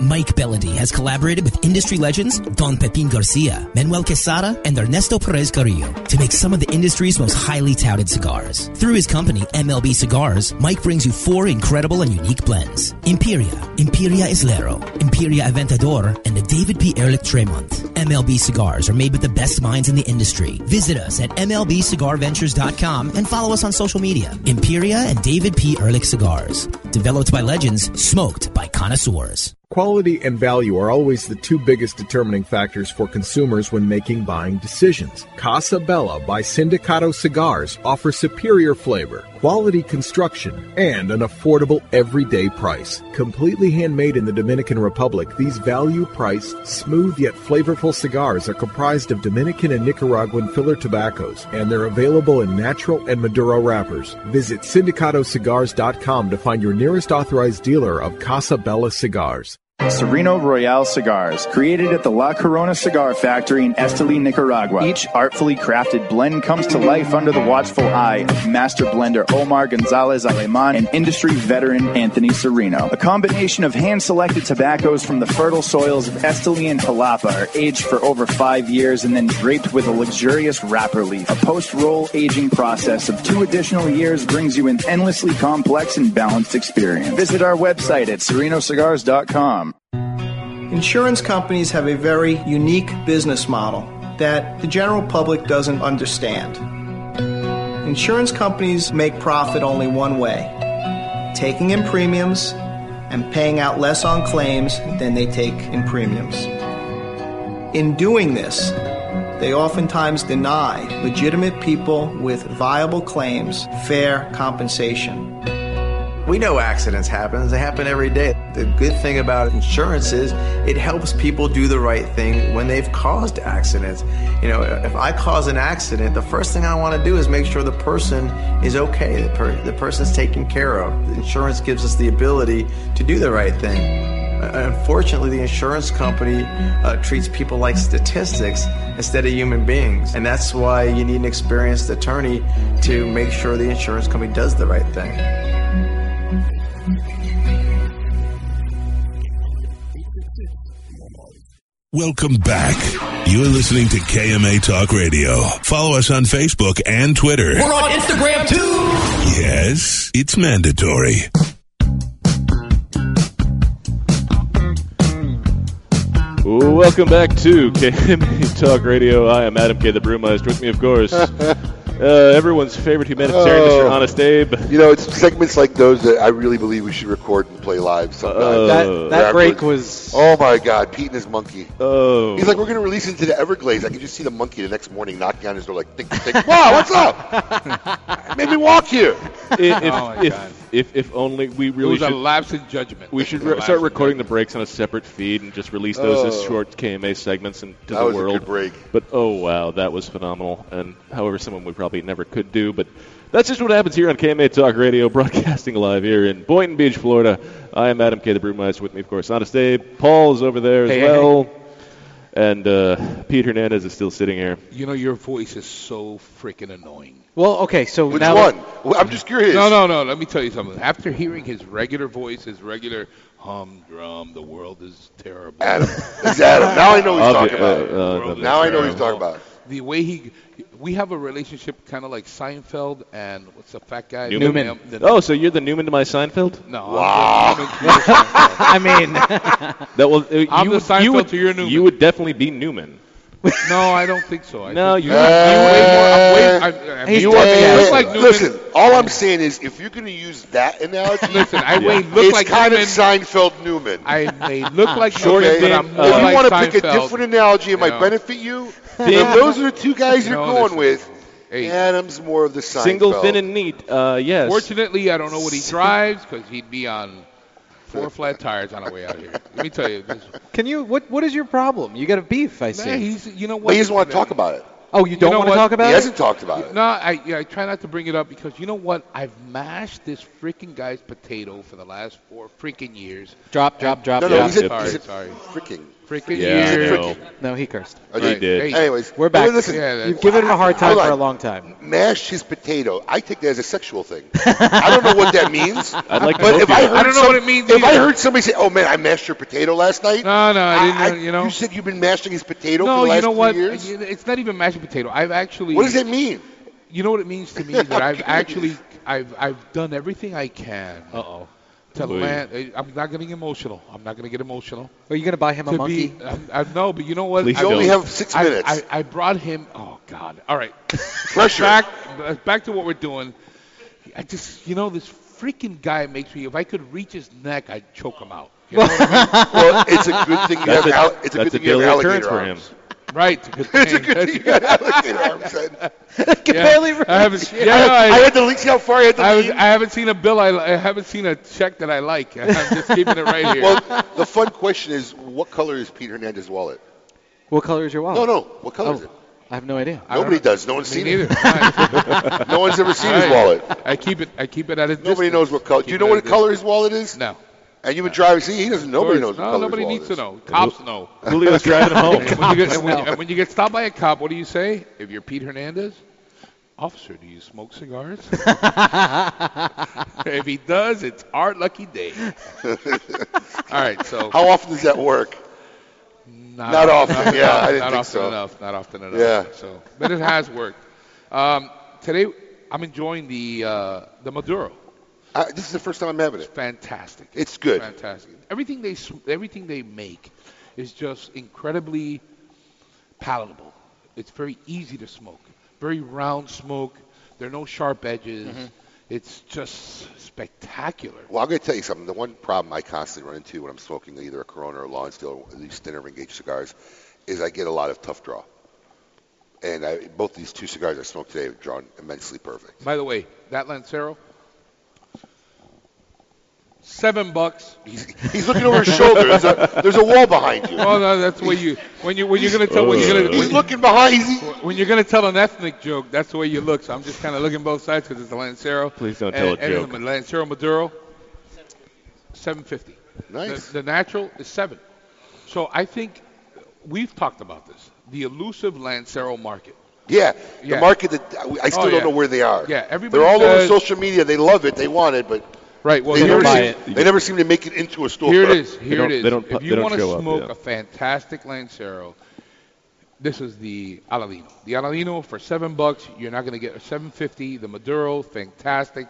S8: Mike Bellady has collaborated with industry legends Don Pepin Garcia, Manuel Quesada, and Ernesto Perez Carrillo to make some of the industry's most highly touted cigars. Through his company, MLB Cigars, Mike brings you four incredible and unique blends. Imperia, Imperia Islero, Imperia Aventador, and the David P. Ehrlich Tremont. MLB Cigars are made with the best minds in the industry. Visit us at MLBCigarVentures.com and follow us on social media. Imperia and David P. Ehrlich Cigars. Developed by legends, smoked by connoisseurs.
S18: Quality and value are always the two biggest determining factors for consumers when making buying decisions. Casa Bella by Sindicato Cigars offer superior flavor, quality construction, and an affordable everyday price. Completely handmade in the Dominican Republic, these value priced, smooth yet flavorful cigars are comprised of Dominican and Nicaraguan filler tobaccos, and they're available in natural and Maduro wrappers. Visit syndicatocigars.com to find your nearest authorized dealer of Casa Bella cigars.
S30: Sereno Royale cigars, created at the La Corona Cigar Factory in Esteli, Nicaragua. Each artfully crafted blend comes to life under the watchful eye of master blender Omar Gonzalez Aleman and industry veteran Anthony Sereno. A combination of hand-selected tobaccos from the fertile soils of Esteli and Jalapa are aged for over five years and then draped with a luxurious wrapper leaf. A post-roll aging process of two additional years brings you an endlessly complex and balanced experience. Visit our website at serenocigars.com.
S23: Insurance companies have a very unique business model that the general public doesn't understand. Insurance companies make profit only one way taking in premiums and paying out less on claims than they take in premiums. In doing this, they oftentimes deny legitimate people with viable claims fair compensation.
S25: We know accidents happen, they happen every day. The good thing about insurance is it helps people do the right thing when they've caused accidents. You know, if I cause an accident, the first thing I want to do is make sure the person is okay, the, per- the person's taken care of. The insurance gives us the ability to do the right thing. Uh, Unfortunately, the insurance company uh, treats people like statistics instead of human beings. And that's why you need an experienced attorney to make sure the insurance company does the right thing.
S1: Welcome back. You're listening to KMA Talk Radio. Follow us on Facebook and Twitter.
S2: We're on Instagram too.
S1: Yes, it's mandatory.
S3: Welcome back to KMA Talk Radio. I am Adam K. the Brewmeister. With me, of course, uh, everyone's favorite humanitarian,
S4: Oh.
S3: Mr. Honest Abe.
S4: You know, it's segments like those that I really believe we should record and play live sometime.
S3: Oh. That- that break
S4: was. Oh my God, Pete and his monkey.
S3: Oh.
S4: He's like, we're going to release into the Everglades. I can just see the monkey the next morning knocking on his door, like, think, think, wow, what's up? Made me walk here.
S3: if, if,
S4: Oh, my God.
S3: if, if, if only we really
S4: It was a
S3: should,
S20: lapse in judgment.
S3: We should
S20: It was a
S3: re-
S20: lapse
S3: start
S20: in
S3: recording the breaks on a separate feed and just release those as
S20: Oh.
S3: short KMA segments into
S4: That
S3: the
S4: was a
S3: world.
S4: good break.
S3: But oh wow, that was phenomenal, and however someone we probably never could do. But That's just what happens here on KMA Talk Radio, broadcasting live here in Boynton Beach, Florida. I am Adam K. The Brewmeister with me, of course, Honest Abe. Paul is over there as
S20: Hey, hey,
S3: well. And uh, Pete Hernandez is still sitting here.
S20: You know, your voice is so freaking annoying.
S5: Well, okay, so
S20: Which
S5: now
S20: one?
S4: Well, I'm just curious.
S20: No, no, no. Let me tell you something. After hearing his regular voice, his regular humdrum, the world is terrible.
S4: Adam. It's Adam. Now I know what he's talking
S3: Obvi-
S4: about.
S3: uh, uh,
S4: The world now
S3: is
S4: I know what he's talking
S3: terrible.
S4: about.
S20: The way he, we have a relationship kind of like Seinfeld and what's the fat guy? The-
S3: Oh, so you're the Newman to my Seinfeld?
S20: No. I'm
S3: Wow.
S20: the Newman to your Seinfeld.
S5: I mean,
S3: that will. uh,
S20: I'm the
S3: you would-
S20: Seinfeld
S3: you would,
S20: to your Newman.
S3: You would definitely be Newman.
S20: No, I don't think so. I
S3: No,
S20: think
S3: you-
S20: I'm way more. I'm way, I'm, I'm- you are. you look like Newman.
S4: listen, all I'm saying is if you're going to use that analogy,
S20: Listen, I may look
S4: it's
S20: like
S4: kind
S20: Newman.
S4: of Seinfeld Newman.
S20: I may look like
S4: Short
S20: Newman, but
S4: and
S20: I'm
S4: thin.
S20: more
S4: If uh, you
S20: like
S4: want to pick a
S20: Seinfeld.
S4: different analogy, it
S20: You
S4: might
S20: know.
S4: benefit you.
S3: Thin.
S4: Then those are the two guys you're
S20: No,
S4: going
S20: listen.
S4: with. Adam's more of the Seinfeld.
S3: Single, thin, and neat. Uh, yes.
S20: Fortunately, I don't know what he drives because he'd be on four flat tires on the way out here. Let me tell you, this,
S5: can you? What What is your problem? You got a beef, I see.
S20: Nah, he's- you know what? He doesn't wanna talk about
S4: it.
S5: Oh, you don't
S20: know
S5: want to
S20: what?
S5: talk about it?
S20: No, I, yeah, I try not to bring it up because you know what? I've mashed this freaking guy's potato for the last four freaking years.
S5: Drop, drop, drop,
S20: No, no,
S5: drop.
S20: he said- Sorry, he said sorry.
S4: Freaking.
S20: Freaking
S5: Yeah, I
S20: years.
S5: know. No, he cursed.
S4: Okay.
S5: He did.
S4: Hey, Anyways,
S5: We're back.
S4: Well, listen,
S5: Yeah, that's- You've given him a hard time
S4: Hold on.
S5: for a long time.
S4: Mash his potato. I take that as a sexual thing. I don't know what that means.
S3: I'd like to
S4: but
S3: hope
S4: if
S3: you
S4: I,
S3: do.
S4: heard
S3: I don't know
S4: some-
S3: what it means
S4: If I
S3: either.
S4: heard somebody say, "Oh man, I mashed your potato last night,"
S20: no, no, I didn't.
S4: you know, you said you've been mashing his potato
S20: no,
S4: for the last
S20: you know
S4: three
S20: what?
S4: years.
S20: You- It's not even mashed potato. I've actually.
S4: What does that mean? Oh,
S20: You know what it means to me that I've actually I've I've done everything I can. Uh oh. To
S5: Oy.
S20: land, I- I'm not getting emotional. I'm not going to get emotional.
S5: Are you going to buy him a
S20: To
S5: monkey?
S20: Be, I, I know, but you know what?
S5: Please
S20: I,
S5: You only
S4: don't. have six
S20: I-
S4: minutes.
S20: I, I brought him. Oh God! All right.
S4: Pressure.
S20: Back, back to what we're doing. I just, you know, this freaking guy makes me. If I could reach his neck, I'd choke him out. You know what I mean?
S4: Well, it's a good thing you That's have a- al- it's a good that's a thing you have daily occurrence alligator for him.
S3: arms.
S20: Right. It's a good thing.
S4: It's a good thing you have alligator arms. I
S5: can
S20: yeah.
S5: barely
S20: I haven't,
S4: reach.
S20: yeah,
S4: I had-
S20: no,
S4: I had to see how far I had to
S20: I, was,
S4: lean.
S20: I haven't seen a bill. I, li- I haven't seen a check that I like. I'm just keeping it right here.
S4: Well, the fun question is, what color is Pete Hernandez's wallet?
S5: What color is your wallet?
S4: No, no. What color is
S5: Oh,
S4: it?
S5: I have no idea.
S4: Nobody does. No one's
S20: Me
S4: seen
S20: neither.
S4: it. no one's ever seen his
S20: Right.
S4: wallet.
S20: I keep it. I keep it at a distance.
S4: Nobody knows what color. Do you
S20: Keep
S4: know
S20: it
S4: what
S20: at a
S4: color his wallet is?
S20: No.
S4: And you've been driving. See, he doesn't. Nobody knows. what
S20: No,
S4: color
S20: nobody
S4: his
S20: needs to
S4: wallet
S20: know. Cops know.
S3: Julio's driving him home.
S20: and, when you get, and, when, and when you get stopped by a cop, what do you say? If you're Pete Hernandez, officer, do you smoke cigars? if he does, it's our lucky day. All right, so
S4: How often does that work?
S20: not,
S4: Not often.
S20: not
S4: Yeah,
S20: enough,
S4: I didn't
S20: not
S4: think
S20: often
S4: so.
S20: enough. Not often enough.
S4: Yeah.
S20: So, but it has worked. Um, today, I'm enjoying the uh, the Maduro.
S4: Uh, this is the first time I'm having it. It's
S20: fantastic.
S4: It's good.
S20: Fantastic. Everything they s- everything they make is just incredibly palatable. It's very easy to smoke. Very round smoke. There are no sharp edges.
S4: Mm-hmm.
S20: It's just spectacular.
S4: Well, I'm going to tell you something. The one problem I constantly run into when I'm smoking either a Corona or a Lonsdale, or these thinner ring gauge cigars, is I get a lot of tough draw. And I, both these two cigars I smoked today have drawn immensely perfect.
S20: By the way, that Lancero, seven bucks.
S4: He's, he's looking over his shoulder. There's a, there's a wall behind you.
S20: Oh no, that's where you when you when you're gonna tell when you're gonna
S4: He's
S20: when,
S4: looking behind. He's,
S20: when you're gonna tell an ethnic joke. That's the way you look. So I'm just kind of looking both sides because it's a Lancero.
S3: Please
S20: and,
S3: don't tell a
S20: and
S3: joke.
S20: the Lancero Maduro, seven fifty.
S4: Nice.
S20: The, the natural is seven. So I think we've talked about this. The elusive Lancero market.
S4: yeah,
S20: Yeah.
S4: the market that I still
S20: Oh,
S4: don't
S20: yeah.
S4: know where they are.
S20: Yeah, everybody
S4: They're all
S20: says-
S4: over social media. They love it. They want it, but
S20: right. Well,
S4: they,
S20: they
S4: never
S20: don't
S4: seem,
S20: buy it.
S4: they never seem to make it into a store.
S20: Here it is. Here it is. if you want to
S3: up,
S20: smoke
S3: yeah.
S20: a fantastic Lancero, this is the Aladino. The Aladino for seven bucks, you're not going to get a 750. The Maduro, fantastic.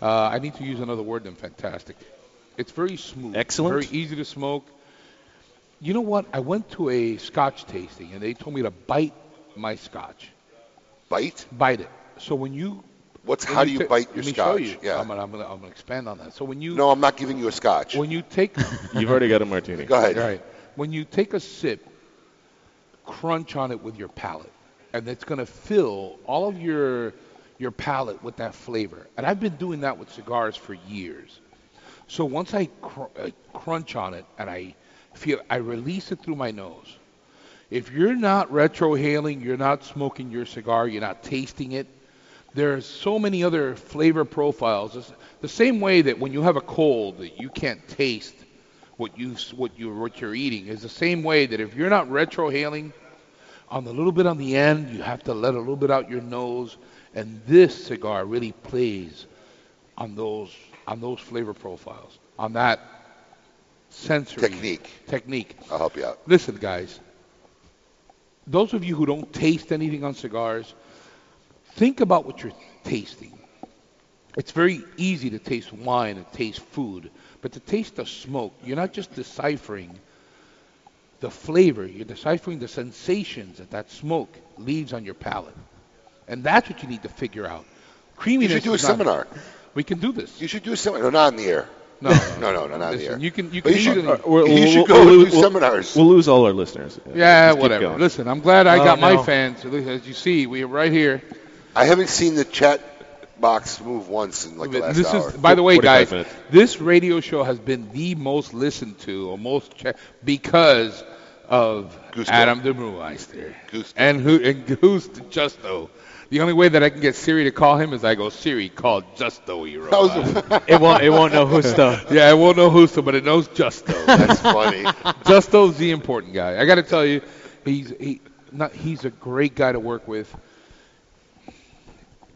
S20: Uh, I need to use another word than fantastic. It's very smooth.
S3: Excellent.
S20: Very easy to smoke. You know what? I went to a Scotch tasting and they told me to bite my Scotch.
S4: Bite?
S20: Bite it. So when you
S4: What's
S20: when
S4: how do you
S20: ta-
S4: bite your
S20: let me
S4: Scotch?
S20: Show you.
S4: Yeah.
S20: I'm gonna, I'm gonna, I'm gonna expand on that. So when you
S4: No, I'm not giving you a Scotch.
S20: when you take
S3: You've already got a martini.
S4: Go ahead.
S20: Right. When you take a sip, crunch on it with your palate, and it's going to fill all of your your palate with that flavor. And I've been doing that with cigars for years. So once I cr- uh, crunch on it and I feel I release it through my nose. If you're not retrohaling, you're not smoking your cigar, you're not tasting it, there are so many other flavor profiles. It's the same way that when you have a cold that you can't taste what you what you what you're eating is the same way that if you're not retrohaling on the little bit on the end, you have to let a little bit out your nose, and this cigar really plays on those on those flavor profiles, on that sensory technique. Technique.
S4: I'll help you out.
S20: Listen, guys. Those of you who don't taste anything on cigars, think about what you're tasting. It's very easy to taste wine and taste food, but to taste the smoke, you're not just deciphering the flavor, you're deciphering the sensations that that smoke leaves on your palate. And that's what you need to figure out. Creaminess
S4: You should do a
S20: is not-
S4: seminar.
S20: We can do this.
S4: You should do a seminar. No, not on the air.
S20: No,
S4: no, no, no, not on the
S20: Listen,
S4: air.
S20: you can- you
S4: But
S20: can
S4: should,
S20: easily-
S4: uh, you should go
S20: we'll-
S4: and do
S20: we'll-
S4: seminars.
S3: We'll lose all our listeners.
S20: Yeah,
S3: Just keep
S20: Ah, whatever.
S3: going.
S20: Listen, I'm glad I
S4: Oh,
S20: got
S4: no.
S20: my fans. As you see, we're right here.
S4: I haven't seen the chat box move once in like the last
S20: this
S4: hour.
S20: is, by the way, guys, this radio show has been the most listened to, or most che- because of Adam de Brewmeister and who and Goose Justo. The only way that I can get Siri to call him is I go Siri, call Justo. You robot."
S5: It won't- it won't know Justo.
S20: yeah, it won't know Justo, but it knows Justo. That's
S4: funny.
S20: Justo's the important guy. I got to tell you, he's he, not, he's a great guy to work with.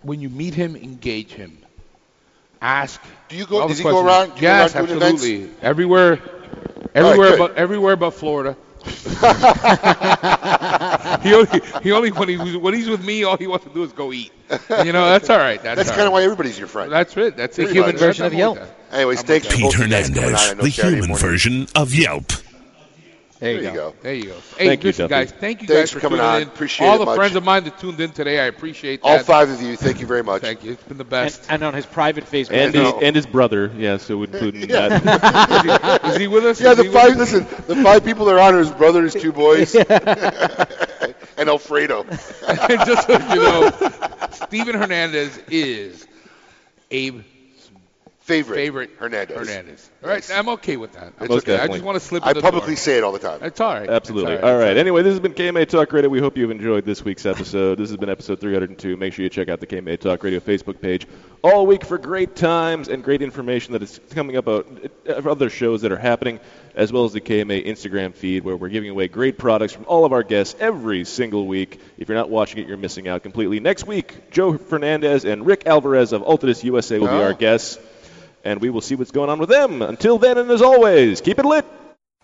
S20: When you meet him, engage him. Ask.
S4: Do you go?
S20: all the
S4: Does he go
S20: questions.
S4: around? Do you
S20: yes,
S4: go around doing
S20: absolutely.
S4: events?
S20: Everywhere,
S4: All
S20: everywhere,
S4: right, good.
S20: but everywhere but Florida. he only, he only when he was- when he's with me, all he wants to do is go eat. And, you know, that's all right. That's,
S4: That's
S20: all
S4: kinda
S20: right.
S4: why everybody's your friend.
S20: That's it. That's
S4: Pretty
S20: the human
S4: much.
S20: version of Yelp.
S4: Anyways, thanks to
S1: Pete
S4: both of you guys coming on. I
S1: Hernandez,
S4: know
S1: the
S4: Saturday
S1: human
S4: morning.
S1: version of Yelp.
S20: There,
S4: you go.
S20: There you go. Hey,
S4: Thank you,
S20: listen,
S4: Duffy.
S20: guys. Thank you
S4: Thanks
S20: guys
S4: for
S20: for,
S4: coming
S20: tuning
S4: on.
S20: in.
S4: Appreciate
S20: all
S4: it
S20: the
S4: much.
S20: friends of mine that tuned in today. I appreciate that.
S4: All five of you, thank you very much.
S20: Thank you. It's been the best.
S5: And on his private Facebook.
S3: And his, and his brother, yeah, so would include that.
S20: Is he with us?
S4: Yeah,
S20: Is
S4: the
S20: he with
S4: five.
S20: us?
S4: Listen, the five people that are on are his brother, and his two boys, and Alfredo.
S20: and just so you know, Steven Hernandez is Abe's
S4: favorite,
S20: favorite
S4: Hernandez.
S20: Hernandez. All right, I'm okay with that. I'm
S3: Most
S20: okay. I
S3: definitely.
S20: just want to slip.
S4: I
S20: in the
S4: publicly
S20: door.
S4: say it all the time. Uh,
S20: That's all right.
S3: Absolutely.
S20: It's
S3: all right. Anyway, this has been KMA Talk Radio. We hope you've enjoyed this week's episode. This has been episode 302. Make sure you check out the KMA Talk Radio Facebook page all week for great times and great information that is coming up about uh, other shows that are happening, as well as the KMA Instagram feed where we're giving away great products from all of our guests every single week. If you're not watching it, you're missing out completely. Next week, Joe Fernandez and Rick Alvarez of Altadis USA will be
S4: Oh.
S3: our guests, and we will see what's going on with them. Until then, and as always, keep it lit.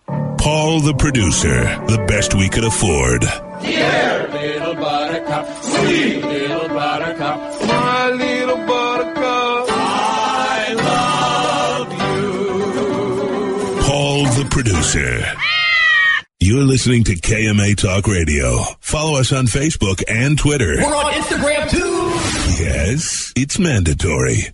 S1: Paul the producer, the best we could afford.
S2: Here, little buttercup, sweet little buttercup, my little buttercup, I love
S1: Paul the producer. You're listening to KMA Talk Radio. Follow us on Facebook and Twitter.
S2: We're on Instagram too.
S1: Yes, it's mandatory.